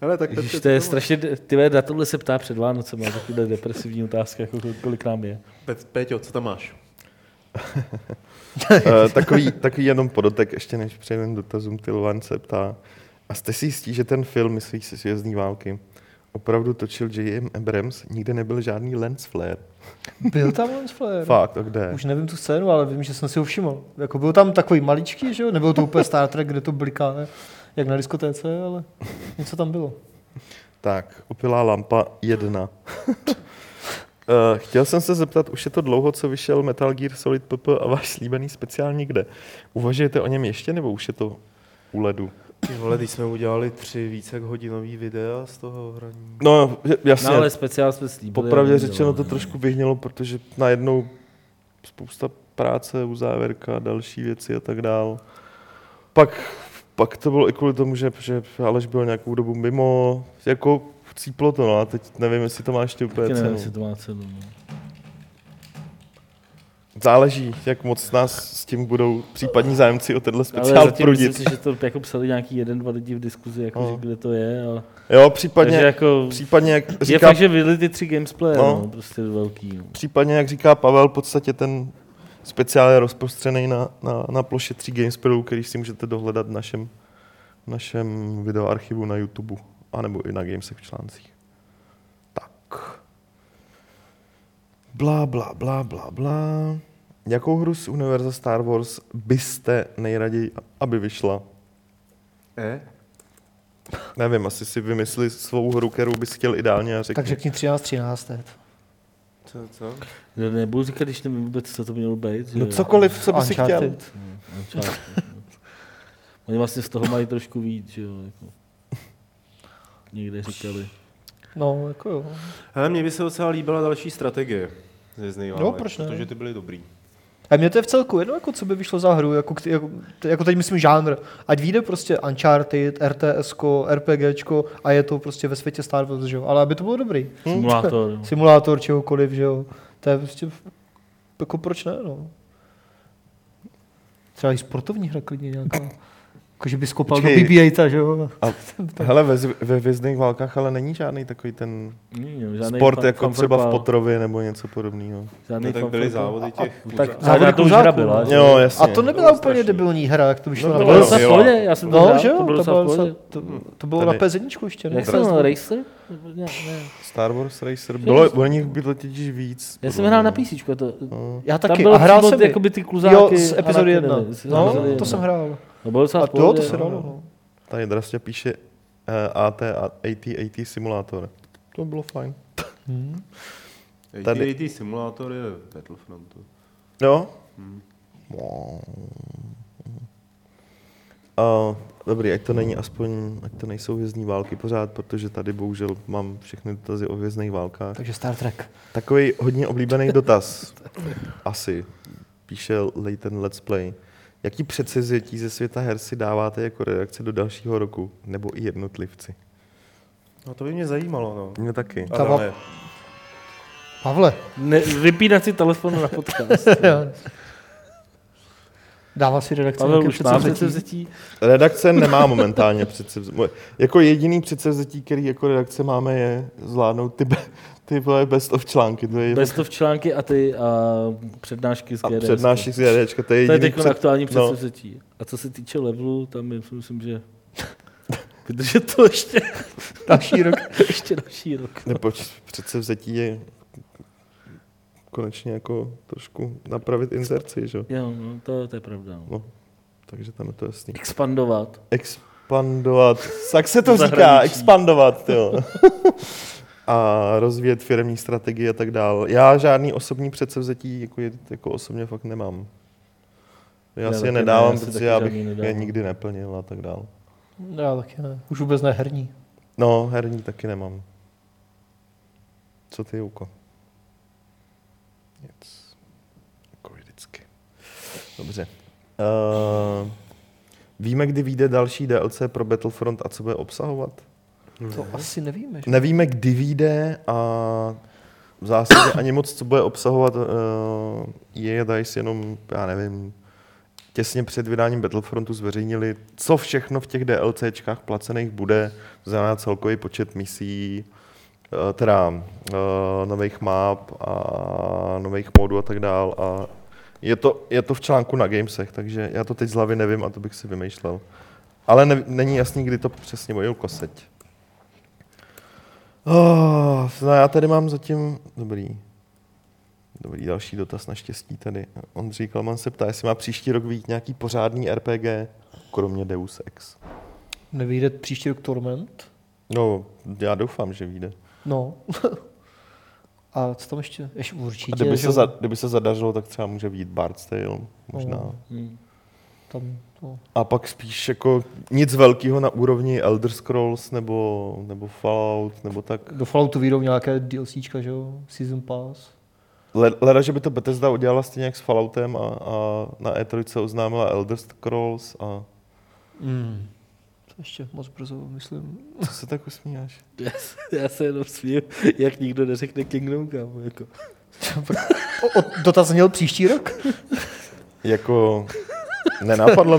Hele, tak
Ježiš, to je strašně, ty vole, na tohle se ptá před Vánocem, má takovýhle depresivní otázka, jako kolik nám je.
Pe- Péťo, co tam máš?
Eh,
<laughs>
takový, takový jenom podotek, ještě než přejdeme k dotazům, Tilvan se ptá. A jste si jistí, že ten film, myslíš si, svězdní války, opravdu točil J.M. Abrams, nikde nebyl žádný lens flare.
Byl tam Lance Flair?
Fakt, a kde?
Už nevím tu scénu, ale vím, že jsem si ho všiml. Jako byl tam takový maličký, že jo? Nebyl to úplně Star Trek, kde to bliká, ne? jak na diskotéce, ale něco tam bylo.
Tak, opilá lampa jedna. <laughs> Eh, Chtěl jsem se zeptat, už je to dlouho, co vyšel Metal Gear Solid PP a váš slíbený speciál nikde. Uvažujete o něm ještě, nebo už je to u ledu?
Ty vole, když jsme udělali tři více jak hodinový videa z toho hraní.
No, j- jasně.
No ale speciál jsme slíbili. no,
Popravdě
ale
řečeno to
neděláme.
trošku vyhnělo, protože najednou spousta práce, uzávěrka, další věci a tak dál. Pak, pak to bylo i kvůli tomu, že, že Aleš byl nějakou dobu mimo, jako cíplo to, no a teď nevím, jestli to má ještě
no.
úplně
Taky nevím,
cenu.
jestli to má cenu. no.
Záleží, jak moc nás s tím budou případní zájemci o tenhle
Ale
speciál
zatím
prudit.
myslím si, že to jako psali nějaký jeden, dva lidi v diskuzi, jako,
No.
že kde to je. Ale...
Jo,
Takže
případně,
jako,
případně, jak
je
říká,
fakt, že vydali ty tři gamesplay,
No.
no. no. prostě velký. No.
případně, jak říká Pavel, v podstatě ten speciál je rozprostřený na, na, na ploše 3 Gamespedu, který si můžete dohledat v našem, v našem videoarchivu na YouTube, anebo i na Gamesech v článcích. Tak. Blá, blá, blá, blá, blá. Jakou hru z univerza Star Wars byste nejraději, aby vyšla?
E?
Nevím, asi si vymysli svou hru, kterou bys chtěl ideálně a
Tak
řekni.
řekni 13, 13. teď.
Co, co?
Ne- Nebudu říkat, když nevím vůbec, co to mělo být. že
No
jo.
cokoliv, co by si chtěl.
Uncharted.
No, část, no. Oni vlastně z toho mají trošku víc, že jo. Jako. Někde říkali.
No, jako jo.
Hele, mně by se docela líbila další strategie. Ze
No, proč ne?
Protože ty byly dobrý.
A mě to je v celku jedno, jako co by vyšlo za hru, jako, kty- jako, t- jako teď myslím žánr. Ať vyjde prostě Uncharted, RTS, RPGčko a je to prostě ve světě Star Wars, že jo? Ale aby to bylo dobrý.
Simulátor. jo.
Simulátor čehokoliv, že jo? To je prostě, jako proč ne, no. Třeba i sportovní hra klidně nějaká.
Jakože bys kopal do
Počkej.
BB-8, že jo?
Hele, ve, zv- ve vězdných válkách ale není žádný takový ten
Není, žádný
Žádný Hm? sport
fan-
jako
fan
třeba v
football.
Potrovi nebo něco podobného.
Žádný
No, tak
fan
byly
football.
závody těch
Tak
kuřáků.
závody to už
kuřáků,
hra byla.
no.
že?
Jo, jasně.
A to nebyla
bylo
úplně
strašný.
debilní hra, jak to by šlo
No,
na
To
byla
bylo
bylo.
docela v
jo.
pohodě, já jsem to
No,
hrál,
že
to
jo,
bylo
to
docela v
bylo,
pohodě.
docela- to, to bylo
Tady.
na PS1 ještě. Ne?
Jak jsem hrál, Racer? Ne, ne.
Star Wars Racer. Bylo, o nich bylo totiž víc.
Já jsem
podle
hrál
mě.
na PC, to,
No.
Já
tam
taky.
bylo
A hrál
přímo
jsem
ty-
je.
jakoby ty kluzáky.
Jo, z epizody 1.
Anakinovi, z epizody
No,
jedna.
to jsem hrál.
To bylo docela
A
v
to, to
pohodě,
se
no.
dalo. no.
Tady Drastě píše uh, AT, AT, AT simulátor. To bylo fajn.
Hmm.
Tady.
AT-AT simulátor je Battlefrontu.
Jo? Wow. Uh, dobrý, ať to není aspoň, ať to nejsou vězní války pořád, protože tady bohužel mám všechny dotazy o vězných válkách.
Takže Star Trek.
Takový hodně oblíbený dotaz. Asi. Píše Leighton Let's Play. Jaký předsevzetí ze světa her si dáváte jako redakce do dalšího roku? Nebo i jednotlivci?
No to by mě zajímalo, no.
Mě taky.
Ta
Adame,
va- Pavle,
Ne, vypínat si telefon
<laughs>
na podcast.
Dává si redakce
Pavel
nějaké
už má
předsevzetí.
předsevzetí.
Redakce nemá momentálně předsevzetí. Moje- Jako jediný předsevzetí, který jako redakce máme, je zvládnout ty, be- ty vole best of články. To je
Bez to v články a ty a přednášky z
a
GDS.
přednáší si JDčka. To je
To je
jediný
teď
před...
aktuální
no.
předsevzetí. A co se týče levelu, tam je, si myslím, že <laughs> vydržet to ještě,
<laughs>
<laughs>
další rok.
ještě další rok.
Nepoč, předsevzetí je konečně jako trošku napravit inzerci, že? jo?
Jo, no, to, to je pravda. No.
Takže tam je to jasný.
Expandovat.
Expandovat. Tak se
Do
to říká,
zahraničí.
expandovat, jo. <laughs> A rozvíjet firmní strategii a tak dál. Já žádný osobní předsevzetí jako, je- jako osobně fakt nemám. Já,
Já
si
taky
je
ne,
nedávám,
já si
protože
taky
já
žádný
bych je
nedávám.
nikdy neplnil a tak dál.
<laughs> Já taky ne.
Už vůbec ne herní.
No, herní taky nemám. Co ty, Juko? Nic. Jako vždycky. Dobře. Uh, víme, kdy vyjde další DLC pro Battlefront a co bude obsahovat?
To asi nevíme. že?
Nevíme, kdy vyjde a v zásadě ani moc, co bude obsahovat uh, je DICE jenom, já nevím, těsně před vydáním Battlefrontu zveřejnili, co všechno v těch DLCčkách placených bude, to znamená celkový počet misí, eh, teda uh, nových map a nových modů a tak dál a je to, je to v článku na Gamesech, takže já to teď z hlavy nevím a to bych si vymýšlel. Ale ne, není jasný, kdy to přesně bude koseť. Oh, no já tady mám zatím... Dobrý. Dobrý, další dotaz naštěstí tady. Ondřej Kalman se ptá, jestli má příští rok vyjít nějaký pořádný RPG, kromě Deus Ex.
Nevyjde příští rok Torment.
No, já doufám, že vyjde.
No. <laughs> A co tam ještě? Ještě určitě.
A kdyby
že jo.
se, za, kdyby se zadařilo, tak třeba může vyjít Bard's Tale, možná.
No.
Hmm.
Tam, no.
A pak spíš jako nic velkého na úrovni Elder Scrolls nebo, nebo Fallout, nebo tak.
Do Falloutu vyjdou nějaké DLCčka, že jo? Season Pass.
Le- Leda, že by to Bethesda udělala stejně jak s Falloutem a, a na E3 oznámila Elder Scrolls a
Mm. To ještě moc brzo, myslím.
co se tak usmíváš?
Já, se- já se jenom smím, jak nikdo neřekne Kingdom Come. Jako.
O, o, dotaz měl příští rok?
Jako, nenapadlo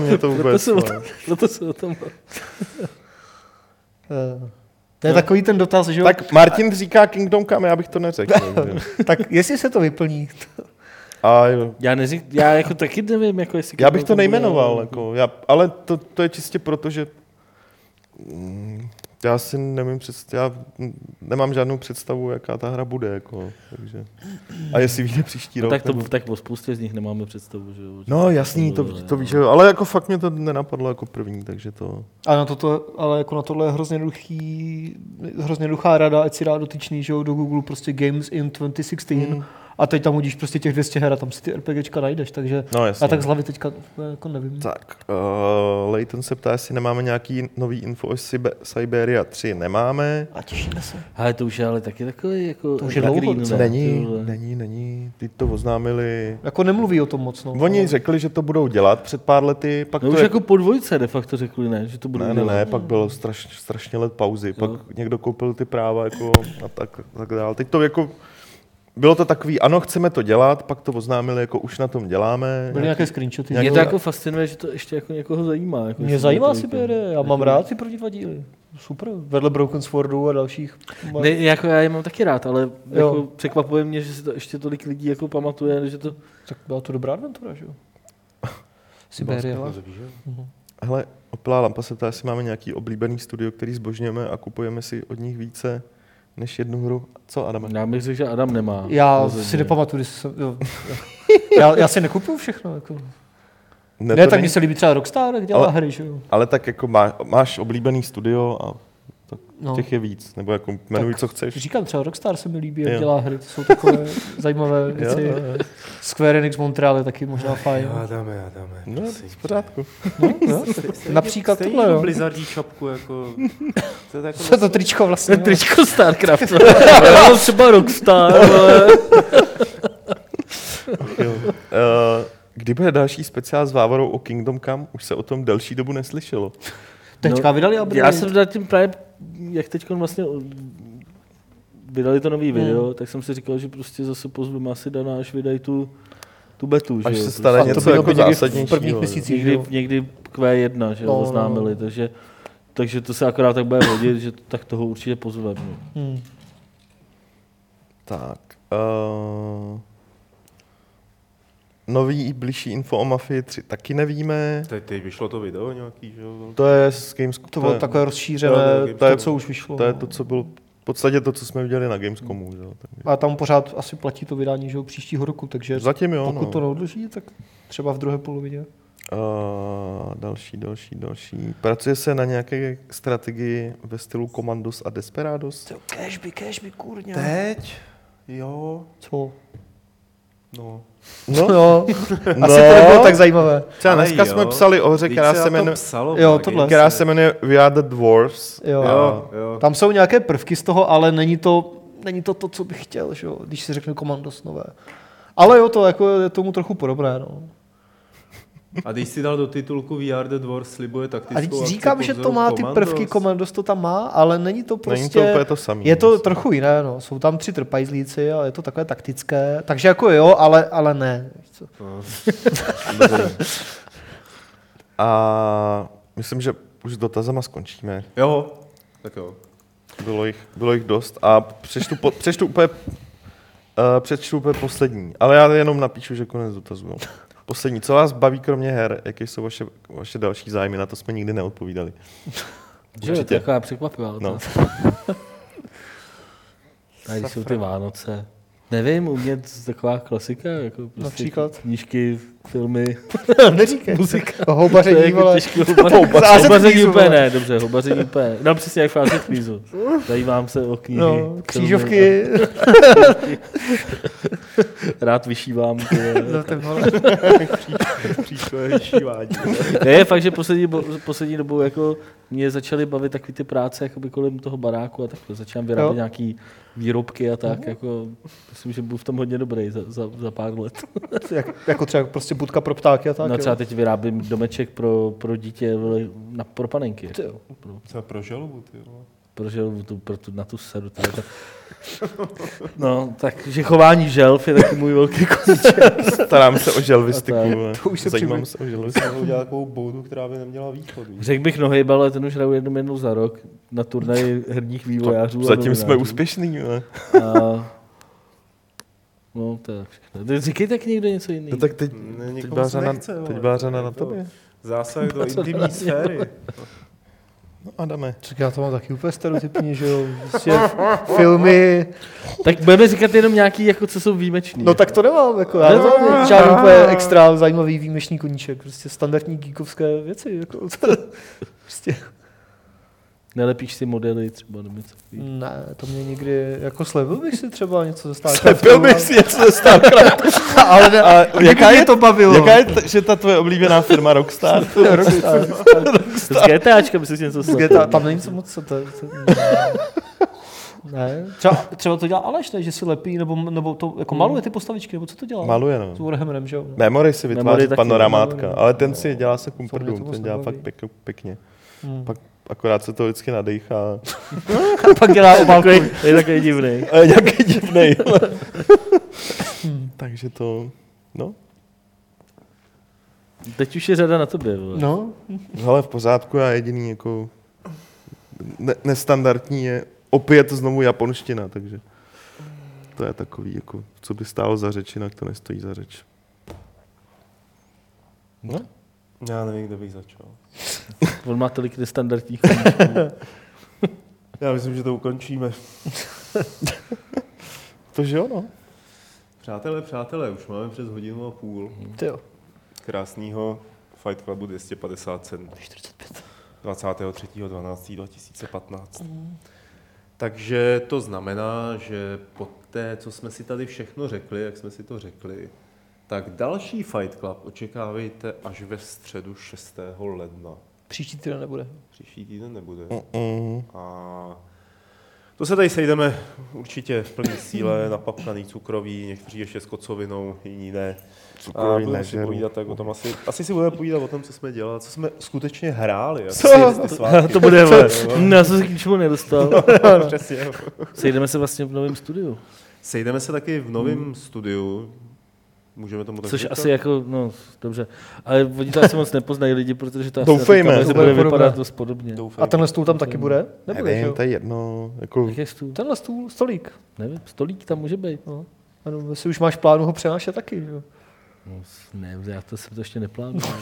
<laughs>
mě to
Proto
vůbec.
jsem,
no.
o tom,
ale-
proto jsem No o tom
Eh, To je takový ten dotaz, že jo? Tak,
Tak Martin říká Kingdom Come, já bych
<laughs>
to neřekl. takže.
tak jestli se to vyplní.
A jo.
Já, neřík, já jako taky nevím, jako jestli...
já bych to
Kingdom Come
nejmenoval,
bude-
jako, já, ale to, to je čistě proto, že mm, já si nemím představ, já mm, nemám žádnou představu, jaká ta hra bude. Jako, takže. A jestli vyjde příští
No,
rok.
tak, to,
nebo-
tak o spoustě z nich nemáme představu, že jo.
No jasný, to, to víš, že jo, ale jako fakt mě to nenapadlo jako první, takže to...
A na toto, ale jako na tohle je hrozně, jednoduchý, hrozně jednoduchá rada, ať si dá dotyčný, že jo, do Google prostě Games in 2016 mm. a teď tam hodíš prostě těch 200 her a tam si ty RPGčka najdeš, takže
No
já
jasně.
tak z hlavy teďka úplně jako nevím.
Tak, uh, Leighton se ptá, jestli nemáme nějaký nový info o Sibe- Siberia 3. Nemáme.
A těšíme se.
Ale to už je ale taky takový, jako...
To už je
na
dlouho,
green,
co?
ne?
není,
Ty vole.
není, není. Teď to oznámili.
Jako nemluví o tom moc, no.
Oni řekli, že to budou dělat před pár lety, pak
No
to
už
je...
jako po dvojce de facto řekli, ne, že to bude
Ne, ne, ne, pak bylo straš, strašně let pauzy, pak
Jo.
někdo koupil ty práva jako a tak, tak dál. Teď to jako bylo to takový, ano, chceme to dělat, pak to oznámili, jako už na tom děláme.
Byly nějaké screenshoty.
Mě
Mě,
to jako fascinuje, že to ještě jako někoho zajímá. Jako
Mě
že
zajímá
to-
si BD, já mám rád ty první dva díly. Super, vedle Broken Swordu a dalších.
Ne, jako já je mám taky rád, ale jako
Jo.
překvapuje mě, že si to ještě tolik lidí jako pamatuje, že to...
Tak byla to dobrá adventura, že jo?
Siberie.
Hele, oplá lampa se ptá, jestli máme nějaký oblíbený studio, který zbožňujeme a kupujeme si od nich více než jednu hru. Co, Adame?
Já bych řekl, že Adam nemá.
Já
rozhodně.
si nepamatuju, když jsem... Jo. Já, já si nekupuju všechno. Jako.
Ne,
Ne,
to
ne tak
není-
mně se líbí třeba Rockstar, jak dělá
Ale-
ale... hry, že jo.
Ale tak jako má, máš oblíbený studio a
No.
těch je víc, nebo jako jmenuj,
Tak
co chceš.
Říkám, třeba Rockstar se mi líbí,
Jo.
jak dělá hry, to jsou
<laughs>
takové zajímavé
Jo,
věci.
jo, jo.
Square Enix Montreal je taky možná fajn.
Já dáme, já dáme.
No, v pořádku.
No,
<laughs>
Například tohle, jo.
Blizzardí šapku, jako... To je jako
Co to tričko vlastně? jo?
Tričko Starcraft.
<laughs>
Já mám třeba Rockstar, ale...
Jo. Uh, kdy bude další speciál s Vávorou o Kingdom Come? Už se o tom delší dobu neslyšelo.
No.
Teďka
No,
vydali update.
Já jsem nad tím právě, jak teď vlastně vydali to
Hmm.
nový video, tak jsem si říkal, že prostě zase pozveme asi Dana, až vydají tu, tu betu.
Až
že jo, prostě.
se
tu-
stane
A to
něco
bylo
jako
někdy v
zásadnějšího.
prvních
jo.
měsících.
někdy,
jo.
někdy Q1, že
No,
jo,
no, no.
oznámili, takže, takže to se akorát tak bude hodit, že to- tak toho určitě pozveme. no.
Hmm.
Tak. Uh, nový blížší info o Mafii 3 taky nevíme.
Teď, teď vyšlo to video nějaký, že jo?
To je z Gamescomu.
To bylo
je,
takové
to
rozšířené,
je-
to, to, co už vyšlo. no.
to je to, co bylo v podstatě to, co jsme udělali na Gamescomu. Že? jo, takže-
A tam pořád asi platí to vydání že jo, příštího roku, takže
Zatím jo,
pokud
no.
to neodloží, tak třeba v druhé polovině.
Uh, další, další, další. Pracuje se na nějaké strategii ve stylu Commandos a Desperados?
Cashby, cashby, kurňa.
Teď? Jo,
Co?
no.
No, <laughs>
No, <laughs> asi to nebylo tak zajímavé.
Třeba
Ale
dneska
jo.
jsme psali o hře,
Vždyť
která
na
se,
to
jmenuje,
psalo,
Jo,
Margit.
tohle.
která se jmenuje We Are the Dwarfs.
Jo.
Jo, jo.
Tam jsou nějaké prvky z toho, ale není to, není to to, co bych chtěl, že jo, když si řeknu komandos nové. Ale jo, to jako je tomu trochu podobné. No.
A když si dal do titulku VR The Dwarf slibuje taktickou
A teď
akci
říkám,
pod
že to
vzoru
má ty
Commandos.
prvky, komandos to tam má, ale není to
Není
prostě...
to úplně to samé.
je to trochu jiné, no. jsou tam tři trpajzlíci a je to takové taktické, takže jako jo, ale, ale ne. Víš co?
No.
A myslím, že už s dotazama skončíme.
<laughs> Jo, tak jo.
Bylo jich, bylo jich dost a přečtu, po, přečtu úplně Uh, přečtu úplně poslední, ale já jenom napíšu, že konec dotazů. no. Poslední, co vás baví kromě her, jaké jsou vaše, vaše další zájmy, na to jsme nikdy neodpovídali.
Že jo, to je taková překvapivá
No.
otázka.
<laughs>
A když jsou ty Vánoce. Nevím, u mě to je taková klasika, jako prostě
Například?
knížky, filmy.
<laughs> Neříkej. Muzika. <laughs> Houbaření,
jako
vole. <laughs>
těžký houbaření.
Houbaření
Houbaření
kvízu,
úplně
vole.
ne, dobře, houbaření úplně ne. No přesně jak fáze kvízu. Zajímám se o knihy.
No,
filmy
křížovky.
a <laughs> Rád vyšívám. ty vole.
<laughs> <laughs> No, ten vole.
Příšle šívání.
Ne, fakt, že poslední, bo- poslední dobou jako mě začaly bavit takový ty práce jakoby kolem toho baráku a takhle. Začínám vyrábět
Jo. Mhm.
nějaký výrobky a tak. Jako, myslím, že budu v tom hodně dobrý za, za, za pár let.
Jak, jako třeba prostě budka pro ptáky a tak.
Tak no
jo.
třeba teď vyrábím domeček pro, pro dítě, vole, na, pro panenky. jako.
Ty jo.
Pro,
Třeba pro žalobu, ty vole.
pro želvu, tu, pro tu, na tu seru. Tady, to. No, takže chování želv je taky můj velký koníček.
Starám se o želvistiku.
A tak.
vole.
To už se
Zajímám
přibli-
se o želvistiku.
Jsem udělal takovou boudu, která by neměla východ. víš?
Řekl bych nohy, ale ten už hraju jednou jednou za rok na turnaji herních vývojářů. a
Zatím jsme
novinářů.
úspěšní. Ne?
A... No, to je všechno. Tak Říkejte k někdo něco jiného.
No tak teď,
Ne,
teď
nikomu
byla
se
řada,
nechce,
teď
vole,
byla
to
řada
je
na
to.
tobě.
Zásah do intimní sféry.
No Adame.
Tak já to mám taky úplně stereotypní, že jo. Prostě <laughs> filmy.
tak budeme říkat jenom nějaký, jako, co jsou výjimeční.
No tak to nemám, jako já
No.
nemám žádný úplně extra zajímavý výjimečný koníček. Prostě standardní geekovské věci, jako. <laughs> Prostě.
Nelepíš si modely třeba nebo něco. takového.
Ne, to mě nikdy, jako slevil bych si třeba něco ze Starcraftu.
Tepil bych si něco ze
<laughs>
Starcraft.
ale ne,
A
jaká je to bavilo?
Jaká je, t- že ta tvoje oblíbená firma Rockstar?
Rockstar,
To Z GTAčka by si něco
z GTA, tam není co moc, co to, je, to ne.
Třeba, třeba to dělá Aleš, ne? že si lepí, nebo, nebo to jako maluje ty postavičky, nebo co to dělá?
Maluje,
S
no.
Warhammerem, že jo?
Memory si
Memory
vytváří
taky
panoramátka,
ne.
ale ten si dělá se
mě to
kumprdům,
moc
ten dělá
nebaví.
fakt pěk, pěkně.
Hmm.
Pak akorát se to vždycky nadechá.
A pak dělá obálku.
je takový divný.
A je nějaký divný. Takže to, no,
Teď už je řada na tobě. Vole.
No,
hele, v pořádku a jediný jako ne- nestandardní je opět znovu japonština, takže to je takový, jako, co by stálo za řeč, jinak to nestojí za řeč. No,
Já nevím, kde bych začal.
On má tolik nestandardních.
Já myslím, že to ukončíme.
to že jo, no.
Přátelé, přátelé, už máme přes hodinu a půl
Ty jo.
krásného Fight Clubu 257. 23.12.2015. Takže to znamená, že po té, co jsme si tady všechno řekli, jak jsme si to řekli, tak další Fight Club očekávejte až ve středu 6. ledna.
Příští týden nebude.
Příští týden nebude.
Mm. Mm-mm.
A to se tady sejdeme určitě v plné síle, napapkaný cukroví, někteří ještě s kocovinou, jiní ne. A
Cukroví
budeme si
nežeru.
povídat tak o tom asi, asi si budeme povídat o tom, co jsme dělali, co jsme skutečně hráli. jak
Co?
si ty svátky.
to <laughs> bude, No, vole.
Jo,
No, já jsem se k ničemu nedostal.
Přesně.
Sejdeme se vlastně v novém studiu.
Sejdeme se taky v novém studiu. Můžeme tomu tak
Hmm. Což
říkat?
asi jako, no, dobře. Ale oni to asi moc nepoznají lidi, protože to asi
Doufejme.
na té
To
kamere
bude
bude
podobné.
vypadat dost podobně.
Doufám.
A tenhle stůl tam taky bude? Nebude, že
Nevím,
jo?
to je jedno, jako
Jak je stůl?
Tenhle stůl, stolík.
Nevím, stolík tam může být.
No. Ano, jestli už máš plánu ho přenášet taky, že jo?
No, ne, já to jsem to ještě neplánoval.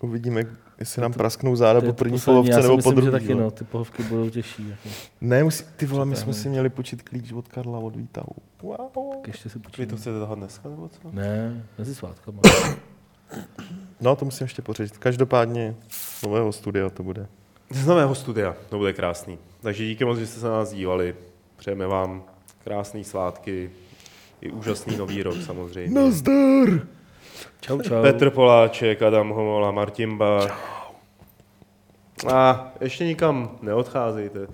uvidíme, jestli nám prasknou záda
To je
po první
poslední, já si
polovce nebo po
myslím, že
druhé.
taky, no, ty pohovky budou těžší. Jako.
Ne, musí, ty vole, my jsme
Přitáhnout.
si měli počít klíč od Karla od výtahu. Wow.
Tak ještě si
Vy to
počítám.
chcete tahat dneska nebo co?
Ne, mezi svátkama.
No, to musím ještě pořešit. Každopádně nového studia to bude.
Z nového studia, to bude krásný. Takže díky moc, že jste se na nás dívali. Přejeme vám krásné svátky i úžasný nový rok samozřejmě.
No,
Nazdar!
Čau, čau.
Petr Poláček, Adam Homola, Martin Bach. A ještě nikam neodcházejte,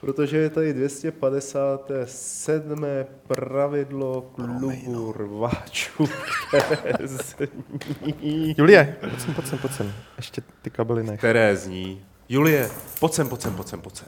protože je tady 257. pravidlo klubu rváčů. které zní-
Julie, pojď sem, pojď sem, pojď sem. Ještě ty kabely nech.
Které zní... Julie, pojď sem, pojď sem, pojď sem, pojď sem.